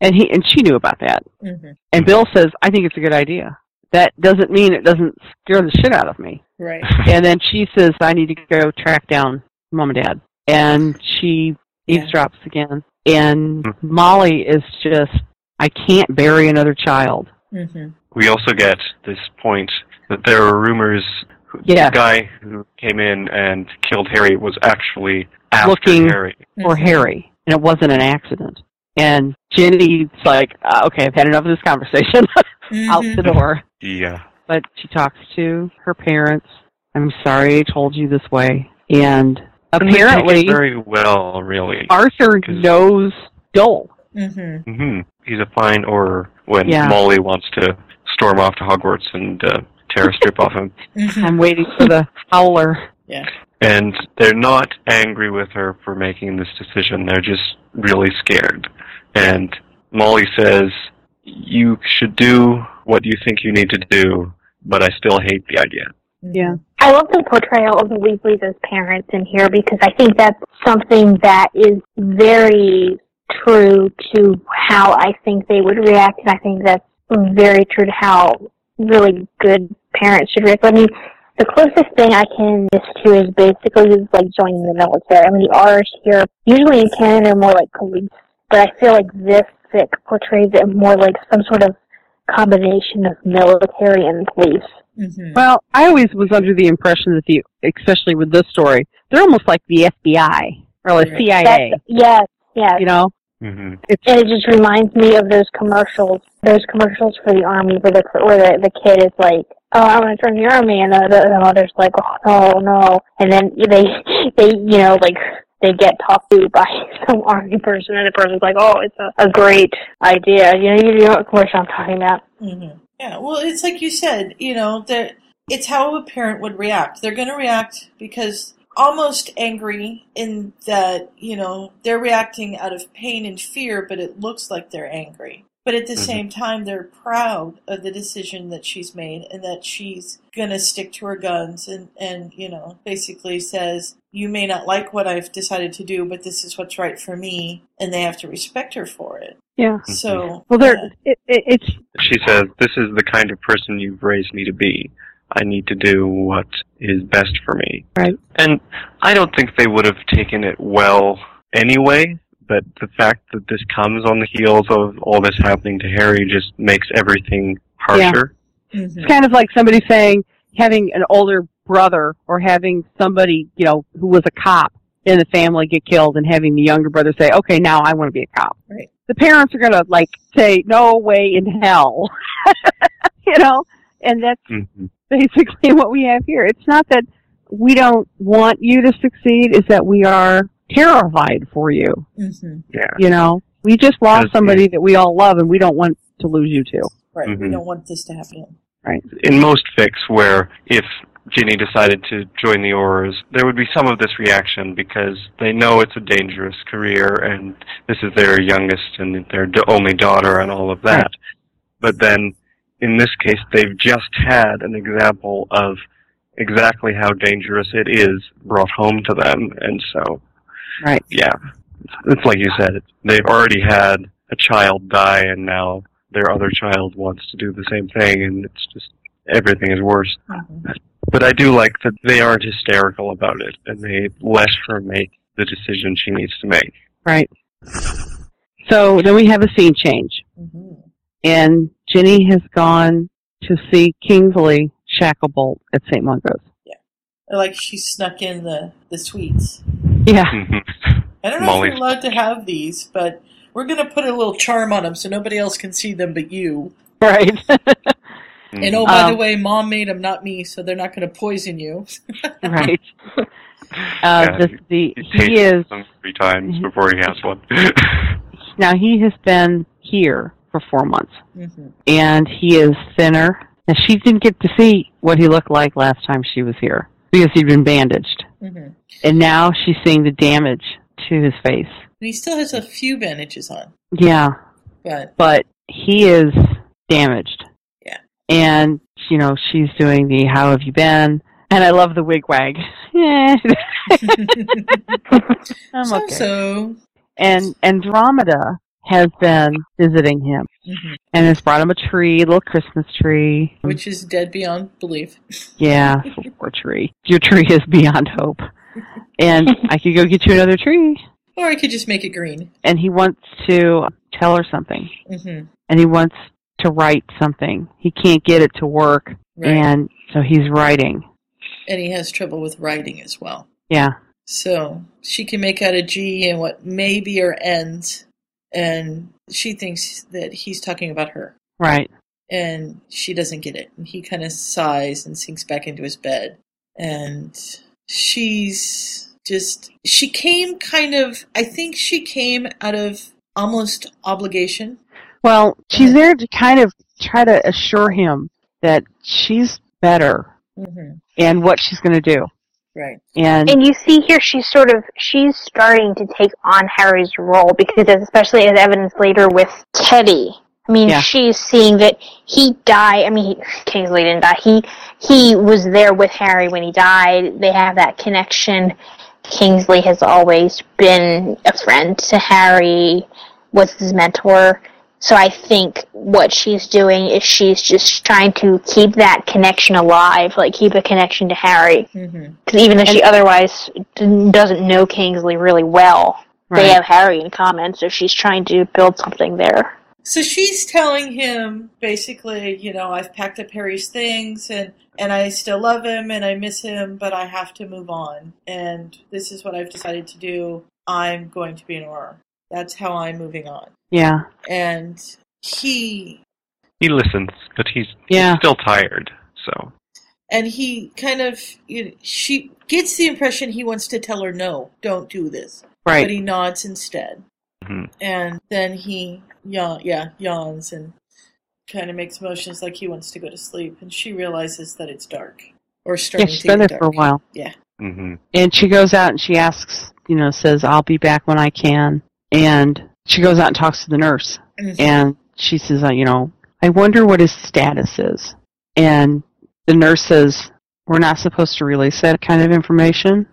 and he and she knew about that.
hmm
And
Mm-hmm.
Bill says, "I think it's a good idea." That doesn't mean it doesn't scare the shit out of me.
Right.
And then she says, I need to go track down mom and dad. And she
Yeah.
eavesdrops again. And
Hmm.
Molly is just, I can't bury another child.
hmm
We also get this point that there are rumors who-
Yes.
the guy who came in and killed Harry was actually after
Looking-
Harry.
Or Harry. And it wasn't an accident. And Jenny's like, uh, okay, I've had enough of this conversation. Out
Mhm.
the
Mm-hmm.
door.
Yeah.
But she talks to her parents. I'm sorry I told you this way. And
And they take it
apparently,
very well, really.
Arthur
'cause-
knows Dole.
Mhm.
hmm He's a fine or when
Yeah.
Molly wants to storm off to Hogwarts and uh, tear a strip off him.
Mhm.
I'm waiting for the howler.
And they're not angry with her for making this decision. They're just really scared. And Molly says, You should do what you think you need to do, but I still hate the idea.
Yeah.
I love the portrayal of the Weasleys as parents in here because I think that's something that is very true to how I think they would react, and I think that's very true to how really good parents should react. I mean, the closest thing I can this to is basically just like joining the military. I mean, the R's here usually in Canada they're more like police, but I feel like this fic portrays it more like some sort of combination of military and police.
Mhm.
Well, I always was under the impression that the, especially with this story, they're almost like the FBI or like
Right.
CIA.
That's, yes, yes.
You know,
Mm-hmm.
And it just reminds me of those commercials, those commercials for the army where the where the, the kid is like, "Oh, I want to join the army," and the, the, the mother's like, "Oh no, no," and then they they you know like they get talked to by some army person, and the person's like, "Oh, it's a, a great idea." You know, you know what commercial I'm talking about?
hmm Yeah, well, it's like you said, you know, that it's how a parent would react. They're going to react because almost angry in that, you know, they're reacting out of pain and fear, but it looks like they're angry. But at the
Mhm.
same time, they're proud of the decision that she's made and that she's going to stick to her guns and, and, you know, basically says, you may not like what I've decided to do, but this is what's right for me. And they have to respect her for it.
yeah.
So,
Well, they're it, it, it's
She says, This is the kind of person you've raised me to be. I need to do what is best for me.
Right.
And I don't think they would have taken it well anyway, but the fact that this comes on the heels of all this happening to Harry just makes everything harsher.
yeah. Mhm.
it's kind of like somebody saying having an older brother or having somebody you know who was a cop in the family get killed and having the younger brother say, "Okay, now I want to be a cop."
Right.
The parents are gonna like say, "No way in hell," you know. And that's
Mm-hmm.
basically what we have here. It's not that we don't want you to succeed, it's that we are terrified for you.
Mm-hmm.
Yeah.
You know, we just lost somebody that we all love and we don't want to lose you to.
Right. We
Mhm.
don't want this to happen.
Right.
in most fics where if Ginny decided to join the Aurors, there would be some of this reaction because they know it's a dangerous career and this is their youngest and their d- only daughter and all of that. But then in this case, they've just had an example of exactly how dangerous it is brought home to them. And so,
Right.
yeah, it's like you said, they've already had a child die and now their other child wants to do the same thing and it's just everything is worse. But I do like that they aren't hysterical about it and they let her make the decision she needs to make.
Right. So then we have a scene change.
Mm-hmm.
And Ginny has gone to see Kingsley Shacklebolt at St. Mungo's.
Or like she snuck in the, the sweets.
Yeah.
I don't know
Molly.
if you're allowed to have these, but we're going to put a little charm on them so nobody else can see them but you.
Right.
And oh, by
Um,
the way, mom made them, not me, so they're not going to poison you.
right. Uh,
Yeah,
the, the, he
tastes
is Mm-hmm.
them three times before he has one.
now he has been here for four months,
Mhm.
and he is thinner. And she didn't get to see what he looked like last time she was here because he'd been bandaged,
Mhm.
and now she's seeing the damage to his face.
And he still has a few bandages on,
Yeah,
but
but he is damaged.
Yeah.
And you know she's doing the "How have you been?" and I love the wig wag. Yeah. I'm
so
okay.
so.
and Andromeda has been visiting him
Mhm.
and has brought him a tree, a little Christmas tree.
Which is dead beyond belief.
Yeah, it's a poor tree. Your tree is beyond hope. And I could go get you another tree.
Or I could just make it green.
And he wants to tell her something.
hmm
And he wants to write something. He can't get it to work.
Right.
And so he's writing.
And he has trouble with writing as well.
Yeah.
So she can make out a G and what may be her ends, and she thinks that he's talking about her,
Right.
and she doesn't get it. And he kind of sighs and sinks back into his bed. And she's just, she came kind of, I think she came out of almost obligation.
Well, she's there to kind of try to assure him that she's better
Mm-hmm.
and what she's going to do.
Right.
And
And you see here, she's sort of she's starting to take on Harry's role because, as, especially as evidenced later with Teddy. I mean,
Yeah.
she's seeing that he died. I mean, he, Kingsley didn't die. He he was there with Harry when he died. They have that connection. Kingsley has always been a friend to Harry, was his mentor. So I think what she's doing is she's just trying to keep that connection alive, like keep a connection to Harry.
Mm-hmm.
Because even though she otherwise d- doesn't know Kingsley really well, they
Right.
have Harry in common, so she's trying to build something there.
So she's telling him basically, you know, I've packed up Harry's things and and I still love him and I miss him, but I have to move on. And this is what I've decided to do. I'm going to be an auror. That's how I'm moving on.
yeah.
And he
he listens, but he's,
Yeah.
he's still tired. So
and he kind of you know, she gets the impression he wants to tell her no, don't do this.
Right.
But he nods instead. and then he yawn, yeah, yawns and kind of makes motions like he wants to go to sleep, and she realizes that it's dark or starting
she's
to
been
get
there
dark.
for a while.
Yeah,
Mm-hmm.
And she goes out and she asks, you know, says, I'll be back when I can. And she goes out and talks to the nurse.
Mhm.
And she says, uh, you know, I wonder what his status is. And the nurse says, we're not supposed to release that kind of information,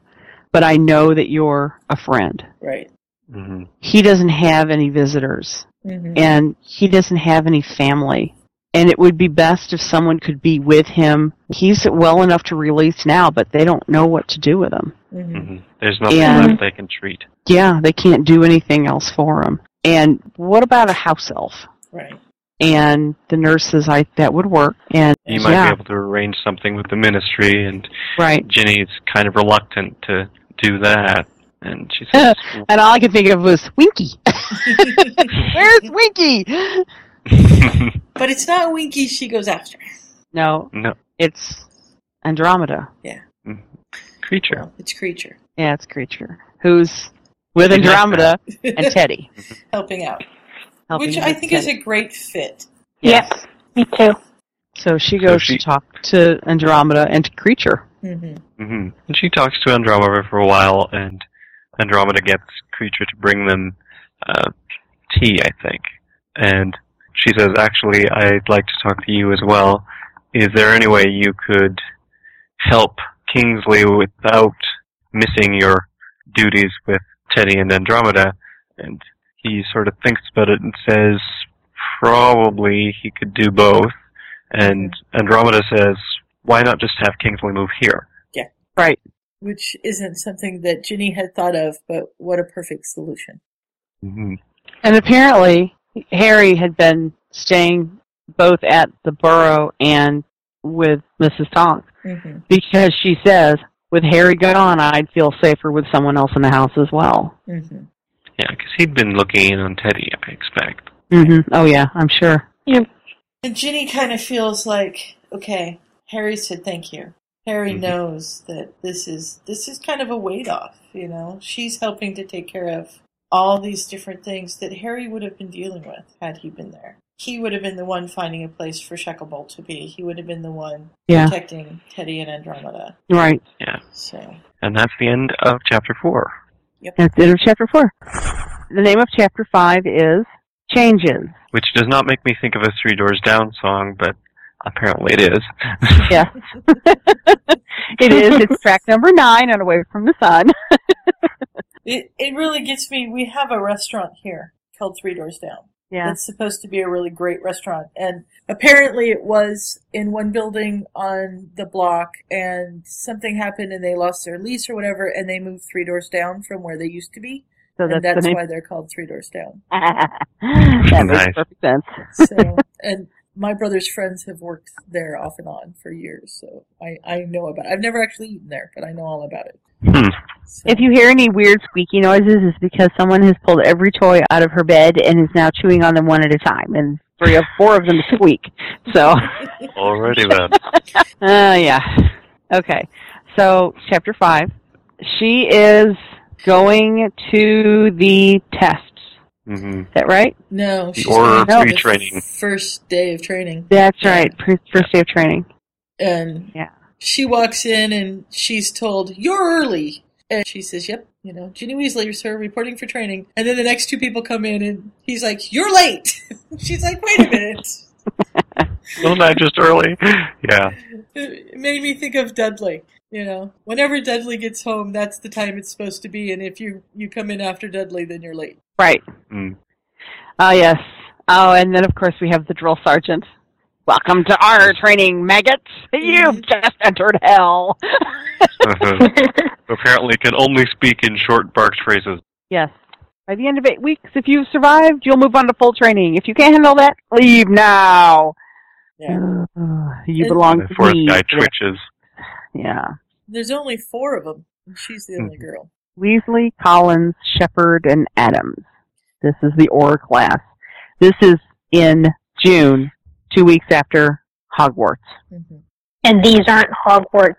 but I know that you're a friend.
right.
mm-hmm,
He doesn't have any visitors
Mhm.
and he doesn't have any family. And it would be best if someone could be with him. He's well enough to release now, but they don't know what to do with him.
mm-hmm,
hmm there's nothing
And-
left they can treat.
Yeah, they can't do anything else for him. And what about a house elf?
Right.
And the nurse says, "I that would work." And
You might
yeah,
be able to arrange something with the ministry, and
right.
Ginny's kind of reluctant to do that. And she says,
and all I could think of was Winky. Where's Winky?
But it's not Winky she goes after.
No.
No. mm-hmm,
It's Andromeda.
Yeah.
Creature.
It's creature.
Yeah, it's Creature. Who's with Andromeda and Teddy.
Helping out.
Helping
Which
with
I think is a
Teddy.
great fit.
Yes.
Me too.
So she goes to talk to Andromeda and to Creature.
Mm-hmm.
hmm And she talks to Andromeda for a while, and Andromeda gets Creature to bring them uh, tea, I think. And she says, "Actually, I'd like to talk to you as well. Is there any way you could help Kingsley without missing your duties with Teddy and Andromeda?" And he sort of thinks about it and says, "Probably he could do both." And Andromeda says, "Why not just have Kingsley move here?"
Yeah.
Right.
Which isn't something that Ginny had thought of, but what a perfect solution.
Mm-hmm.
And apparently, Harry had been staying both at the borough and with Mrs. Tonks
Mm-hmm.
because she says, with Harry gone, I'd feel safer with someone else in the house as well.
Mm-hmm.
Yeah, because he'd been looking in on Teddy, I expect.
Mm-hmm. Oh, yeah, I'm sure.
And Ginny kind of feels like, okay, Harry said thank you. Harry knows that this is this is kind of a weight off, you know. She's helping to take care of all these different things that Harry would have been dealing with had he been there. He would have been the one finding a place for Shacklebolt to be. He would have been the one
Yeah.
protecting Teddy and Andromeda.
Right.
Yeah.
So
And that's the end of chapter four.
That's the end of chapter four. The name of chapter five is Changes.
Which does not make me think of a Three Doors Down song, but apparently it is.
Yes. it is. It's track number nine on Away from the Sun.
It it really gets me. We have a restaurant here called Three Doors Down.
Yeah.
it's supposed to be a really great restaurant, and apparently it was in one building on the block, and something happened, and they lost their lease or whatever, and they moved three doors down from where they used to be.
So
and
that's the
that's
name.
why they're called Three Doors Down.
that makes
Nice.
perfect sense.
So, and my brother's friends have worked there off and on for years, so I I know about. It. I've never actually eaten there, but I know all about it.
Hmm.
If you hear any weird squeaky noises, it's because someone has pulled every toy out of her bed and is now chewing on them one at a time, and three of four of them squeak. So,
Already then.
uh, yeah. Okay. So, chapter five. She is going to the tests.
Mm-hmm.
Is that right?
No,
The Order of
going
Three
to the
training.
First day of training.
That's right. First first day of training.
and
yeah.
she walks in and she's told you're early and she says yep you know ginny weasley sir reporting for training and then the next two people come in and he's like you're late she's like wait a minute
Wasn't I just early? Yeah.
it made me think of dudley you know whenever dudley gets home that's the time it's supposed to be and if you you come in after dudley then you're late
Right.
Mm.
Ah, yes. Oh, and then of course we have the drill sergeant. Welcome to our training, maggots. You've just entered hell.
Apparently can only speak in short barked phrases.
Yes. By the end of eight weeks, if you've survived, you'll move on to full training. If you can't handle that, leave now.
Yeah.
you
And-
belong
The
to
fourth
me.
guy twitches.
Yeah.
there's only four of them and she's the
Mm-hmm.
only girl
Weasley, Collins, Shepard, and Adams. This is the OR class. This is in June, two weeks after Hogwarts.
Mm-hmm.
And these aren't Hogwarts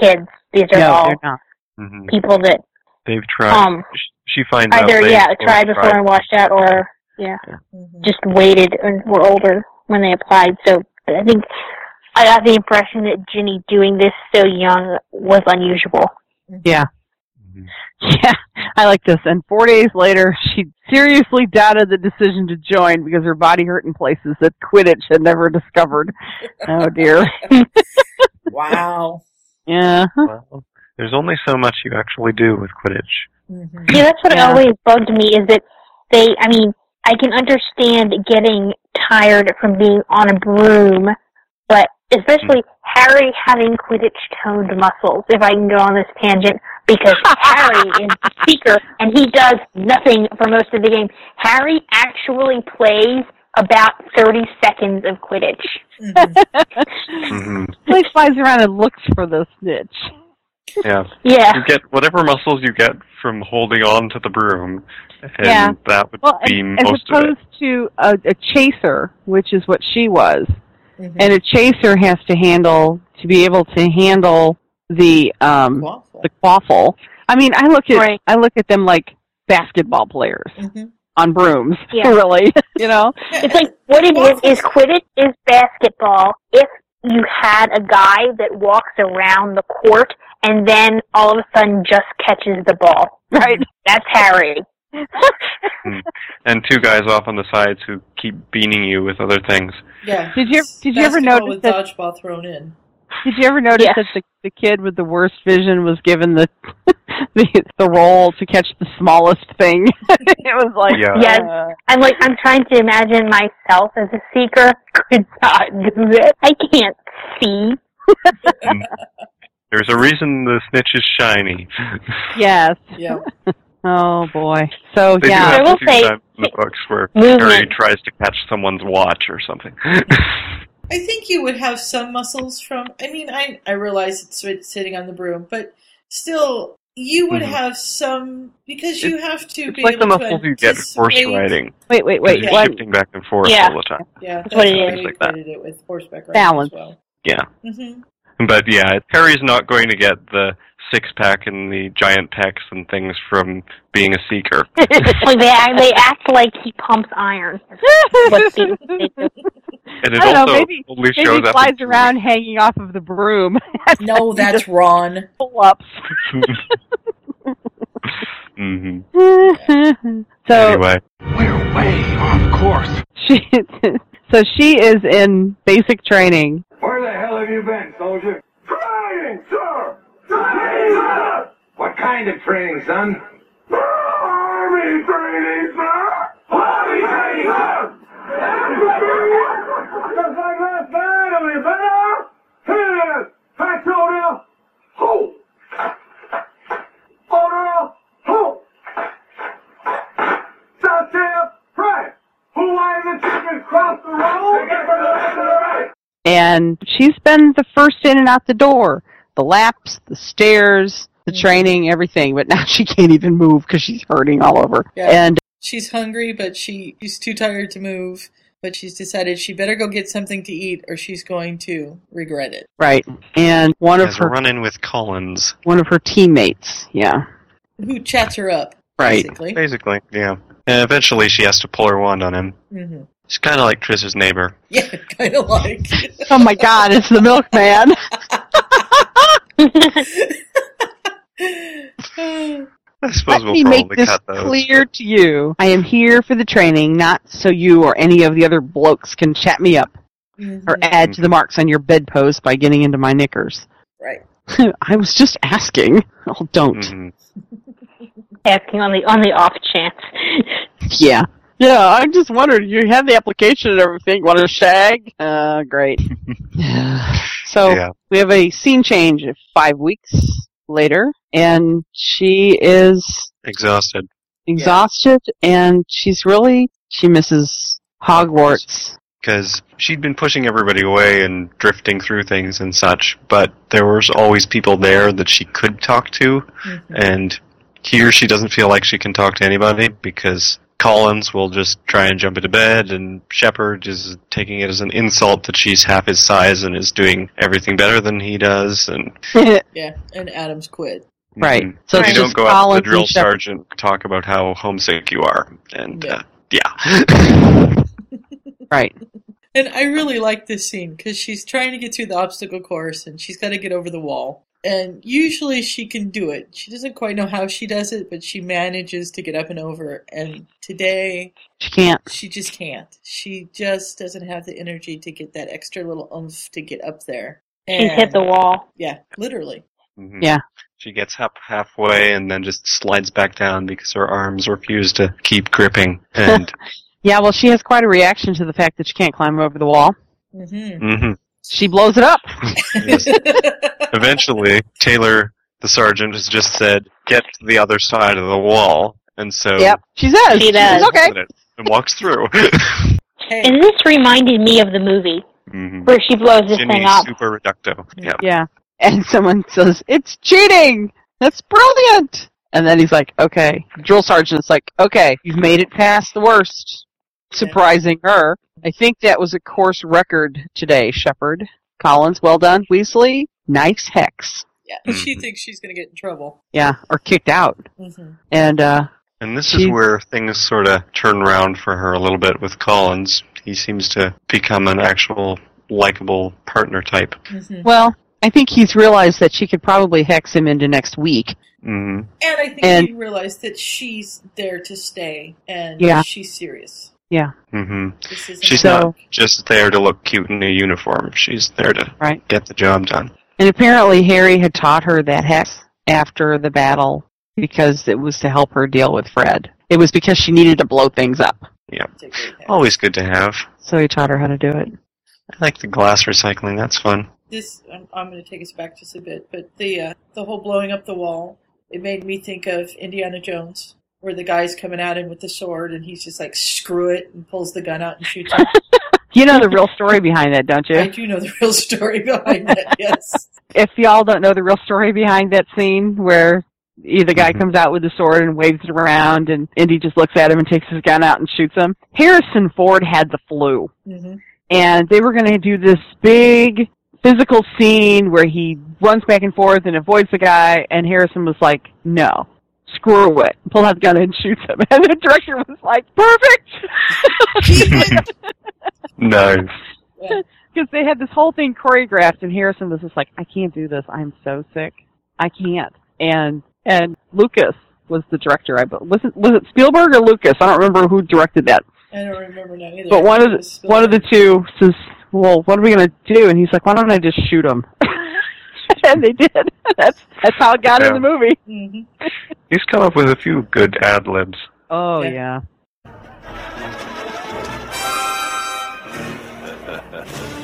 kids. These are
no,
all
they're not.
hmm
people that
They've tried.
Um,
Sh- she finds out.
either
they've
yeah
both
tried before and washed out, or yeah,
Mm-hmm.
just waited and were older when they applied. So I think I got the impression that Ginny doing this so young was unusual.
Yeah.
Mm-hmm.
Yeah, I like this. And four days later, she seriously doubted the decision to join because her body hurt in places that Quidditch had never discovered. oh dear.
wow
yeah.
Well, there's only so much you actually do with Quidditch.
Mm-hmm.
Yeah, that's what
Yeah.
always bugged me is that they, I mean, I can understand getting tired from being on a broom, but especially Harry having Quidditch toned muscles, if I can go on this tangent, because Harry is the speaker and he does nothing for most of the game. Harry actually plays about 30 seconds of Quidditch.
Mm-hmm.
Mm-hmm.
Like flies around and looks for this niche.
Yeah.
Yeah.
You get whatever muscles you get from holding on to the broom, and
Yeah.
that would
Well,
be
and- as
most of it.
opposed to a, a chaser, which is what she was.
Mhm.
and a chaser has to handle to be able to handle the um the quaffle. I mean, I look at I look at them like basketball players
Mm-hmm.
on brooms,
Yeah.
really. you know?
It's like what it is is Quidditch is basketball. If you had a guy that walks around the court and then all of a sudden just catches the ball.
Right.
That's Harry.
and two guys off on the sides who keep beaning you with other things.
Yeah.
Did you did you ever
Basketball
notice
with
that
dodgeball thrown in?
Did you ever notice that the, the kid with the worst vision was given the the the role to catch the smallest thing? it was like uh,
Yeah. Yes. I'm like I'm trying to imagine myself as a seeker. Could not do it. I can't see.
There's a reason the snitch is shiny.
Yes.
Yeah.
oh boy. So
They
yeah.
do have a few times in the books where
Movement.
Harry tries to catch someone's watch or something.
I think you would have some muscles from. I mean, I I realize it's sit- sitting on the broom, but still, you would
Mhm.
have some because you have to
it's
be
like the
able
muscles
to
you get in horse
anticipate-
riding.
Wait, wait, wait,
You're
what?
shifting back and forth
Yeah.
all the time.
Yeah, that's
what it
how
is.
you
Like that.
equated it with horseback riding
Balance.
as well.
Yeah.
hmm
But yeah, Harry's not going to get the six pack and the giant pecs and things from being a seeker.
like they act, they act like he pumps iron. What they- they do.
And it
I don't
also
know, maybe,
only
maybe
shows
he
up
flies around hanging off of the broom.
no, that's Ron.
Pull ups.
hmm
So
Anyway.
We're way off course.
she so she is in basic training.
Where the hell have you been, soldier? Training, sir! Training, sir! What kind of training, son? Army training, sir! Army training, sir! Just like last night, only better! Here it is! Facts order! Ho! Order! Ho! South Tail, right! Who line the chickens cross the road? Take it from the left to the right!
and she's been the first in and out the door the laps the stairs the training everything but now she can't even move because she's hurting all over
Yeah.
and
She's hungry, but she, she's too tired to move. But she's decided she better go get something to eat, or she's going to regret it.
right and one of
Has a
her
run in with Collins.
one of her teammates yeah
Who chats her up?
Right.
Basically.
Basically, yeah. And eventually she has to pull her wand on him.
hmm
She's kind of like Triss's neighbor.
Yeah, kind of like.
oh my god it's the milkman
I suppose
let
we'll
me make
probably
this
cut those.
clear to you i am here for the training not so you or any of the other blokes can chat me up or
Mm-hmm.
add to the marks on your bedpost by getting into my knickers
Right.
i was just asking oh don't
Mm-hmm.
Mm-hmm.
Asking on the on the off chance.
Yeah. Yeah, I just wondered, you have the application and everything. Want to shag? Uh, great. so
Yeah.
we have a scene change five weeks later, and she is
Exhausted.
exhausted, and she's really, she misses Hogwarts.
Because she'd been pushing everybody away and drifting through things and such, but there was always people there that she could talk to,
Mm-hmm.
and here she doesn't feel like she can talk to anybody because Collins will just try and jump into bed, and Shepard is taking it as an insult that she's half his size and is doing everything better than he does, and
yeah, and Adams quit.
Right. So
you
it's
don't
just
go out to
Collins
the
and
drill
Shepard.
sergeant and talk about how homesick you are. And uh, yeah.
right.
And I really like this scene because she's trying to get through the obstacle course and she's got to get over the wall. And usually she can do it. She doesn't quite know how she does it, but she manages to get up and over. And today
She can't.
she just can't. She just doesn't have the energy to get that extra little oomph to get up there.
She's hit the wall.
Yeah, literally.
Yeah.
Mm-hmm. She gets up halfway and then just slides back down because her arms refuse to keep gripping. And
Yeah, well, she has quite a reaction to the fact that she can't climb over the wall.
Mm-hmm.
mhm.
She blows it up.
eventually, Taylor, the sergeant, has just said, "Get to the other side of the wall." And so
Yep. She says.
She does.
says, Okay.
and walks through.
Mm-hmm.
And this reminded me of the movie
Mhm.
where she blows this
Skinny
thing up.
super reducto. Yep.
Yeah. And someone says, It's cheating! That's brilliant! And then he's like, Okay. Drill sergeant's like, Okay, you've made it past the worst. surprising her. I think that was a course record today, Shepard. Collins, well done. Weasley, nice hex.
Yeah, she
Mm-hmm.
thinks she's going to get in trouble.
Yeah, or kicked out.
Mhm.
And uh,
And this is where things sort of turn around for her a little bit with Collins. He seems to become an actual likable partner type.
Mm-hmm.
well, I think he's realized that she could probably hex him into next week.
Mm.
And I think
And-
you realize that she's there to stay and
Yeah.
she's serious.
Yeah.
hmm
This is
She's
So-
not just there to look cute in a uniform. She's there to
Right.
get the job done.
And apparently Harry had taught her that hex after the battle because it was to help her deal with Fred. It was because she needed to blow things up.
Yeah.
Oh.
Always good to have.
So he taught her how to do it.
I like the glass recycling. That's fun.
this I'm, I'm going to take us back just a bit, but the uh, the whole blowing up the wall it made me think of Indiana Jones, where the guy's coming at him with the sword and he's just like screw it and pulls the gun out and shoots him.
You know the real story behind that, don't you?
I do know the real story behind that. Yes,
if y'all don't know the real story behind that scene where either guy comes out with the sword and waves it around and Indy just looks at him and takes his gun out and shoots him. Harrison Ford had the flu.
Mhm.
And they were going to do this big physical scene where he runs back and forth and avoids the guy and Harrison was like, "No. Screw it. Pull out the gun and shoots him." And the director was like, "Perfect."
Nice.
Because they had this whole thing choreographed, and Harrison was just like, "I can't do this. I'm so sick. I can't." And and Lucas was the director. I bu- was it was it Spielberg or Lucas? I don't remember who directed that.
I don't remember now either.
But one of
It
the
was
one of the two says, "Well, what are we gonna do?" And he's like, "Why don't I just shoot him?" and they did. That's that's how it got in the
Yeah.
movie.
Mm-hmm.
He's come up with a few good ad libs.
Oh yeah.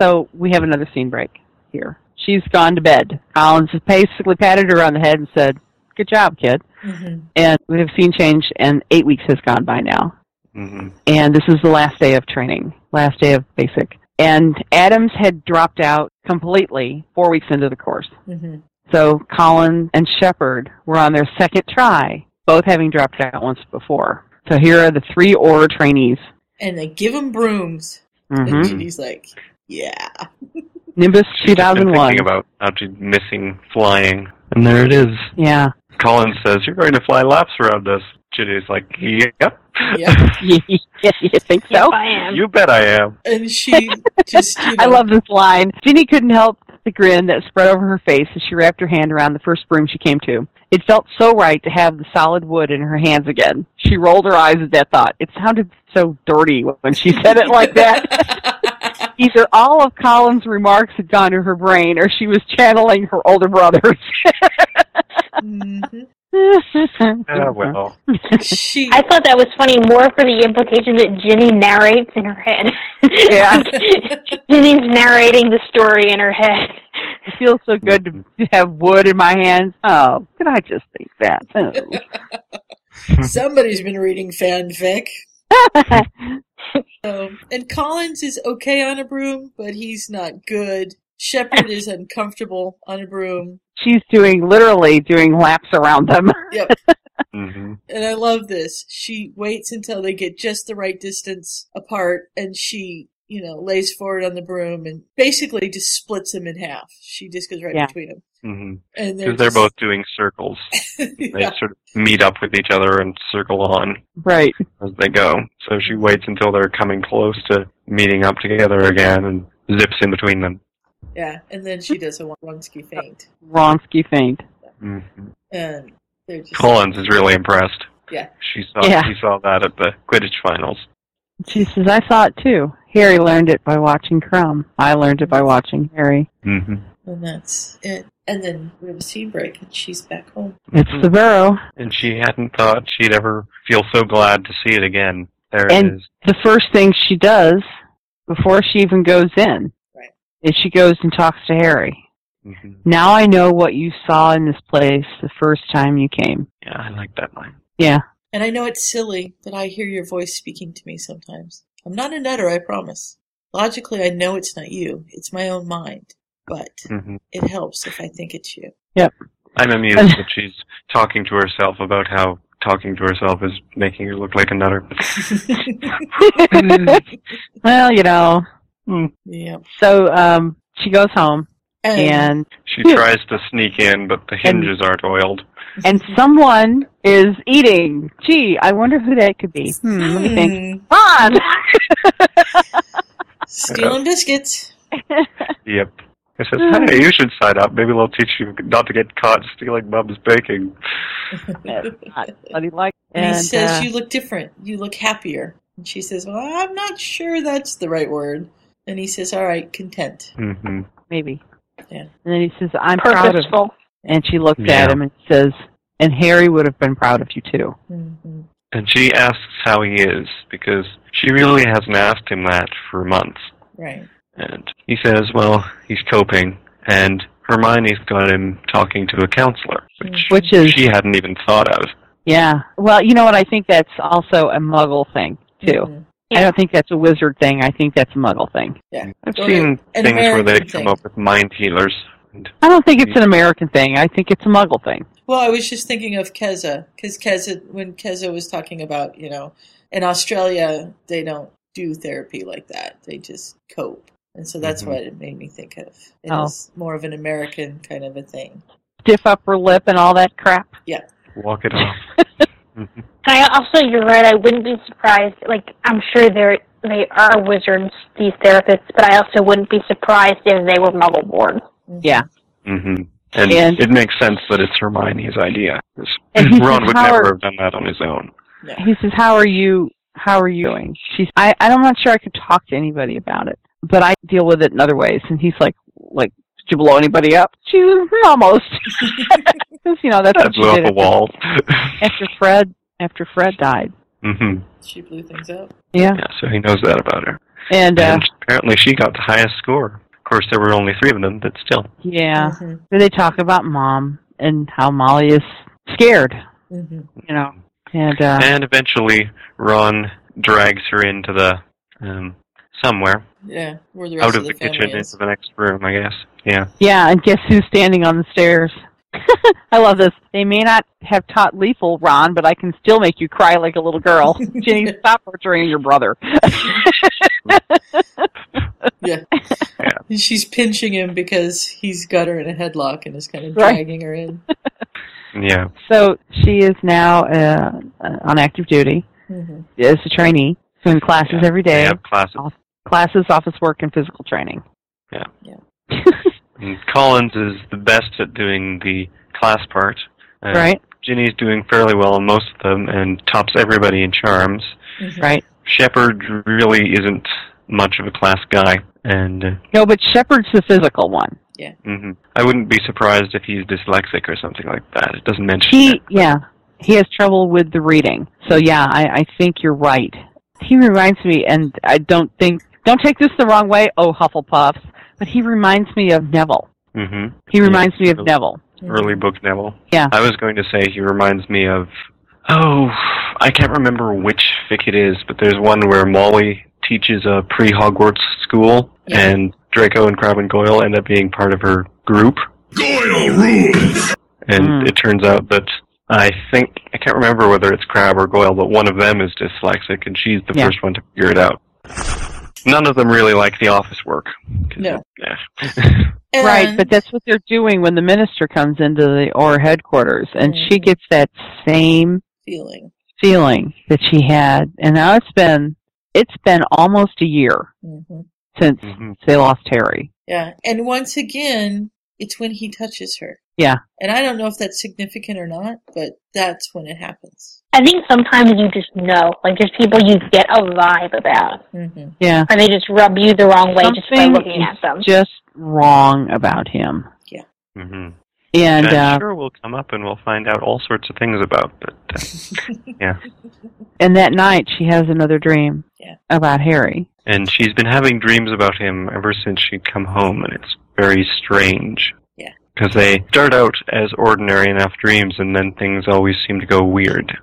so we have another scene break here. She's gone to bed. Collins has basically patted her on the head and said, "Good job, kid."
Mhm.
And we have seen change, and eight weeks has gone by now.
Mm-hmm.
hmm
And this is the last day of training, last day of basic. And Adams had dropped out completely four weeks into the course.
Mhm.
So Colin and Shepard were on their second try, both having dropped out once before. So here are the three OR trainees.
and they give him brooms. And
Mhm.
she's like, yeah.
Nimbus
Mm-hmm. Been
2001.
thinking about how she's missing flying. And there it is.
Yeah.
Colin says, You're going to fly laps around us. Ginny's like, Yep.
you think so?
You bet I am.
And she just, you know,
I love this line. Ginny couldn't help the grin that spread over her face as she wrapped her hand around the first broom she came to. It felt so right to have the solid wood in her hands again. She rolled her eyes at that thought. It sounded so dirty when she said it like that. Either all of Colin's remarks had gone to her brain or she was channeling her older brothers. Uh-huh.
Oh,
Ah, well.
Mm-hmm. she.
I thought that was funny more for the implication that Ginny narrates in her head.
Yeah.
Ginny's narrating the story in her head.
It feels so good to have wood in my hands. Oh, could I just think that? Oh.
Somebody's been reading fanfic.
Oh.
so, and Collins is okay on a broom, but he's not good. Shepard is uncomfortable on a broom.
She's doing literally doing laps around them.
Yep.
hmm
And I love this. She waits until they get just the right distance apart and she, you know, lays forward on the broom and basically just splits them in half. She just goes right
Yeah.
between them.
hmm
And they're
Because Mm-hmm. they're
just-
both doing circles. They sort of meet up with each other and circle on
Right.
as they go. So she waits until they're coming close to meeting up together again and zips in between them.
Yeah. And then she does a Wronski faint.
Ronsky faint.
Mhm.
And they're just.
Collins is really impressed.
Yeah.
She saw
Yeah.
she saw that at the Quidditch finals.
She says, I saw it too. Harry learned it by watching Crumb. I learned it by watching Harry.
Mm-hmm.
And that's it. And then we have a scene break and she's back home.
It's the burrow.
And she hadn't thought she'd ever feel so glad to see it again. There it
And
is.
the first thing she does before she even goes in is she goes and talks to Harry.
Mm-hmm.
Now I know what you saw in this place the first time you came.
Yeah, I like that line.
Yeah.
And I know it's silly, but I hear your voice speaking to me sometimes. I'm not a nutter, I promise. Logically, I know it's not you. It's my own mind. But
Mhm.
it helps if I think it's you.
Yep.
I'm amused that she's talking to herself about how talking to herself is making her look like a nutter.
well, you know.
Yeah.
So um, she goes home,
Um,
and
She tries to sneak in, but the hinges aren't oiled.
and someone is eating. Gee, I wonder who that could be. Hmm, let me think. Ron.
Stealing biscuits.
Yep. I says, hey, you should sign up. Maybe they'll teach you not to get caught stealing Mum's baking.
Bloody like.
And, he
And,
says,
uh,
You look different. You look happier. And she says, Well, I'm not sure that's the right word. And he says, All right, content.
Mm-hmm.
Maybe.
Yeah.
And then he says, I'm proud of
Purposeful.
And she looked
Yeah.
at him and says, and Harry would have been proud of you too. Mm-hmm.
And she asks how he is, because she really hasn't asked him that for months.
Right.
And he says, well, he's coping. And Hermione's got him talking to a counselor, which,
Which is-
she hadn't even thought of.
Yeah. Well, you know what? I think that's also a muggle thing too.
Mm-hmm.
I don't think that's a wizard thing. I think that's a muggle thing.
Yeah.
I've seen things where they come up with mind healers.
I don't think it's an American thing. I think it's a muggle thing.
Well, I was just thinking of Keza because Keza, when Keza was talking about, you know, in Australia they don't do therapy like that; they just cope, and so that's
Mhm.
what it made me think of. It
Oh.
was more of an American kind of a thing.
Stiff upper lip and all that crap.
Yeah.
Walk it off. Mm-hmm.
I also, you're right. I wouldn't be surprised. Like, I'm sure they're they are wizards, these therapists, but I also wouldn't be surprised if they were muggle-born.
Yeah.
hmm And,
And-
it makes sense that it's Hermione's idea. 'cause
And he
Ron
says,
would
"How
never
are-
have done that on his own.
He says, "How are you? How are you doing?" She's, "I, I'm not sure I could talk to anybody about it, but I deal with it in other ways." And he's like, "Like, did you blow anybody up?" She was "Hmm, almost. 'Cause, you know, that's
I
what she
blew up
did
a
after-
wall.
after Fred. After Fred died.
hmm
She blew things up.
Yeah.
Yeah, so he knows that about her.
And, uh,
apparently she got the highest score. Of course, there were only three of them, but still.
yeah.
Mm-hmm.
Where They talk about mom and how Molly is scared.
Mm-hmm.
You know. And uh,
and eventually, Ron drags her into the um, somewhere
Yeah, where the rest
out of
of
the,
family
kitchen eh?
is.
into the next room, I guess. Yeah.
yeah, and guess who's standing on the stairs? I love this. They may not have taught lethal, Ron, but I can still make you cry like a little girl. Jenny, stop torturing your brother.
Yeah. And She's pinching him because he's got her in a headlock and is kind of
Right.
dragging her in.
Yeah.
So she is now uh, uh, on active duty
Mhm.
as a trainee, doing classes every day.
have classes.
Off- classes, office work, and physical training.
Yeah. and Collins is the best at doing the class part. Uh,
Right.
Ginny's doing fairly well on most of them and tops everybody in charms.
Mm-hmm.
Right.
Shepard really isn't much of a class guy, and uh,
No, but Shepard's the physical one.
Yeah.
hmm I wouldn't be surprised if he's dyslexic or something like that. It doesn't mention.
He, yeah, he has trouble with the reading. So yeah, I, I think you're right. He reminds me, and I don't think, don't take this the wrong way, oh Hufflepuffs, but he reminds me of Neville.
hmm
He reminds me of Neville.
Early book Neville.
Yeah.
I was going to say he reminds me of. Oh, I can't remember which fic it is, but there's one where Molly teaches a pre-Hogwarts school, and Draco and Crabbe and Goyle end up being part of her group.
Goyle rules!
And it turns out that I think I can't remember whether it's Crab or Goyle, but one of them is dyslexic, and she's the
Yeah.
first one to figure it out. None of them really like the office work.
No.
Yeah.
right, but that's what they're doing when the minister comes into the OR headquarters, and she gets that same
Feeling.
feeling that she had, and now it's been it's been almost a year
hmm
since
Mm-hmm,
they lost Harry.
Yeah. And once again, it's when he touches her.
Yeah,
And I don't know if that's significant or not, but that's when it happens.
I think sometimes you just know. Like, there's people you get a vibe about.
Mm-hmm.
yeah.
Or they just rub you the wrong way just by
Something
looking at
is
them.
Just wrong about him.
Yeah.
hmm
And
I'm
uh,
sure we'll come up and we'll find out all sorts of things about. But uh, yeah,
and that night she has another dream about Harry.
and she's been having dreams about him ever since she'd come home, and it's very strange.
Yeah.
Because they start out as ordinary enough dreams, and then things always seem to go weird.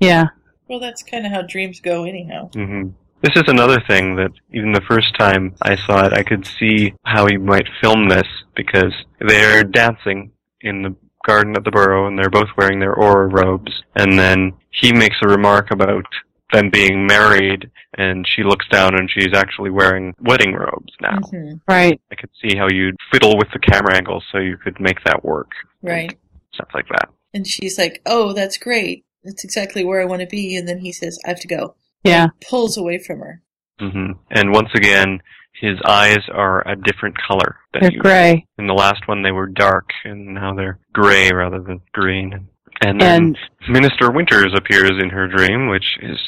Yeah.
Well, that's kind of how dreams go, anyhow.
hmm This is another thing that even the first time I saw it, I could see how he might film this because they're dancing in the garden at the burrow and they're both wearing their aura robes. And then he makes a remark about them being married and she looks down and she's actually wearing wedding robes now.
Mm-hmm.
Right.
I could see how you'd fiddle with the camera angles so you could make that work,
Right.
stuff like that.
And she's like, "Oh, that's great. That's exactly where I want to be." And then he says, "I have to go."
Yeah.
Pulls away from her.
hmm And once again, his eyes are a different color. Than
They're
usual.
gray.
In the last one, they were dark, and now they're gray rather than green. And then
And-
Minister Winters appears in her dream, which is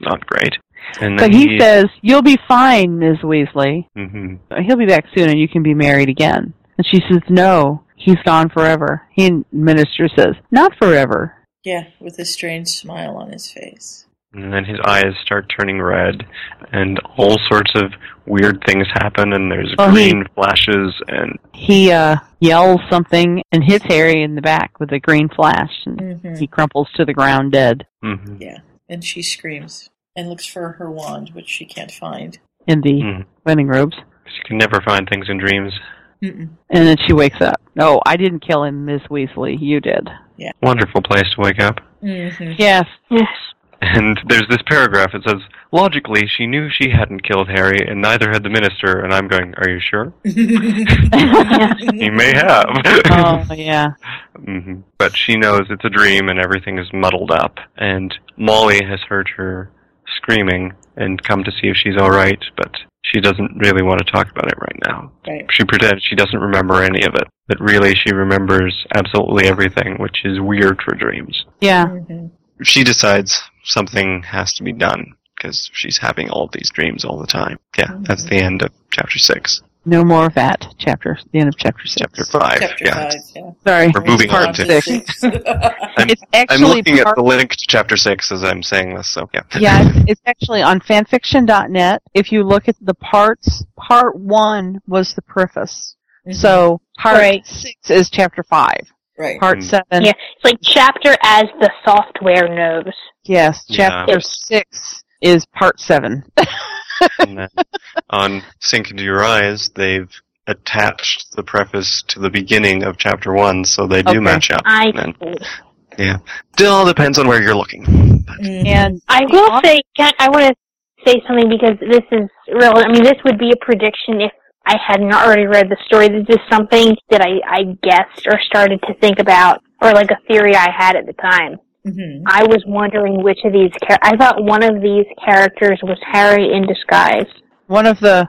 not great. And then
But he says, You'll be fine, Ms. Weasley.
hmm
He'll be back soon and you can be married again. And she says, No, he's gone forever. He and minister says, Not forever.
Yeah, with a strange smile on his face.
And then his eyes start turning red, and all sorts of weird things happen, and there's
Well, he-
green flashes, and
He uh yells something and hits Harry in the back with a green flash and
Mhm.
he crumples to the ground dead.
Mhm.
Yeah. And she screams and looks for her wand, which she can't find.
in the
Mm.
wedding robes.
you can never find things in dreams.
Mm-mm.
And then she wakes up. No, I didn't kill him, Miss Weasley. You did.
Wonderful place to wake up.
Mm-hmm.
Yes.
Yes.
And there's this paragraph that says, logically, she knew she hadn't killed Harry, and neither had the minister. And I'm going, are you sure? he may have.
oh
Um,
yeah.
hmm But she knows it's a dream, and everything is muddled up. And Molly has heard her screaming and come to see if she's all right, but she doesn't really want to talk about it right now.
Right.
She pretends she doesn't remember any of it, but really she remembers absolutely everything, which is weird for dreams.
Yeah.
Mhm.
She decides something has to be done because she's having all of these dreams all the time. Yeah, that's
Mm-hmm.
the end of chapter six.
No more of that chapter. The end of chapter six.
Chapter five.
Chapter
yeah.
five. Yeah.
Sorry.
We're moving
Part
on to-
six.
I'm-
it's
I'm
actually
looking at
part-
the link to chapter six as I'm saying this, so yeah.
yeah, it's, it's actually on fanfiction.net. If you look at the parts, part one was the preface. So part
Mm-hmm. Right.
six is chapter five.
Right.
Part
Mm.
seven,
Yeah. It's like chapter as the software knows.
yes.
Yeah.
Chapter six is part seven.
And then on Sink Into Your Eyes, they've attached the preface to the beginning of chapter one, so they do
Okay.
match up.
I
And still depends on where you're looking. But
Mhm.
And
Mm-hmm. I will say, can, I want to say something because this is real. I mean, this would be a prediction if I hadn't already read the story. This is something that I, I guessed or started to think about, or like a theory I had at the time.
Mhm.
I was wondering which of these char- I thought one of these characters was Harry in disguise.
one of the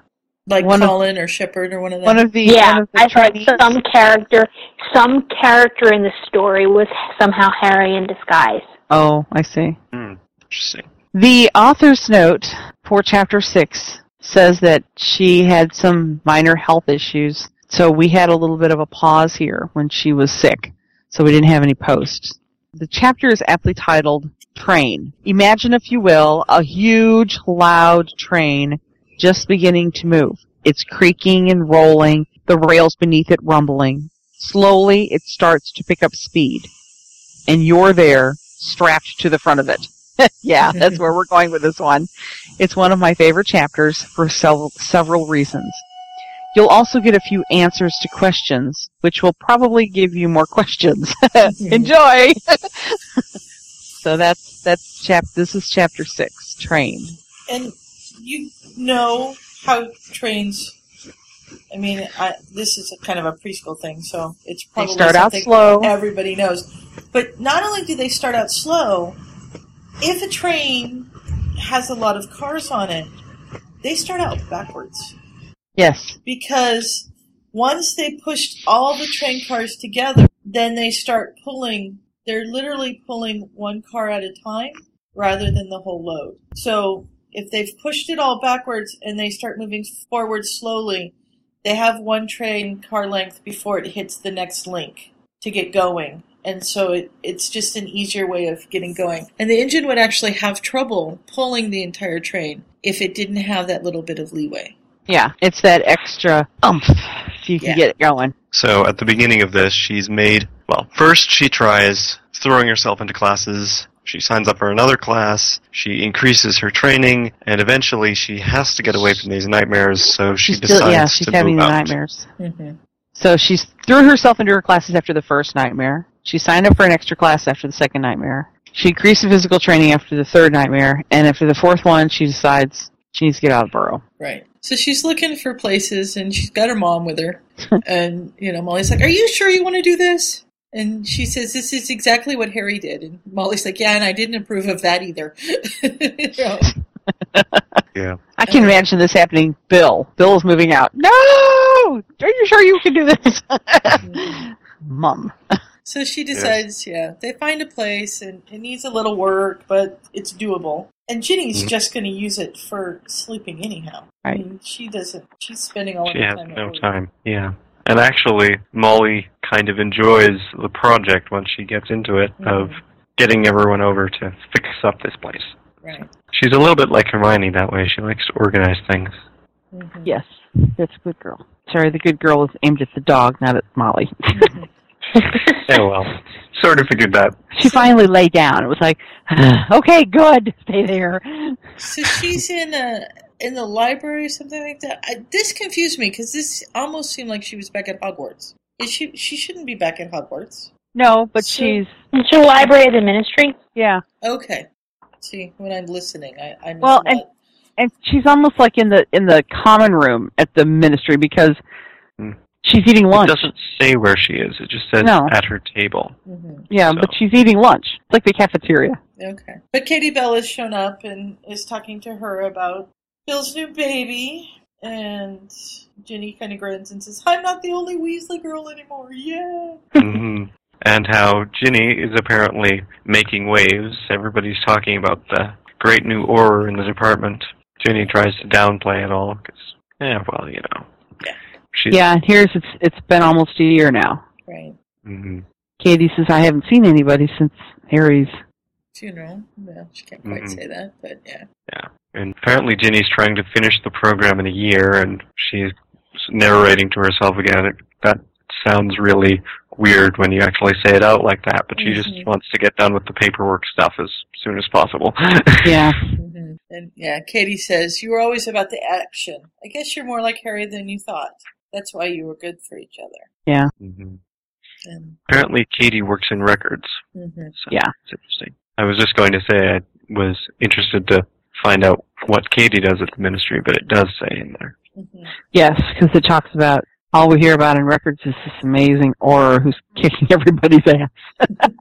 Like
One of-
Colin or Shepard or one of them.
one of the
yeah,
one of the
I thought
Chinese-
some character, some character in the story was somehow Harry in disguise.
Oh, I see.
interesting.
The author's note for chapter 6 says that she had some minor health issues, so we had a little bit of a pause here when she was sick, so we didn't have any posts. The chapter is aptly titled Train. Imagine, if you will, a huge, loud train just beginning to move. It's creaking and rolling, the rails beneath it rumbling. Slowly, it starts to pick up speed, and you're there, strapped to the front of it yeah, that's where we're going with this one. It's one of my favorite chapters for several, several reasons. You'll also get a few answers to questions, which will probably give you more questions. Enjoy. so that's that's chap. This is chapter six. Train.
And you know how trains. I mean, I, this is a kind of a preschool thing, so it's
They
probably
start out
something
slow.
Everybody knows, but not only do they start out slow, if a train has a lot of cars on it, they start out backwards
Yes.
because once they pushed all the train cars together, then they start pulling. They're literally pulling one car at a time rather than the whole load. So if they've pushed it all backwards and they start moving forward slowly, they have one train car length before it hits the next link to get going. And so it, it's just an easier way of getting going. And the engine would actually have trouble pulling the entire train if it didn't have that little bit of leeway.
Yeah. It's that extra umph if you can
Yeah.
get it going.
So at the beginning of this, she's made. Well, first she tries throwing herself into classes.
She signs up for another class, she increases her training, and eventually she has to get away from these nightmares, so she
She's
decides
still, yeah, she's
to
having
move
the
out.
nightmares. So she threw herself into her classes after the first nightmare. She signed up for an extra class after the second nightmare. She increased the physical training after the third nightmare, and after the fourth one, she decides she needs to get out of the burrow.
Right. So she's looking for places and she's got her mom with her. and, you know, Molly's like, Are you sure you want to do this? And she says, This is exactly what Harry did. And Molly's like, Yeah, and I didn't approve of that either. You know?
Yeah.
I can imagine this happening. Bill, Bill is moving out. No, are you sure you can do this, Mom?
So she decides, yeah, they find a place and it needs a little work, but it's doable. And Ginny's
Mhm.
just going to use it for sleeping anyhow. I
Right.
mean, she doesn't, she's spending all of
She
her
has
time. at
no
work.
time. Yeah. And actually, Molly kind of enjoys the project once she gets into it
Mm-hmm.
of getting everyone over to fix up this place.
Right.
She's a little bit like Hermione that way. She likes to organize things.
Yes, that's a good girl. Sorry, the good girl is aimed at the dog, not at Molly.
Yeah, Oh, well, sort of figured that.
she finally lay down. It was like, okay, good, stay there.
So she's in a in the library or something like that. I, this confused me because this almost seemed like she was back at Hogwarts. Is she she shouldn't be back at Hogwarts.
No, but
So-
she's
It's a library of the ministry.
yeah.
Okay. See, when I'm listening, I I'm
Well,
not-
and and she's almost like in the in the common room at the ministry because she's eating lunch.
Hmm. It doesn't say where she is. It just says
No.
at her table.
yeah, but she's eating lunch. It's like the cafeteria.
mm-hmm, okay. But Katie Bell has shown up and is talking to her about Bill's new baby, and Ginny kind of grins and says, "I'm not the only Weasley girl anymore." Yeah.
hmm And how Ginny is apparently making waves. Everybody's talking about the great new aura in the department. Ginny tries to downplay it all because, yeah, well, you know. She's,
yeah, and here's it's it's been almost a year now.
Right.
hmm
Katie says I haven't seen anybody since Harry's.
Funeral. No, she can't quite
Mhm.
say that, but yeah.
And apparently Ginny's trying to finish the program in a year, and she's narrating to herself again. It, that sounds really weird when you actually say it out like that, but she
Mhm.
just
Mm-hmm.
wants to get done with the paperwork stuff as soon as possible.
Yeah.
And yeah, Katie says, You were always about the action. I guess you're more like Harry than you thought. That's why you were good for each other.
Yeah.
hmm
And,
Apparently Katie works in records.
mhm.
So It's interesting. I was just going to say I was interested to find out what Katie does at the ministry, but it does say in there.
Mm-hmm.
Yes, because it talks about all we hear about in records is this amazing aura who's kicking everybody's ass.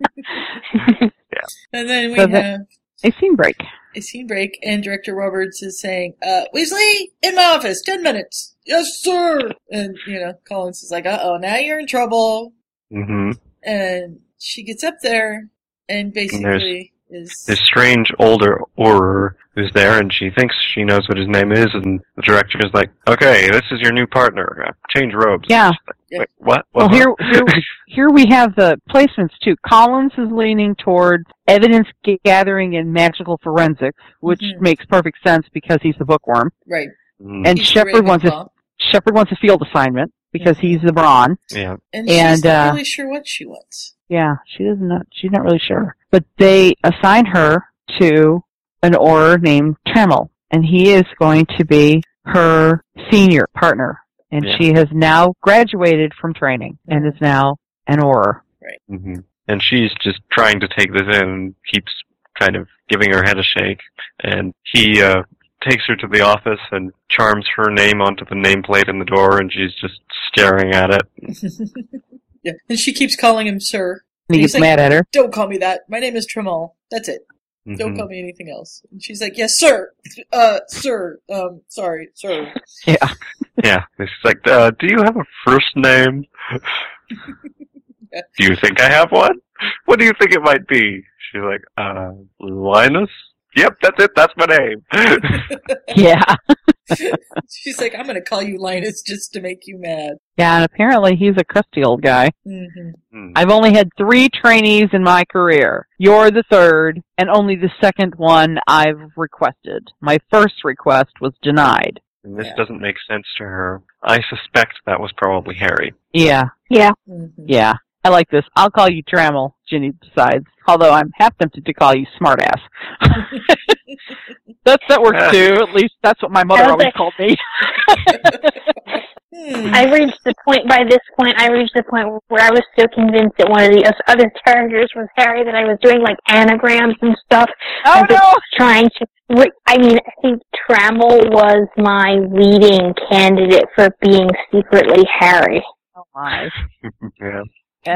and then we
So that-
have
a scene break.
a scene break, and Director Roberts is saying, uh, Weasley, in my office, 10 minutes. Yes, sir. And, you know, Collins is like, Uh oh, now you're in trouble.
hmm
And she gets up there and basically is.
This strange older Auror who's there, and she thinks she knows what his name is, and the director is like, "Okay, this is your new partner. Uh, Change robes."
Yeah.
Wait, what?
Well,
What?
here, here, here we have the placements too. Collins is leaning toward evidence g- gathering and magical forensics, which
Mhm.
makes perfect sense because he's the bookworm.
Right.
Mm-hmm.
And
He's
Shepard wants a
Ravenclaw.
Shepard wants a field assignment because he's the brawn.
Yeah.
And she's
and
not
uh,
really sure what she wants.
yeah, she doesn't. Know, she's not really sure. But they assign her to an orr named Trammell, and he is going to be her senior partner. And
Yeah.
she has now graduated from training and is now an orr.
hmm And she's just trying to take this in, and keeps kind of giving her head a shake, and he uh, takes her to the office and charms her name onto the nameplate in the door, and she's just staring at it.
Yeah. And she keeps calling him sir.
And he
He's
gets mad at her.
Don't call me that. My name is Tremal. That's it. Don't
Mhm.
call me anything else. And she's like, yes, sir. Uh, sir. Um, sorry, sir.
Yeah.
Yeah, it's like, uh, do you have a first name? do you think I have one? What do you think it might be? She's like, uh, Linus? Yep, that's it, that's my name.
Yeah.
she's like, I'm going to call you Linus just to make you mad.
Yeah, and apparently he's a crusty old guy.
hmm
I've only had three trainees in my career. You're the third, and only the second one I've requested. My first request was denied.
and this doesn't make sense to her. I suspect that was probably Harry.
Yeah,
Yeah.
Mm-hmm.
yeah. I like this. I'll call you Trammel. Ginny decides. Although I'm half tempted to call you smartass. that that works too. At least that's what my mother
Sounds
always
like-
called me.
Hmm,
I reached the point, by this point, I reached the point where I was so convinced that one of the us- other characters was Harry that I was doing like anagrams and stuff.
Oh,
I was trying to, re- I mean, I think Trammell was my leading candidate for being secretly Harry.
Oh my.
yeah.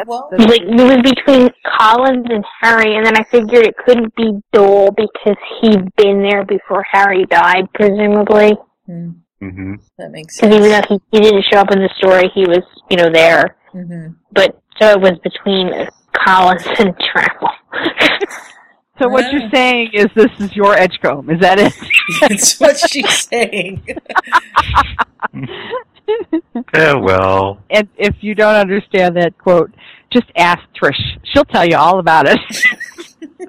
well,
Like, it was between Collins and Harry, and then I figured it couldn't be Dole because he'd been there before Harry died, presumably.
Mm-hmm.
That makes
Because even though he, he didn't show up in the story, he was, you know, there.
Mm-hmm.
But so it was between Collins and Trammell.
So what you're saying is this is your edgecomb? Is that it?
That's what she's saying.
Yeah, well.
And if you don't understand that quote, just ask Trish. She'll tell you all about it.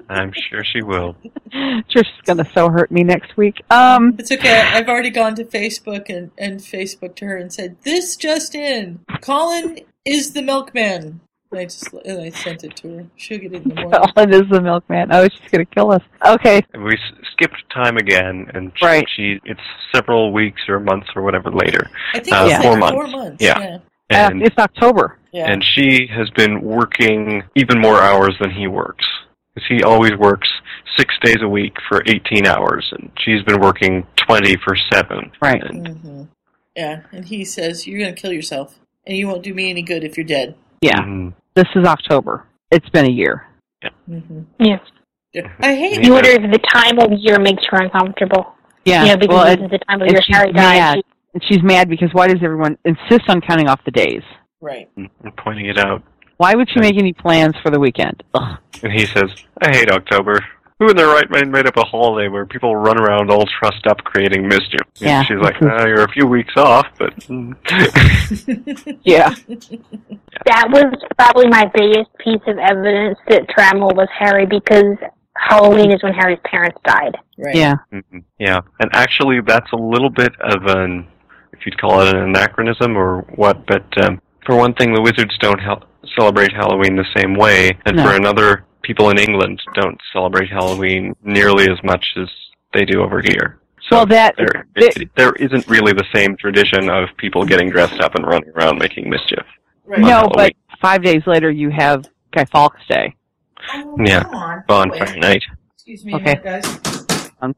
I'm sure she will.
Trish is gonna so hurt me next week. Um,
It's okay. I've already gone to Facebook and, and Facebook to her and said, This just in. Colin is the milkman. And I just and I sent it to her. She'll get it in the morning.
Colin is the milkman. Oh, she's gonna kill us. Okay, uh,
We s- skipped time again, and she,
Right.
she it's several weeks or months or whatever later.
I think
Uh,
it's like four
four months.
months.
Yeah.
Yeah.
And
uh, it's October.
Yeah.
and she has been working even more hours than he works. 'Cause he always works six days a week for 18 hours, and she's been working 20 for seven.
Right.
And
hmm Yeah. And he says, You're going to kill yourself. And you won't do me any good if you're dead.
Yeah,
Mhm.
this is October. It's been a year.
hmm
Yeah.
I hate
You wonder if the time of year makes her uncomfortable.
Yeah,
you know, because
well,
this
and-
is the time of
and
year
she's
Harry died.
mad. And she's mad because why does everyone insist on counting off the days?
Right.
I'm pointing it out,
Why would she make any plans for the weekend? Ugh.
and he says, "I hate October." Who in their right mind made up a holiday where people run around all trussed up creating mischief? And
Yeah.
she's like, uh, "You're a few weeks off, but mm,
Yeah.
That was probably my biggest piece of evidence that Trammell was Harry because Halloween is when Harry's parents died.
Right.
Yeah.
Mhm. Yeah, and actually, that's a little bit of an, if you'd call it an anachronism or what. But um, for one thing, the wizards don't hel- celebrate Halloween the same way, and
No.
for another, people in England don't celebrate Halloween nearly as much as they do over here. So
well, that
there,
th-
it- there isn't really the same tradition of people getting dressed up and running around making mischief.
Right.
no,
Halloween.
but five days later you have Guy Fawkes Day.
Oh,
Yeah.
Come on.
Bonfire
Wait.
night.
Excuse me, a
Okay.
minute, guys.
Um,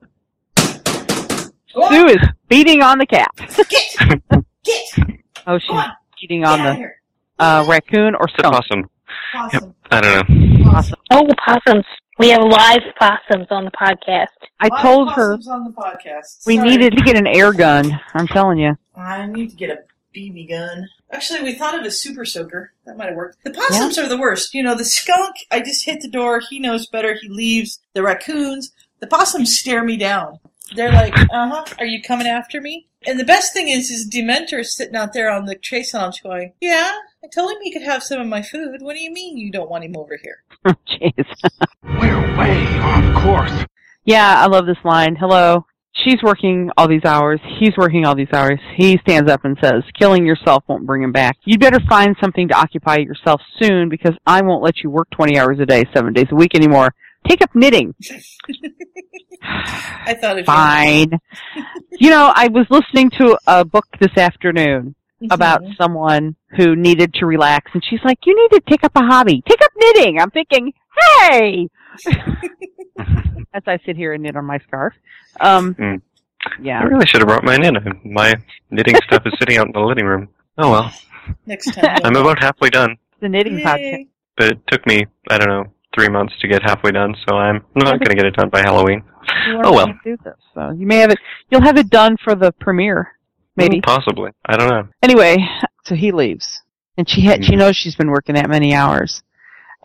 Go on.
Sue is beating on the cat.
Get, get, get
Oh, she's
on.
beating on
out of
the
here.
uh, raccoon or
It's
skunk.
awesome.
Possum.
I don't know.
Awesome.
Oh, possums. We have live possums on the podcast.
I
Live
told her
possums on the podcast.
we
Sorry.
needed to get an air gun. I'm telling you.
I need to get a BB gun. Actually, we thought of a super soaker. That might have worked. The possums are the worst. You know, the skunk, I just hit the door. He knows better. He leaves. The raccoons, the possums stare me down. They're like, uh huh, are you coming after me? And the best thing is, is Dementor is sitting out there on the trace lounge going, yeah, I told him he could have some of my food. What do you mean you don't want him over here?
Jeez.
We're way off course.
Yeah, I love this line. Hello. She's working all these hours. He's working all these hours. He stands up and says, Killing yourself won't bring him back. You'd better find something to occupy yourself soon because I won't let you work 20 hours a day, seven days a week anymore. Take up knitting.
I thought of
Fine. you know, I was listening to a book this afternoon
you.
about someone who needed to relax, and she's like, You need to take up a hobby. Take up knitting. I'm thinking, Hey! As I sit here and knit on my scarf. Um,
Mm.
Yeah.
I really should have brought mine in. My knitting stuff is sitting out in the living room. Oh well.
next time.
I'm about halfway done,
the knitting podcast.
Yay.
but it took me, I don't know, three months to get halfway done, so I'm not going to get it done by Halloween.
You
Oh,
aren't
well.
gonna Do this, so you may have it. You'll have it done for the premiere,
Mm,
maybe.
Possibly. I don't know.
Anyway, so he leaves, and she ha- she knows she's been working that many hours,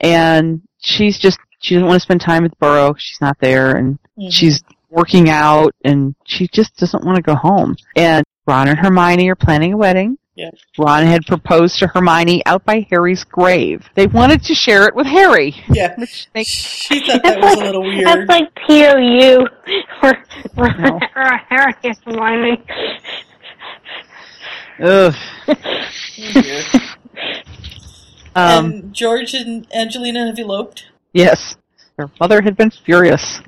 and she's just she doesn't want to spend time with Burrow. She's not there, and
Mhm.
she's working out, and she just doesn't want to go home. And Ron and Hermione are planning a wedding.
Yes.
Ron had proposed to Hermione out by Harry's grave. They wanted to share it with Harry,
Yeah.
which they
She thought that was a little
That's
weird.
like POU for, for
No.
Harry and Hermione.
ugh.
Oh, dear.
Um,
and George and Angelina have eloped.
Yes, their mother had been furious.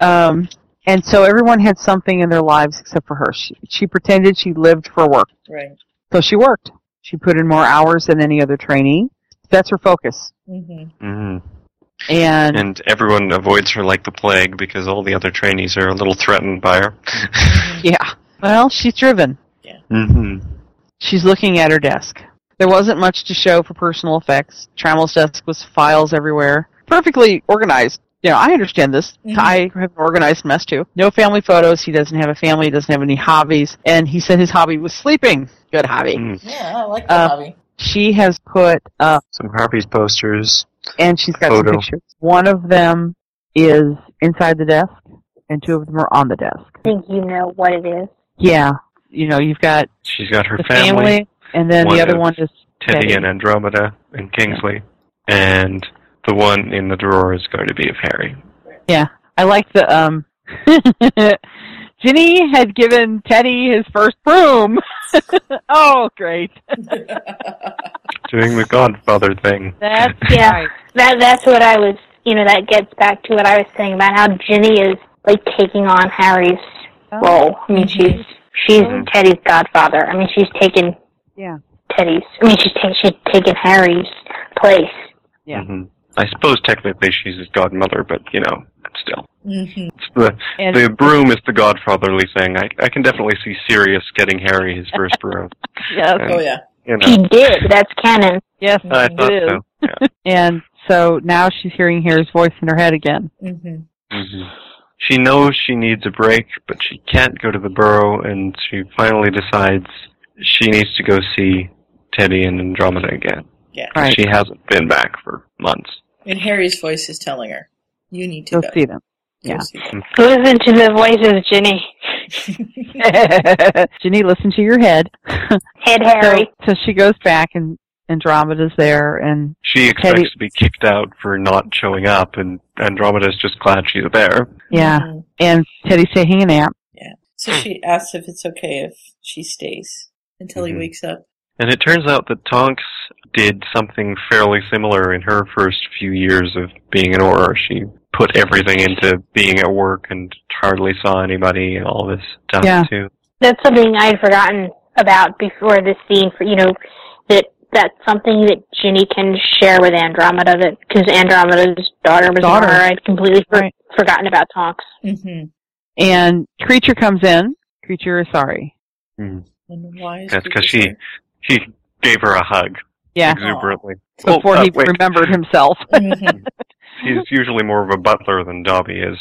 um, and so everyone had something in their lives except for her. She, she pretended she lived for work.
Right.
So she worked. She put in more hours than any other trainee. That's her focus.
Mm-hmm.
Mhm.
And
And everyone avoids her like the plague because all the other trainees are a little threatened by her.
yeah, well, she's driven.
hmm
She's looking at her desk. There wasn't much to show for personal effects. Trammell's desk was files everywhere. Perfectly organized. You know, I understand this.
Mhm.
I have an organized mess too. No family photos. He doesn't have a family. He doesn't have any hobbies. And he said his hobby was sleeping. Good hobby.
Yeah, I like the
Uh,
hobby.
She has put up,
Some Harpy's posters.
and she's got
Photo.
some pictures. One of them is inside the desk, and two of them are on the desk.
I think you know what it is.
Yeah. You know, you've got
She's got her
the family, and then
one
the other
of
one is
Teddy
Teddy.
and Andromeda and Kingsley. And the one in the drawer is going to be of Harry.
Yeah, I like the um. Ginny had given Teddy his first broom. oh, great!
Doing the Godfather thing.
That's
Yeah.
right.
That that's what I was. You know, that gets back to what I was saying about how Ginny is like taking on Harry's role. I
Mm-hmm.
mean, she's she's
Mhm.
Teddy's godfather. I mean, she's taken
Yeah.
Teddy's. I mean, she's ta- she's taken Harry's place.
Yeah.
hmm I suppose technically she's his godmother, but you know, still.
Mm-hmm.
It's the
And
the broom is the godfatherly thing. I I can definitely see Sirius getting Harry his first broom.
yes,
Oh yeah.
You know.
He did. That's canon.
yes,
I
it
thought
is.
so. Yeah.
And so now she's hearing Harry's voice in her head again.
Mm-hmm.
Mhm. She knows she needs a break, but she can't go to the burrow, and she finally decides she needs to go see Teddy and Andromeda again.
Yeah.
Right.
She hasn't been back for months.
And Harry's voice is telling her, "You need to
Go
go."
see them.
Go
yeah.
see them.
Listen to the voice of Ginny.
Ginny, listen to your head.
Head Harry.
So, so she goes back, and Andromeda's there, and
She expects
Teddy-
to be kicked out for not showing up, and Andromeda's just glad she's there.
yeah,
Mhm.
and Teddy's taking a nap.
So she asks if it's okay if she stays until he
Mm-hmm.
Mhm.
wakes up.
And it turns out that Tonks did something fairly similar in her first few years of being an Auror. She put everything into being at work and hardly saw anybody and all this stuff
Yeah.
too.
That's something I had forgotten about before this scene. For you know, that that's something that Ginny can share with Andromeda. That because Andromeda's daughter was
Daughter.
daughter. I'd completely for-
Right.
forgotten about Tonks.
Mm-hmm.
And creature comes in. Creature is sorry.
And why is
That's
Creaker
'cause she-
saying-
She gave her a hug
Yeah,
exuberantly. Well,
before
uh,
he
wait,
remembered himself.
Mhm.
she's usually more of a butler than Dobby is.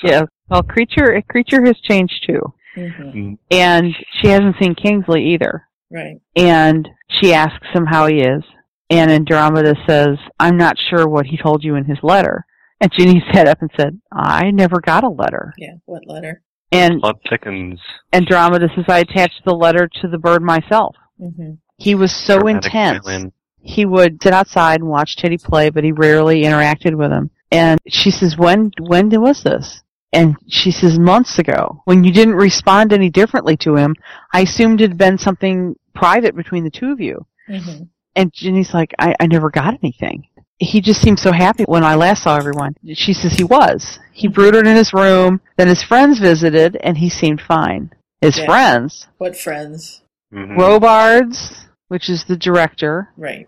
So-
Yes. Well, creature creature has changed too,
Mhm.
and she hasn't seen Kingsley either.
Right.
And she asks him how he is, and Andromeda says, "I'm not sure what he told you in his letter." And Ginny sat up and said, "I never got a letter."
Yeah. What letter?
And
Plot thickens.
Andromeda says, "I attached the letter to the bird myself."
Mm-hmm.
He was so
Dramatic
intense.
violin.
He would sit outside and watch Teddy play, but he rarely interacted with him. And she says, "When when was this?" And she says, "Months ago. When you didn't respond any differently to him, I assumed it had been something private between the two of you."
Mm-hmm.
And Ginny's like, "I, I never got anything. He just seemed so happy when I last saw everyone." She says he was. He brooded in his room. Then his friends visited, and he seemed fine. His
Yeah.
friends,
What friends?
Mhm.
Robards, which is the director,
Right.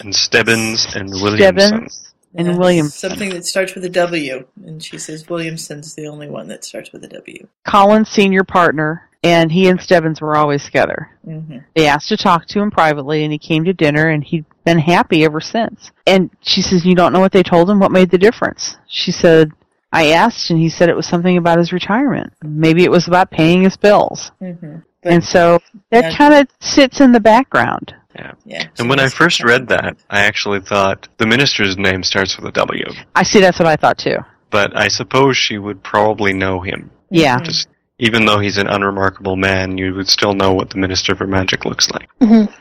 and Stebbins and Williamson.
Stebbins, and
Yeah,
Williams.
Something that starts with a W. And she says Williamson's the only one that starts with a W.
Colin's senior partner, and he and Stebbins were always together.
Mm-hmm.
They asked to talk to him privately, and he came to dinner, and he'd been happy ever since. And she says, You don't know what they told him? What made the difference? She said, I asked, and he said it was something about his retirement. Maybe it was about paying his bills.
Mm-hmm.
And so that
Yeah.
kind of sits in the background.
Yeah. she
And when I
must-
first read that, I actually thought the minister's name starts with a W,
I see that's what I thought too.
but I suppose she would probably know him.
Yeah.
Mhm.
Just even though he's an unremarkable man, you would still know what the Minister for Magic looks like.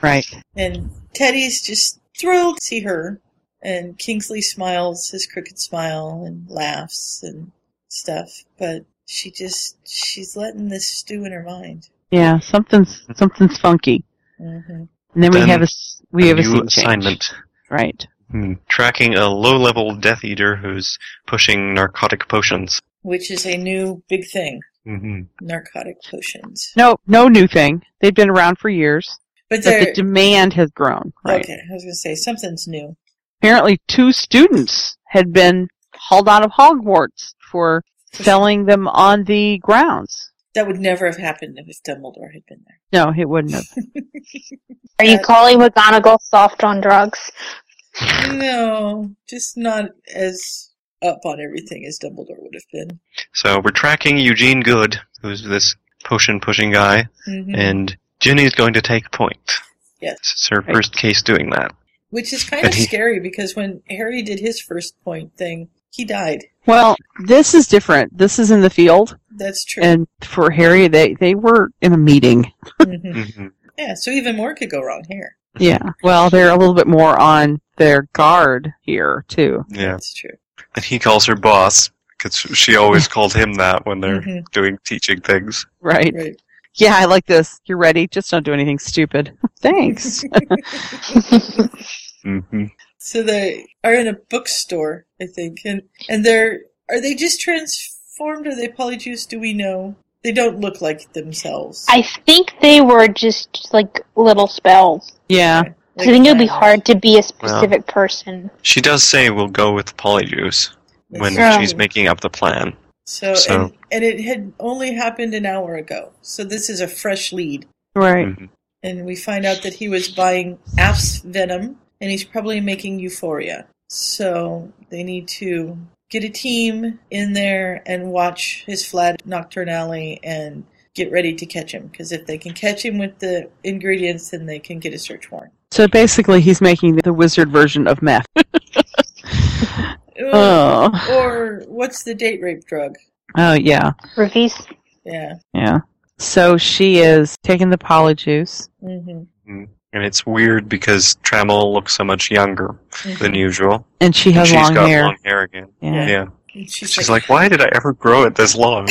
Right.
And Teddy's just thrilled to see her. And Kingsley smiles his crooked smile and laughs and stuff. But she just, she's letting this stew in her mind.
Yeah, something's something's funky.
hmm
And then, we
Then
have a s- we
A
have a
new
scene change.
assignment.
right?
Hmm. Tracking a low-level Death Eater who's pushing narcotic potions.
which is a new big thing.
Mm-hmm.
Narcotic potions.
No, no new thing. They've been around for years,
But
the
they're-
demand has grown. Right.
Okay, I was going to say something's new.
Apparently, two students had been hauled out of Hogwarts for selling them on the grounds.
That would never have happened if Dumbledore had been there.
No, it wouldn't have.
Are you calling McGonagall soft on drugs?
No, just not as up on everything as Dumbledore would have been.
So we're tracking Eugene Good, who's this potion-pushing guy,
Hmm.
Mhm.
and Ginny's going to take point.
Yes.
It's her first case doing that.
Which is kind
And
of
he-
scary because when Harry did his first point thing, he died.
Well, this is different. This is in the field,
That's true.
and for Harry, they they were in a meeting.
Mm-hmm.
Mm-hmm.
yeah, so even more could go wrong here.
Yeah. Well, they're a little bit more on their guard here too.
Yeah,
that's true.
And he calls her boss because she always called him that when they're
Mm-hmm.
Mhm.
doing teaching things.
Right. Yeah, I like this. You're ready. Just don't do anything stupid. Thanks.
Mm-hmm.
So they are in a bookstore, I think, and and they're are they just transformed? Are they polyjuice? Do we know? They don't look like themselves.
I think they were just like little spells.
yeah.
I think it would be hard to be a specific person.
She does say we'll go with Polyjuice when
That's
she's
right.
making up the plan.
So,
So-
And, and it had only happened an hour ago. So this is a fresh lead,
Right.
and we find out that he was buying Aph's venom, and he's probably making Euphoria. So they need to get a team in there and watch his flat nocturnally and get ready to catch him. Because if they can catch him with the ingredients, then they can get a search warrant.
So basically, he's making the wizard version of meth. Oh.
Or what's the date rape drug?
oh yeah,
Rufus?
Yeah.
yeah. So she is taking the polyjuice.
hmm
And it's weird because Trammell looks so much younger
Mm-hmm.
than usual.
And she Mm-hmm. has
she's
long
got
hair.
long hair again.
Yeah.
She's,
She's like, why did I ever grow it this long?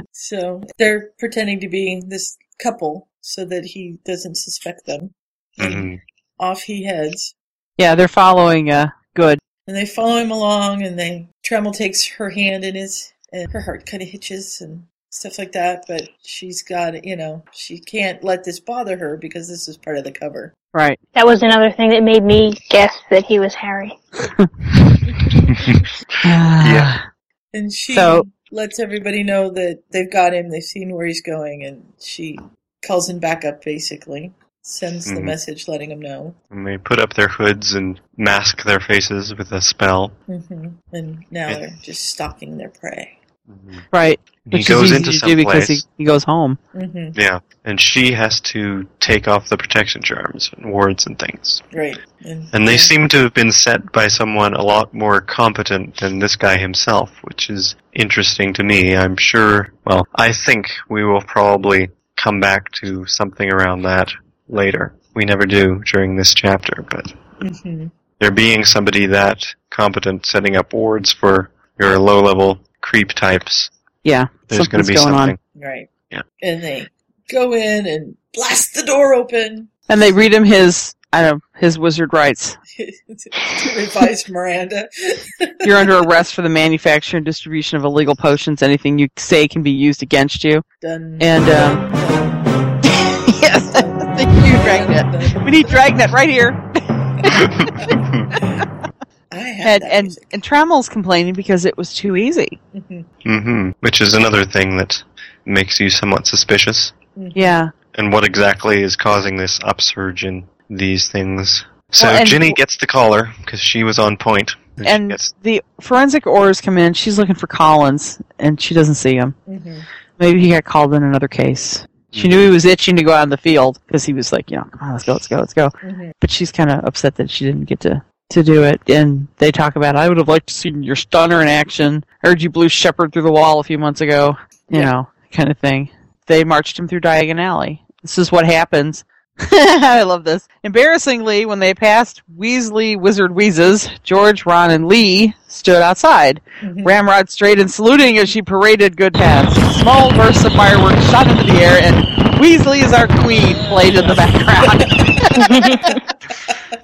so they're pretending to be this couple so that he doesn't suspect them.
Mhm.
Off he heads.
Yeah, they're following uh good.
And they follow him along and they Trammell takes her hand in his and her heart kinda hitches and stuff like that, but she's got you know, she can't let this bother her because this is part of the cover.
Right.
That was another thing that made me guess that he was Harry.
yeah.
And she
So-
lets everybody know that they've got him, they've seen where he's going, and she calls him back up basically. Sends the
Mhm.
message letting him know.
and they put up their hoods and mask their faces with a spell.
hmm And now they're just stalking their prey.
Right.
Mm-hmm. He
Which
goes
is easy
into
to
some
do because he,
place.
he goes home.
Mm-hmm.
Yeah. And she has to take off the protection charms and wards and things.
Right. And,
And they seem to have been set by someone a lot more competent than this guy himself, which is interesting to me. I'm sure, well, I think we will probably come back to something around that later. We never do during this chapter, but
hmm
there being somebody that competent setting up wards for your low level creep types,
Yeah.
there's going
something's
to be
going on.
something.
Right.
Yeah.
And they go in and blast the door open
And they read him his I don't know, his wizard rights.
to revise Miranda.
You're under arrest for the manufacture and distribution of illegal potions. Anything you say can be used against you.
Done.
And um Yes. Thank you, Dragnet. We need Dragnet right here.
I
and and, and Trammell's complaining because it was too easy.
Mm-hmm.
hmm Which is another thing that makes you somewhat suspicious.
Yeah.
And what exactly is causing this upsurge in these things? So
Well, and-
Ginny gets the caller because she was on point. And she
And
gets-
the forensic orders come in. She's looking for Collins, and she doesn't see him. Maybe he got called in another case. She knew he was itching to go out in the field because he was like, you know, come on, let's go, let's go, let's go. But she's kind of upset that she didn't get to to do it. And they talk about, I would have liked to see your stunner in action. I heard you blew Shepard through the wall a few months ago, you know, kind of thing. They marched him through Diagon Alley. This is what happens. I love this. Embarrassingly, when they passed Weasley Wizard Wheezes, George, Ron, and Lee stood outside, ramrod straight and saluting as she paraded good past. Small bursts of fireworks shot into the air, and Weasley is our queen played in the background.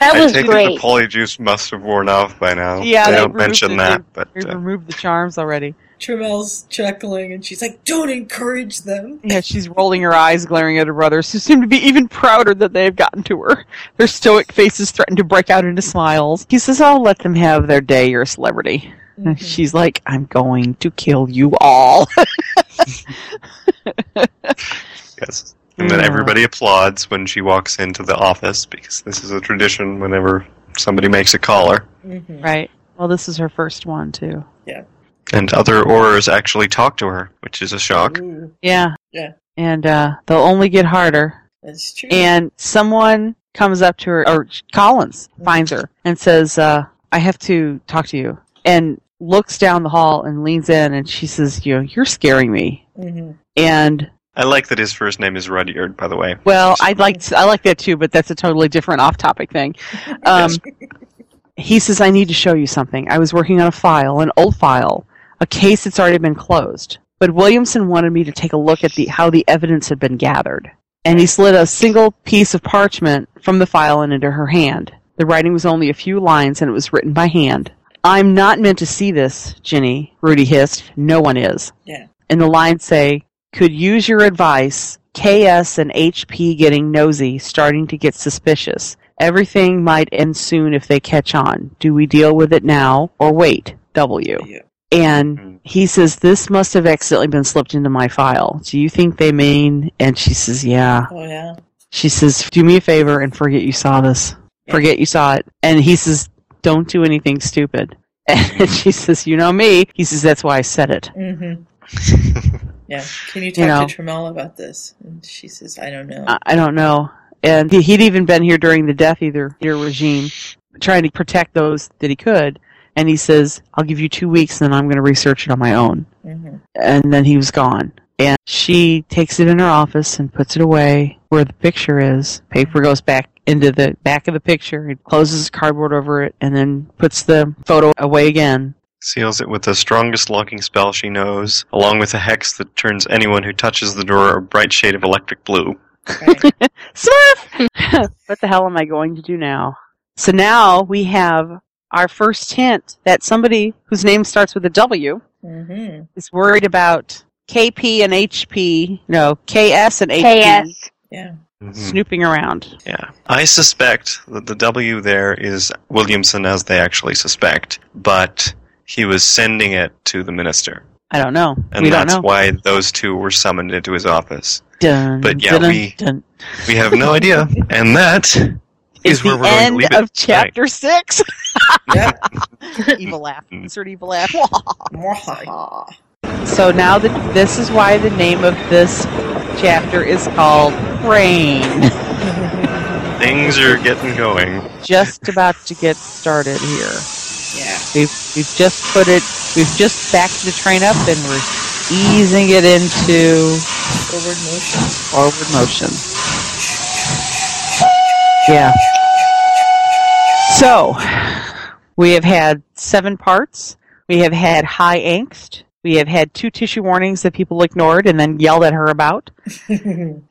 That
I
was
take
great.
It the polyjuice must have worn off by now.
Yeah,
they
they've
don't
removed
mention
it.
that,
They've-
but
We've
uh,
removed the charms already.
Tremel's chuckling and she's like, don't encourage them.
Yeah, she's rolling her eyes, glaring at her brothers, who seem to be even prouder that they have gotten to her. Their stoic faces threaten to break out into smiles. He says, "I'll let them have their day. You're a celebrity." And she's like, "I'm going to kill you all."
yes. And then
Yeah.
everybody applauds when she walks into the office because this is a tradition whenever somebody makes a caller.
Mm-hmm.
Right. Well, this is her first one too.
Yeah.
And other orers actually talk to her, which is a
Mm-hmm.
shock.
Yeah.
Yeah.
And uh, they'll only get harder.
That's true.
And someone comes up to her, or Collins finds her and says, uh, "I have to talk to you." And looks down the hall and leans in, and she says, "You know, you're scaring me."
Mm-hmm.
And
I like that his first name is Rudyard, by the way.
well, I like I like that too, but that's a totally different off-topic thing. Um, he says, "I need to show you something. I was working on a file, an old file, a case that's already been closed. But Williamson wanted me to take a look at the how the evidence had been gathered, and he slid a single piece of parchment from the file and into her hand. The writing was only a few lines, and it was written by hand. I'm not meant to see this, Ginny. Rudy hissed. No one is.
Yeah.
And the lines say, could use your advice. KS and HP getting nosy, starting to get suspicious. Everything might end soon if they catch on. Do we deal with it now or wait? W. And he says, This must have accidentally been slipped into my file. Do you think they mean? And she says, Yeah.
Oh, yeah.
She says, Do me a favor and forget you saw this. Forget you saw it. And he says, Don't do anything stupid. And she says, You know me. He says, That's why I said it.
Mm-hmm. yeah. Can you
You
talk
know. Uh,
to Tremel about this? And she says, I don't know.
I I don't know. And he- he'd even been here during the Death Eater, Eater regime, trying to protect those that he could. And he says, I'll give you two weeks, and then I'm going to research it on my own.
Mhm.
And then he was gone. And she takes it in her office and puts it away where the picture is. Paper goes back into the back of the picture. It closes cardboard over it and then puts the photo away again.
Seals it with the strongest locking spell she knows, along with a hex that turns anyone who touches the door a bright shade of electric blue.
Smurf! what the hell am I going to do now? So now we have our first hint that somebody whose name starts with a W
Mm-hmm.
is worried about KP and HP, no, KS and HP
KS.
Yeah.
Mm-hmm.
Hmm.
snooping around.
Yeah. I suspect that the W there is Williamson as they actually suspect, but he was sending it to the minister.
I don't know.
And
we don't
that's
know.
why those two were summoned into his office.
Dun,
But yeah,
dun,
we
dun.
we have no idea. And that is, where we're going to
End
leave
of
it.
chapter six. evil laugh.
Hmm.
Insert evil laugh. so now that this is why the name of this chapter is called Rain.
Things are getting going.
just about to get started here.
Yeah.
We've, we've just put it, we've just backed the train up and we're easing it into
Forward motion.
forward motion. Yeah. So, we have had seven parts. We have had high angst. We have had two tissue warnings that people ignored and then yelled at her about.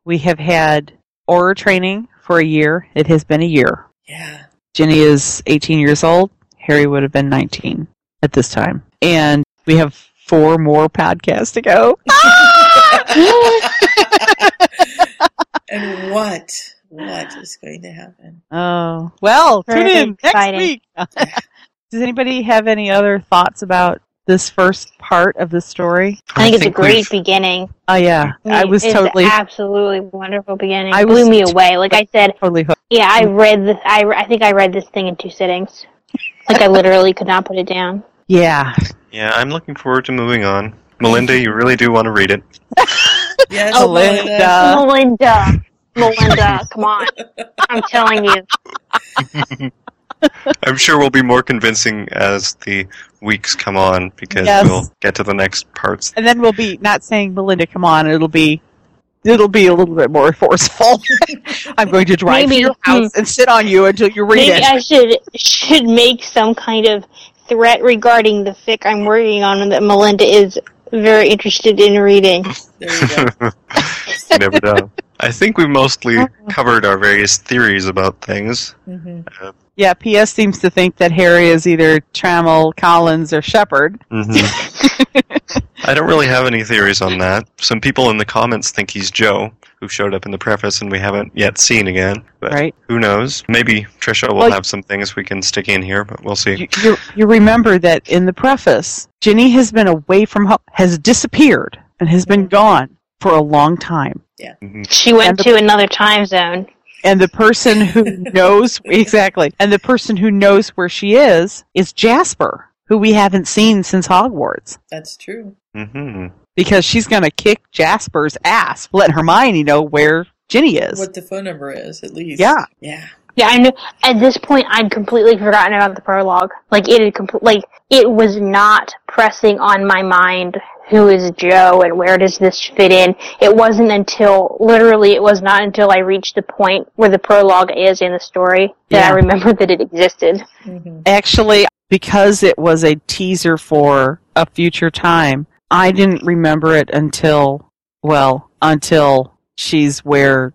We have had aura training for a year. It has been a year.
Yeah.
Ginny is 18 years old. Harry would have been 19 at this time. And we have four more podcasts to go.
and what? What is going to happen?
Oh, well,
Very
tune in
exciting.
next week. Does anybody have any other thoughts about this first part of the story?
I think it's a great beginning.
Oh, yeah. I
mean,
was
it's
totally.
absolutely wonderful beginning.
I
I
was
blew me away. Like I said,
totally hooked.
yeah, I read this. I re- I think I read this thing in two sittings. Like I literally could not put it down.
Yeah.
Yeah, I'm looking forward to moving on. Melinda, you really do want to read it.
Yes,
Oh, Uh.
Melinda, Melinda, come on! I'm telling you.
I'm sure we'll be more convincing as the weeks come on because
Yes.
we'll get to the next parts.
And then we'll be not saying Melinda, come on. It'll be. It'll be a little bit more forceful. I'm going to drive
Maybe-
to your house and sit on you until you read it.
Maybe I should should make some kind of threat regarding the fic I'm working on that Melinda is very interested in reading.
you never know. I think we mostly
Uh-huh.
covered our various theories about things. Uh,
Yeah, PS seems to think that Harry is either Trammell, Collins, or Shepard.
mhm. I don't really have any theories on that. Some people in the comments think he's Joe, who showed up in the preface and we haven't yet seen again. But
Right.
who knows? Maybe Trisha will
Well,
have some things we can stick in here, but we'll see.
You, you remember that in the preface, Ginny has been away from home, has disappeared, and has been gone for a long time.
Yeah.
She went to another time zone.
And the person who knows exactly, and the person who knows where she is is Jasper, who we haven't seen since Hogwarts,
That's true.
Mm-hmm.
because she's going to kick Jasper's ass, letting Hermione know where Ginny is.
What the phone number is, at least.
Yeah.
Yeah.
Yeah, I knew. At this point, I'd completely forgotten about the prologue. Like it had, compl- like it was not pressing on my mind. Who is Joe and where does this fit in? It wasn't until literally, it was not until I reached the point where the prologue is in the story that I
Yeah.
remembered that it existed.
Actually, because it was a teaser for a future time, I didn't remember it until, well, until she's where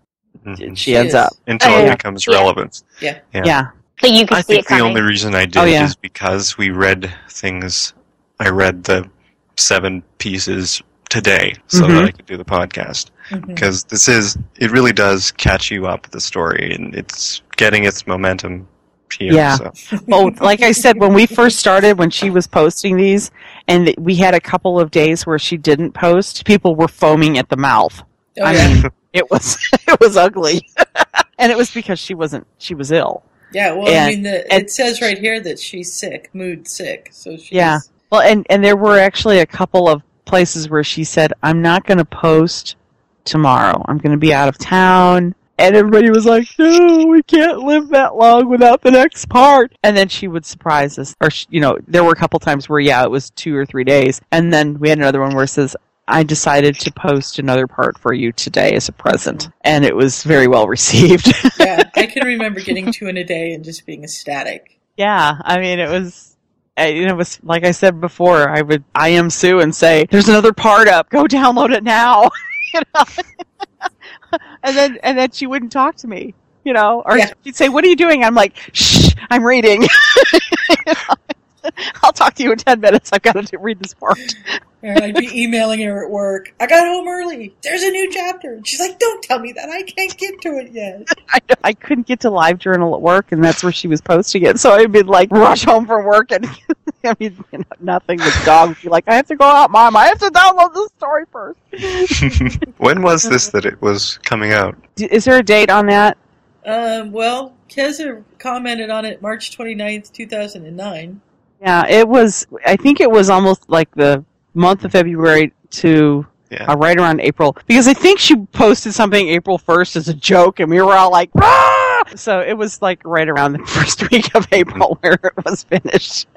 she ends
is.
up.
Until
Oh,
it
yeah.
becomes
Yeah.
relevant.
Yeah.
Yeah.
But you
I think the only reason I did
Oh, yeah.
is because we read things. I read the seven pieces today so that
Mhm.
I could do the podcast because this is it really does catch you up the story and it's getting its momentum here.
Yeah.
So.
well, Oh, like I said, when we first started, when she was posting these, and th- we had a couple of days where she didn't post, people were foaming at the mouth.
Oh,
I
yeah.
mean, it was it was ugly, and it was because she wasn't she was ill.
Yeah, well, I
And-
mean, the,
and-
it says right here that she's sick, mood sick. So she's
Yeah. Well, and and there were actually a couple of places where she said, "I'm not going to post tomorrow. I'm going to be out of town." And everybody was like, "No, we can't live that long without the next part." And then she would surprise us, or sh you know, there were a couple times where yeah, it was two or three days, and then we had another one where it says. I decided to post another part for you today as a present, and it was very well received.
yeah, I can remember getting two in a day and just being ecstatic.
Yeah, I mean it was. I- It was like I said before. I would I am Sue and say, "There's another part up. Go download it now." you know, and then and then she wouldn't talk to me. You know, or she'd say, "What are you doing?" I'm like, "Shh, I'm reading." You know? I'll talk to you in ten minutes. I've got to read this part.
Or I'd be emailing her at work. I got home early. There's a new chapter. And she's like, "Don't tell me that. I can't get to it yet."
I, I couldn't get to live journal at work, and that's where she was posting it. So I'd be like, rush home from work, and I mean, you know, nothing. The dog would be like, I have to go out, mom. I have to download this story first.
when was this that it was coming out?
D- Is there a date on that?
Um, well, Keza commented on it March 29th, 2009.
Yeah, it was. I think it was almost like the month of February to uh, right around April, because I think she posted something April first as a joke, and we were all like, ah! So it was like right around the first week of April where it was finished.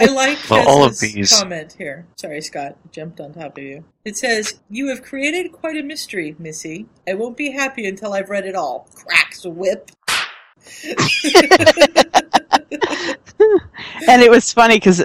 I like
Well, all of
Keza's
these-
comment here. Sorry, Scott, jumped on top of you. It says, "You have created quite a mystery, Missy. I won't be happy until I've read it all." Cracks a whip.
and it was funny because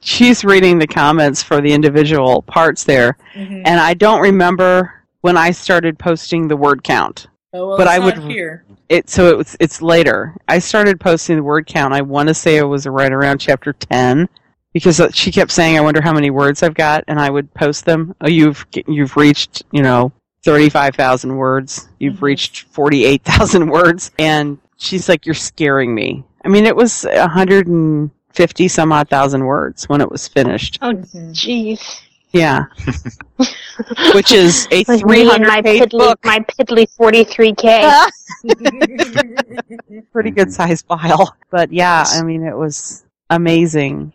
she's reading the comments for the individual parts there,
Mhm.
and I don't remember when I started posting the word count.
Oh, well,
but
it's
I would
not here.
it so it was it's later. I started posting the word count. I want to say it was right around chapter ten because uh, she kept saying, "I wonder how many words I've got," and I would post them. Oh, you've you've reached you know thirty five thousand words. You've reached forty eight thousand words, and she's like, "You're scaring me." I mean, it was a hundred and fifty some odd thousand words when it was finished.
Oh, jeez.
Yeah, which is a
Like me
three
and
hundred
my
page
piddly,
book.
my piddly forty-three k.
pretty good sized file. But yeah, I mean, it was amazing.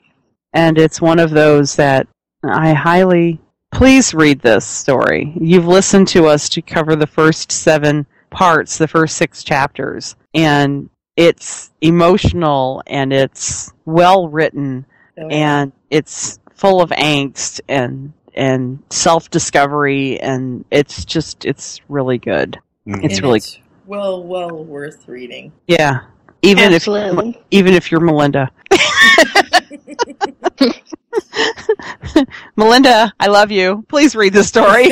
And it's one of those that I highly please read this story. You've listened to us to cover the first seven parts, the first six chapters, and it's emotional and it's well written and it's full of angst and and self discovery and it's just it's really good. It's
Mm.
And
really
it's well, well worth reading.
yeah. Even if
Absolutely.
even if you're Melinda. Melinda, I love you. Please read the story.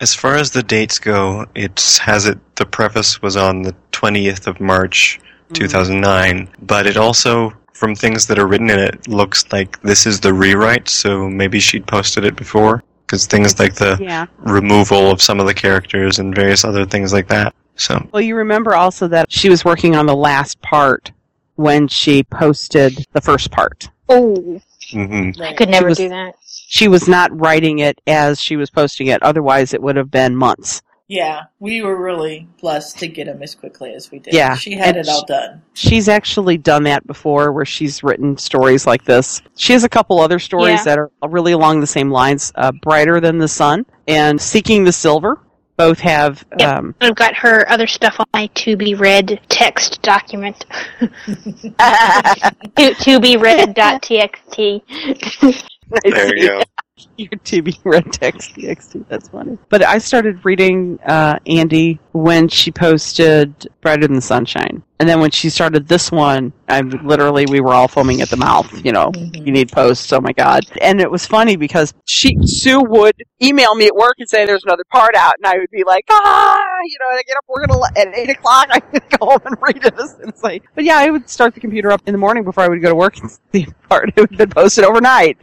As far as the dates go, it has it. The preface was on the twentieth of March, two thousand nine. But it also, from things that are written in it, looks like this is the rewrite. So maybe she'd posted it before, because things like the
Yeah.
removal of some of the characters and various other things like that. So
Well, you remember also that she was working on the last part when she posted the first part.
Oh,
Mm-hmm.
I could
She
never
was-
do that.
She was not writing it as she was posting it, otherwise, it would have been months.
Yeah, we were really blessed to get him as quickly as we did.
Yeah.
She had
And
it all
she-
done.
She's actually done that before where she's written stories like this. She has a couple other stories
Yeah.
that are really along the same lines uh, Brighter Than the Sun and Seeking the Silver. Both have. Um,
I've got her other stuff on my to be read text document. to, to be read dot txt.
There you go. Your TV Red Text TXT. That's funny. But I started reading uh, Andy when she posted Brighter Than the Sunshine. And then when she started this one, I literally, we were all foaming at the mouth. You know, you need posts. Oh my God. And it was funny because she, Sue would email me at work and say there's another part out. And I would be like, ah, you know, and I get up, we're going to, at 8 o'clock, I'm going to go home and read it. And it's like, but yeah, I would start the computer up in the morning before I would go to work and see the part. It would have been posted overnight.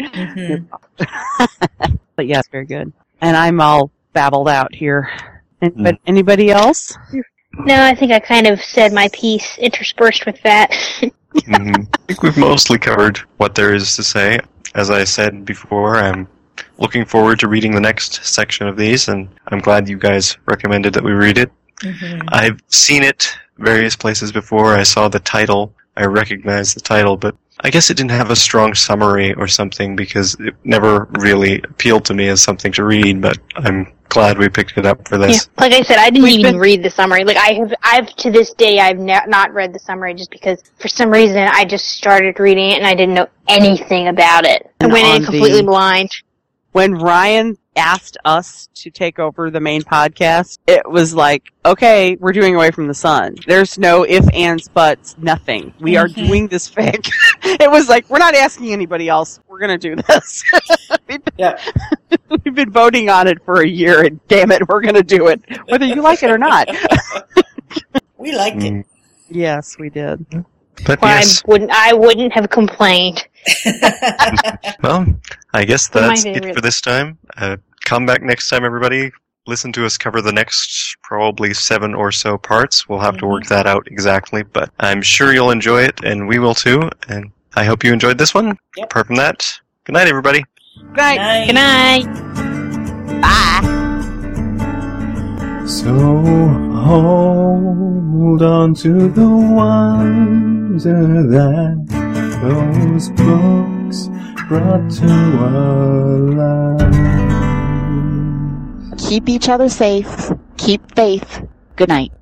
But yeah, it's very good. And I'm all babbled out here. And, But anybody else?
No, I think I kind of said my piece interspersed with that.
Mhm. I think we've mostly covered what there is to say. As I said before, I'm looking forward to reading the next section of these, and I'm glad you guys recommended that we read it. I've seen it various places before. I saw the title. I recognized the title, but I guess it didn't have a strong summary or something because it never really appealed to me as something to read, but I'm glad we picked it up for
Yeah,
this.
like I said, I didn't even read the summary. Like I have, I've to this day, I've ne- not read the summary just because for some reason I just started reading it and I didn't know anything about it. I
And
went
on
in
the-
completely blind.
When Ryan asked us to take over the main podcast, it was like, okay, we're doing Away from the Sun. There's no if, ands, buts, nothing. We are
Mhm.
doing this fic. it was like, we're not asking anybody else. We're going to do this. we've, been, we've been voting on it for a year, and damn it, we're going to do it, whether you like it or not.
we liked
it.
Yes, we did.
But
Why
yes,
I wouldn't, I wouldn't have complained.
Mm.
well, I guess
Well, my
that's it
favorite.
for this time. Uh, come back next time, everybody. Listen to us cover the next probably seven or so parts. We'll have to work that out exactly, but I'm sure you'll enjoy it, and we will too. And I hope you enjoyed this one. Apart from that, good night, everybody.
Good night.
Good
night.
Bye.
So hold on to the wonder that those books brought to our lives.
Keep each other safe. Keep faith. Good night.